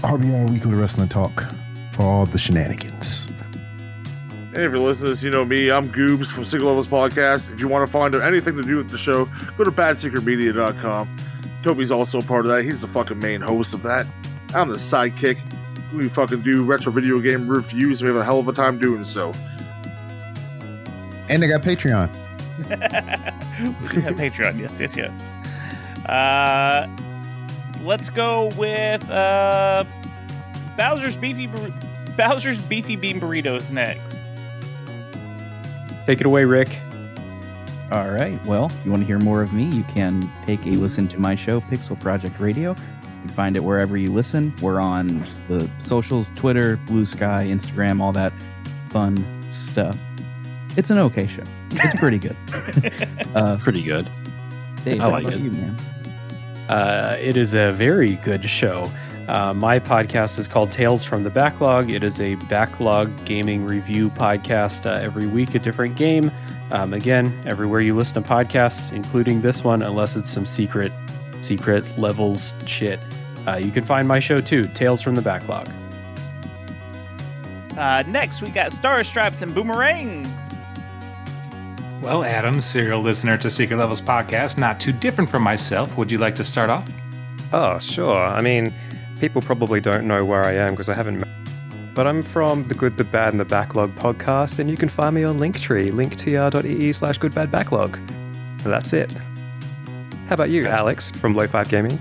Speaker 12: RBR Weekly Wrestling Talk for all the shenanigans.
Speaker 2: And if you're listening to this, you know me. I'm Goobs from Single Levels Podcast. If you want to find out anything to do with the show, go to badsecretmedia.com. Toby's also a part of that. He's the fucking main host of that. I'm the sidekick. We fucking do retro video game reviews. We have a hell of a time doing so.
Speaker 12: And they got Patreon.
Speaker 1: we do have Patreon. Yes, yes, yes. Uh, let's go with uh, Bowser's beefy Bur- Bowser's beefy bean burritos next.
Speaker 10: Take it away, Rick.
Speaker 9: All right. Well, if you want to hear more of me, you can take a listen to my show, Pixel Project Radio. You can find it wherever you listen. We're on the socials Twitter, Blue Sky, Instagram, all that fun stuff. It's an okay show. It's pretty good. uh,
Speaker 8: pretty good.
Speaker 9: Dave,
Speaker 10: I
Speaker 9: how
Speaker 10: like
Speaker 9: about
Speaker 10: it.
Speaker 9: You, man?
Speaker 10: Uh, it is a very good show. Uh, my podcast is called Tales from the Backlog. It is a backlog gaming review podcast uh, every week, a different game. Um, again, everywhere you listen to podcasts, including this one, unless it's some secret, secret levels shit. Uh, you can find my show too, Tales from the Backlog.
Speaker 1: Uh, next, we got Star Stripes and Boomerangs.
Speaker 10: Well,
Speaker 1: Adam,
Speaker 10: serial listener to Secret Levels podcast, not too different from myself. Would you like to start off?
Speaker 6: Oh, sure. I mean, people probably don't know where I am because I haven't. Met- but I'm from the Good, the Bad, and the Backlog podcast, and you can E find me on Linktree, linktr.ee slash goodbadbacklog. And That's it. How about you, Alex from Low Five Gaming?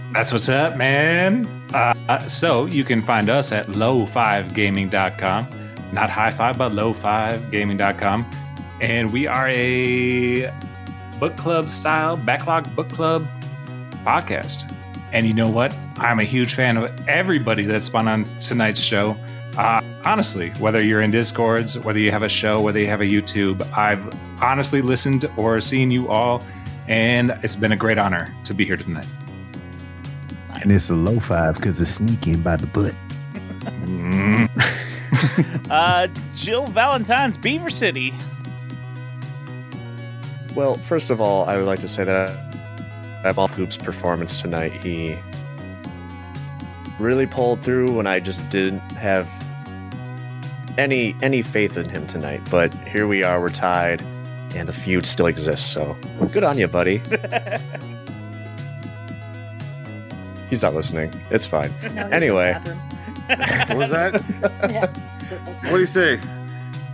Speaker 10: That's what's up, man. Uh, so you can find us at low5gaming.com. Not high five, but low5gaming.com. And we are a book club style backlog book club podcast. And you know what? I'm a huge fan of everybody that's been on tonight's show. Uh, honestly, whether you're in Discords, whether you have a show, whether you have a YouTube, I've honestly listened or seen you all, and it's been a great honor to be here tonight.
Speaker 12: And it's a low five because it's sneaking by the butt.
Speaker 1: Uh, Jill Valentine's Beaver City.
Speaker 11: Well, first of all, I would like to say that I have all Hoop's performance tonight. He really pulled through when I just didn't have any any faith in him tonight. But here we are, we're tied, and the feud still exists. So good on you, buddy. He's not listening. It's fine. anyway,
Speaker 2: what was that?
Speaker 11: what do you say?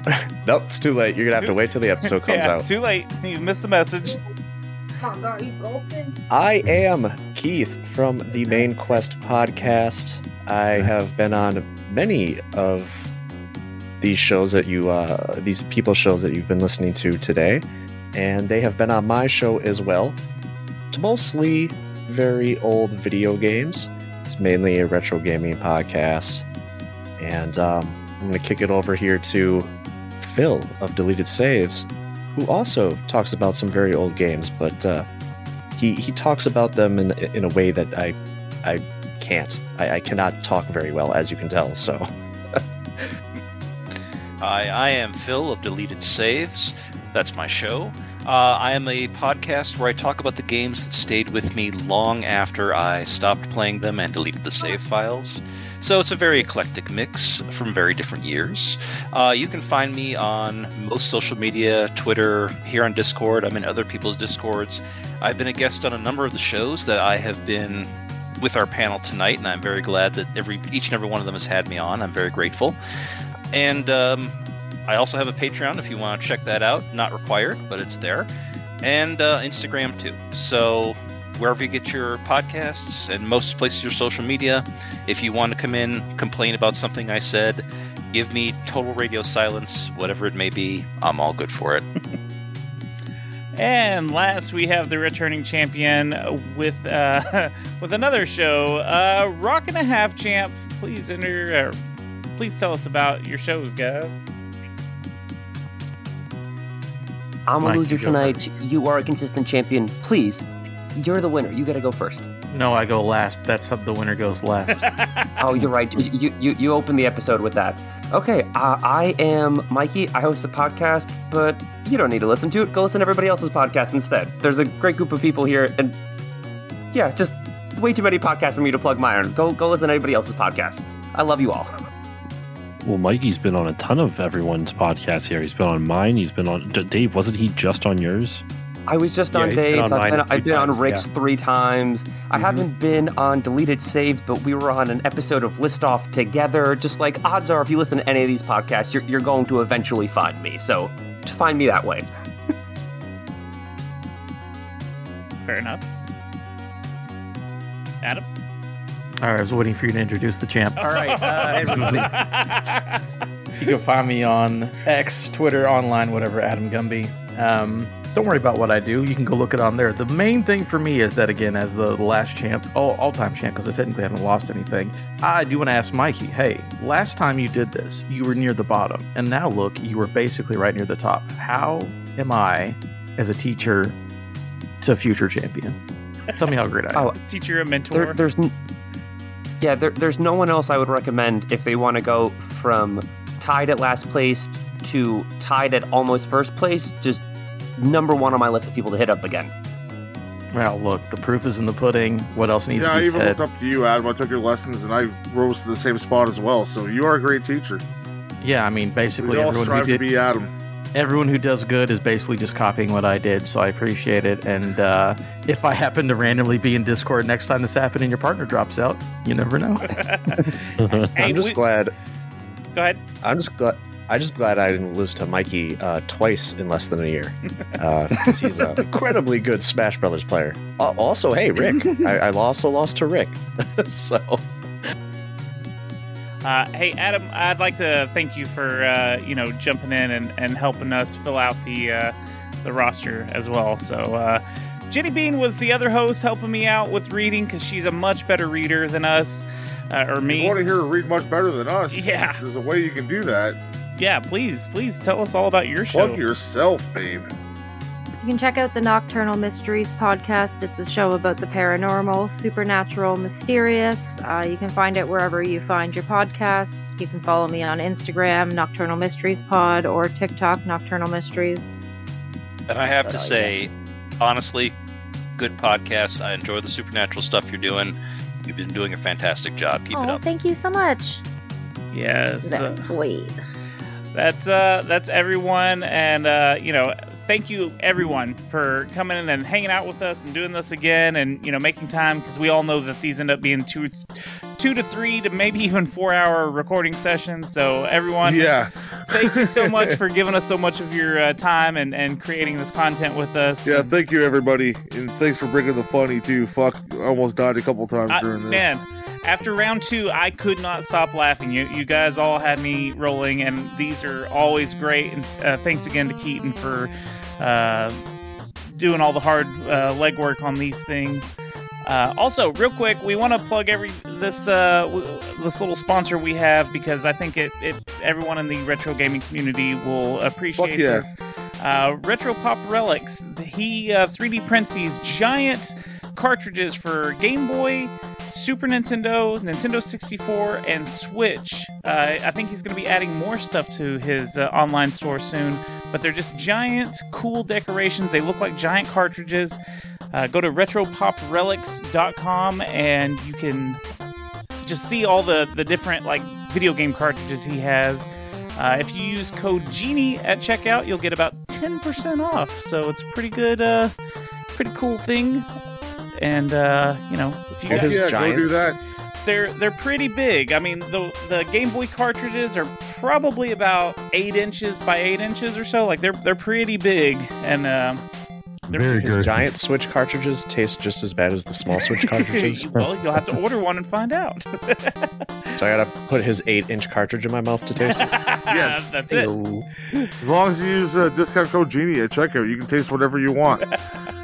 Speaker 11: nope, it's too late. You're gonna have to wait till the episode comes
Speaker 1: yeah,
Speaker 11: out.
Speaker 1: Too late. You missed the message.
Speaker 11: I am Keith from the Main Quest podcast. I have been on many of these shows that you, uh, these people shows that you've been listening to today, and they have been on my show as well. It's mostly very old video games. It's mainly a retro gaming podcast, and um, I'm going to kick it over here to Phil of Deleted Saves, who also talks about some very old games, but. Uh, he he talks about them in in a way that I I can't. I, I cannot talk very well, as you can tell. So
Speaker 13: Hi, I am Phil of Deleted Saves. That's my show. Uh, I am a podcast where I talk about the games that stayed with me long after I stopped playing them and deleted the save files. So it's a very eclectic mix from very different years. Uh, you can find me on most social media Twitter, here on Discord. I'm in other people's Discords. I've been a guest on a number of the shows that I have been with our panel tonight, and I'm very glad that every each and every one of them has had me on. I'm very grateful. And um, I also have a Patreon if you want to check that out. Not required, but it's there. And uh, Instagram too. So wherever you get your podcasts and most places your social media, if you want to come in, complain about something I said, give me total radio silence, whatever it may be, I'm all good for it.
Speaker 1: And last, we have the returning champion with uh, with another show, uh, Rock and a Half Champ. Please enter. Uh, please tell us about your shows, guys.
Speaker 14: I'm
Speaker 1: Mike,
Speaker 14: a loser
Speaker 1: you go
Speaker 14: tonight. You are a consistent champion. Please, you're the winner. You got to go first.
Speaker 15: No, I go last. That's how the winner goes last.
Speaker 14: oh, you're right. You you you open the episode with that. Okay, uh, I am Mikey. I host a podcast, but you don't need to listen to it. Go listen to everybody else's podcast instead. There's a great group of people here, and yeah, just way too many podcasts for me to plug my own. Go go listen to anybody else's podcast. I love you all.
Speaker 8: Well, Mikey's been on a ton of everyone's podcasts here. He's been on mine. He's been on D- Dave. Wasn't he just on yours?
Speaker 14: I was just
Speaker 8: Yeah,
Speaker 14: on
Speaker 8: he's been on
Speaker 14: Dave's. I've
Speaker 8: mine
Speaker 14: been,
Speaker 8: a few
Speaker 14: I've been on
Speaker 8: times,
Speaker 14: Rick's
Speaker 8: yeah. Mm-hmm.
Speaker 14: three times. I haven't been on Deleted Saves, but we were on an episode of List Off together. Just like odds are, if you listen to any of these podcasts, you're, you're going to eventually find me. So to find me that way.
Speaker 1: Fair enough. Adam.
Speaker 15: All right, I was waiting for you to introduce the champ.
Speaker 1: All right. uh,
Speaker 15: You can find me on X, Twitter, online, whatever, Adam Gumby. Um, don't worry about what I do. You can go look it on there. The main thing for me is that, again, as the last champ, oh, all time champ, because I technically haven't lost anything, I do want to ask Mikey hey, last time you did this, you were near the bottom. And now look, you were basically right near the top. How am I, as a teacher, to future champion? Tell me how great I am.
Speaker 1: Teacher and mentor.
Speaker 14: Oh. There, there's n- yeah, there, there's no one else I would recommend if they want to go from tied at last place to tied at almost first place. Just number one on my list of people to hit up again.
Speaker 15: Well, look, the proof is in the pudding. What else needs
Speaker 2: yeah,
Speaker 15: to
Speaker 2: I
Speaker 15: be
Speaker 2: even
Speaker 15: said?
Speaker 2: looked up to you, Adam. I took your lessons, and I rose to the same spot as well. So you are a great teacher.
Speaker 15: Yeah, I mean, basically,
Speaker 2: We all
Speaker 15: everyone
Speaker 2: strive
Speaker 15: who
Speaker 2: to
Speaker 15: did,
Speaker 2: be Adam.
Speaker 15: Everyone who does good is basically just copying what I did, so I appreciate it. And uh, if I happen to randomly be in Discord next time this happened and your partner drops out, you never know.
Speaker 11: I'm just glad.
Speaker 1: Go ahead.
Speaker 11: I'm just glad. I just glad I didn't lose to Mikey uh, twice in less than a year, because he's an incredibly good Smash Brothers player. Al- Also, hey Rick, I, I also lost to Rick, so
Speaker 1: Uh, hey, Adam, I'd like to thank you for uh, you know jumping in and, and helping us fill out the uh, the roster as well. So uh, Jenny Bean was the other host helping me out with reading because she's a much better reader than us uh, or me.
Speaker 2: You want to hear her read much better than us?
Speaker 1: Yeah.
Speaker 2: There's a way you can do that.
Speaker 1: Yeah, please, please tell us all about your show.
Speaker 2: Plug yourself, babe.
Speaker 3: You can check out the Nocturnal Mysteries podcast. It's a show about the paranormal, supernatural, mysterious. Uh, you can find it wherever you find your podcasts. You can follow me on Instagram, Nocturnal Mysteries Pod, or TikTok, Nocturnal Mysteries.
Speaker 13: And I have to say, honestly, good podcast. I enjoy the supernatural stuff you're doing. You've been doing a fantastic job. Keep it
Speaker 3: Oh,
Speaker 13: up.
Speaker 3: thank you so much.
Speaker 1: Yes.
Speaker 3: That's sweet.
Speaker 1: That's uh, that's everyone, and uh, you know, thank you everyone for coming in and hanging out with us and doing this again, and you know, making time because we all know that these end up being two, two to three to maybe even four hour recording sessions. So everyone,
Speaker 2: Yeah.
Speaker 1: thank you so much for giving us so much of your uh, time and and creating this content with us.
Speaker 2: Yeah, thank you everybody, and thanks for bringing the funny too. Fuck, I almost died a couple times
Speaker 1: I-
Speaker 2: during this.
Speaker 1: Man, after round two, I could not stop laughing. You, you guys all had me rolling, and these are always great. And uh, thanks again to Keaton for uh, doing all the hard uh, legwork on these things. Uh, also, real quick, we want to plug every this uh, w- this little sponsor we have because I think it, it everyone in the retro gaming community will appreciate
Speaker 2: yeah.
Speaker 1: this. Uh, retro Pop Relics. He uh, 3D prints these giant cartridges for Game Boy, Super Nintendo, Nintendo 64, and Switch. Uh, I think he's going to be adding more stuff to his uh, online store soon, but they're just giant, cool decorations. They look like giant cartridges. Uh, go to retropoprelics.com and you can just see all the the different like video game cartridges he has. Uh, if you use code Genie at checkout, you'll get about ten percent off. So it's a pretty good, uh, pretty cool thing. And uh, you know, if you
Speaker 2: Fuck
Speaker 1: guys
Speaker 2: yeah, go do that.
Speaker 1: they're they're pretty big. I mean, the the Game Boy cartridges are probably about eight inches by eight inches or so. Like they're they're pretty big, and uh,
Speaker 11: Very good. Giant Switch cartridges taste just as bad as the small Switch cartridges.
Speaker 1: well, you'll have to order one and find out.
Speaker 11: so I gotta put his eight-inch cartridge in my mouth to taste it.
Speaker 1: yes, that's it.
Speaker 2: As long as you use uh, discount code Genie at checkout, you can taste whatever you want. if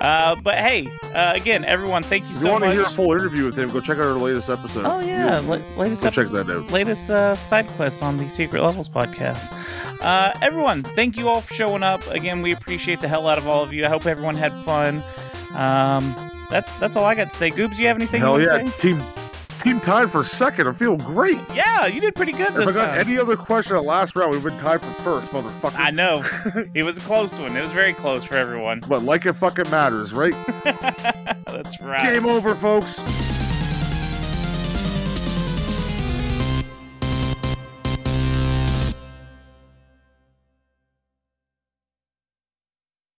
Speaker 1: Uh, but hey, uh, again, everyone, thank you
Speaker 2: you
Speaker 1: so
Speaker 2: want to
Speaker 1: much.
Speaker 2: hear a full interview with him, go check out our latest episode.
Speaker 1: Oh yeah, la- latest
Speaker 2: go
Speaker 1: episode,
Speaker 2: check that out.
Speaker 1: latest uh, side quest on the Secret Levels podcast. Uh, everyone, thank you all for showing up. Again, we appreciate the hell out of all of you. I hope everyone had fun. Um, that's that's all I got to say. Goobs, you have anything
Speaker 2: Hell
Speaker 1: you
Speaker 2: yeah,
Speaker 1: want to say?
Speaker 2: team team tied for second. I feel great.
Speaker 1: Yeah, you did pretty good
Speaker 2: If
Speaker 1: this
Speaker 2: I got
Speaker 1: time.
Speaker 2: any other question at last round, we've been tied for first, motherfucker.
Speaker 1: I know. it was a close one. It was very close for everyone.
Speaker 2: But like it fucking matters, right?
Speaker 1: That's right.
Speaker 2: Game over, folks.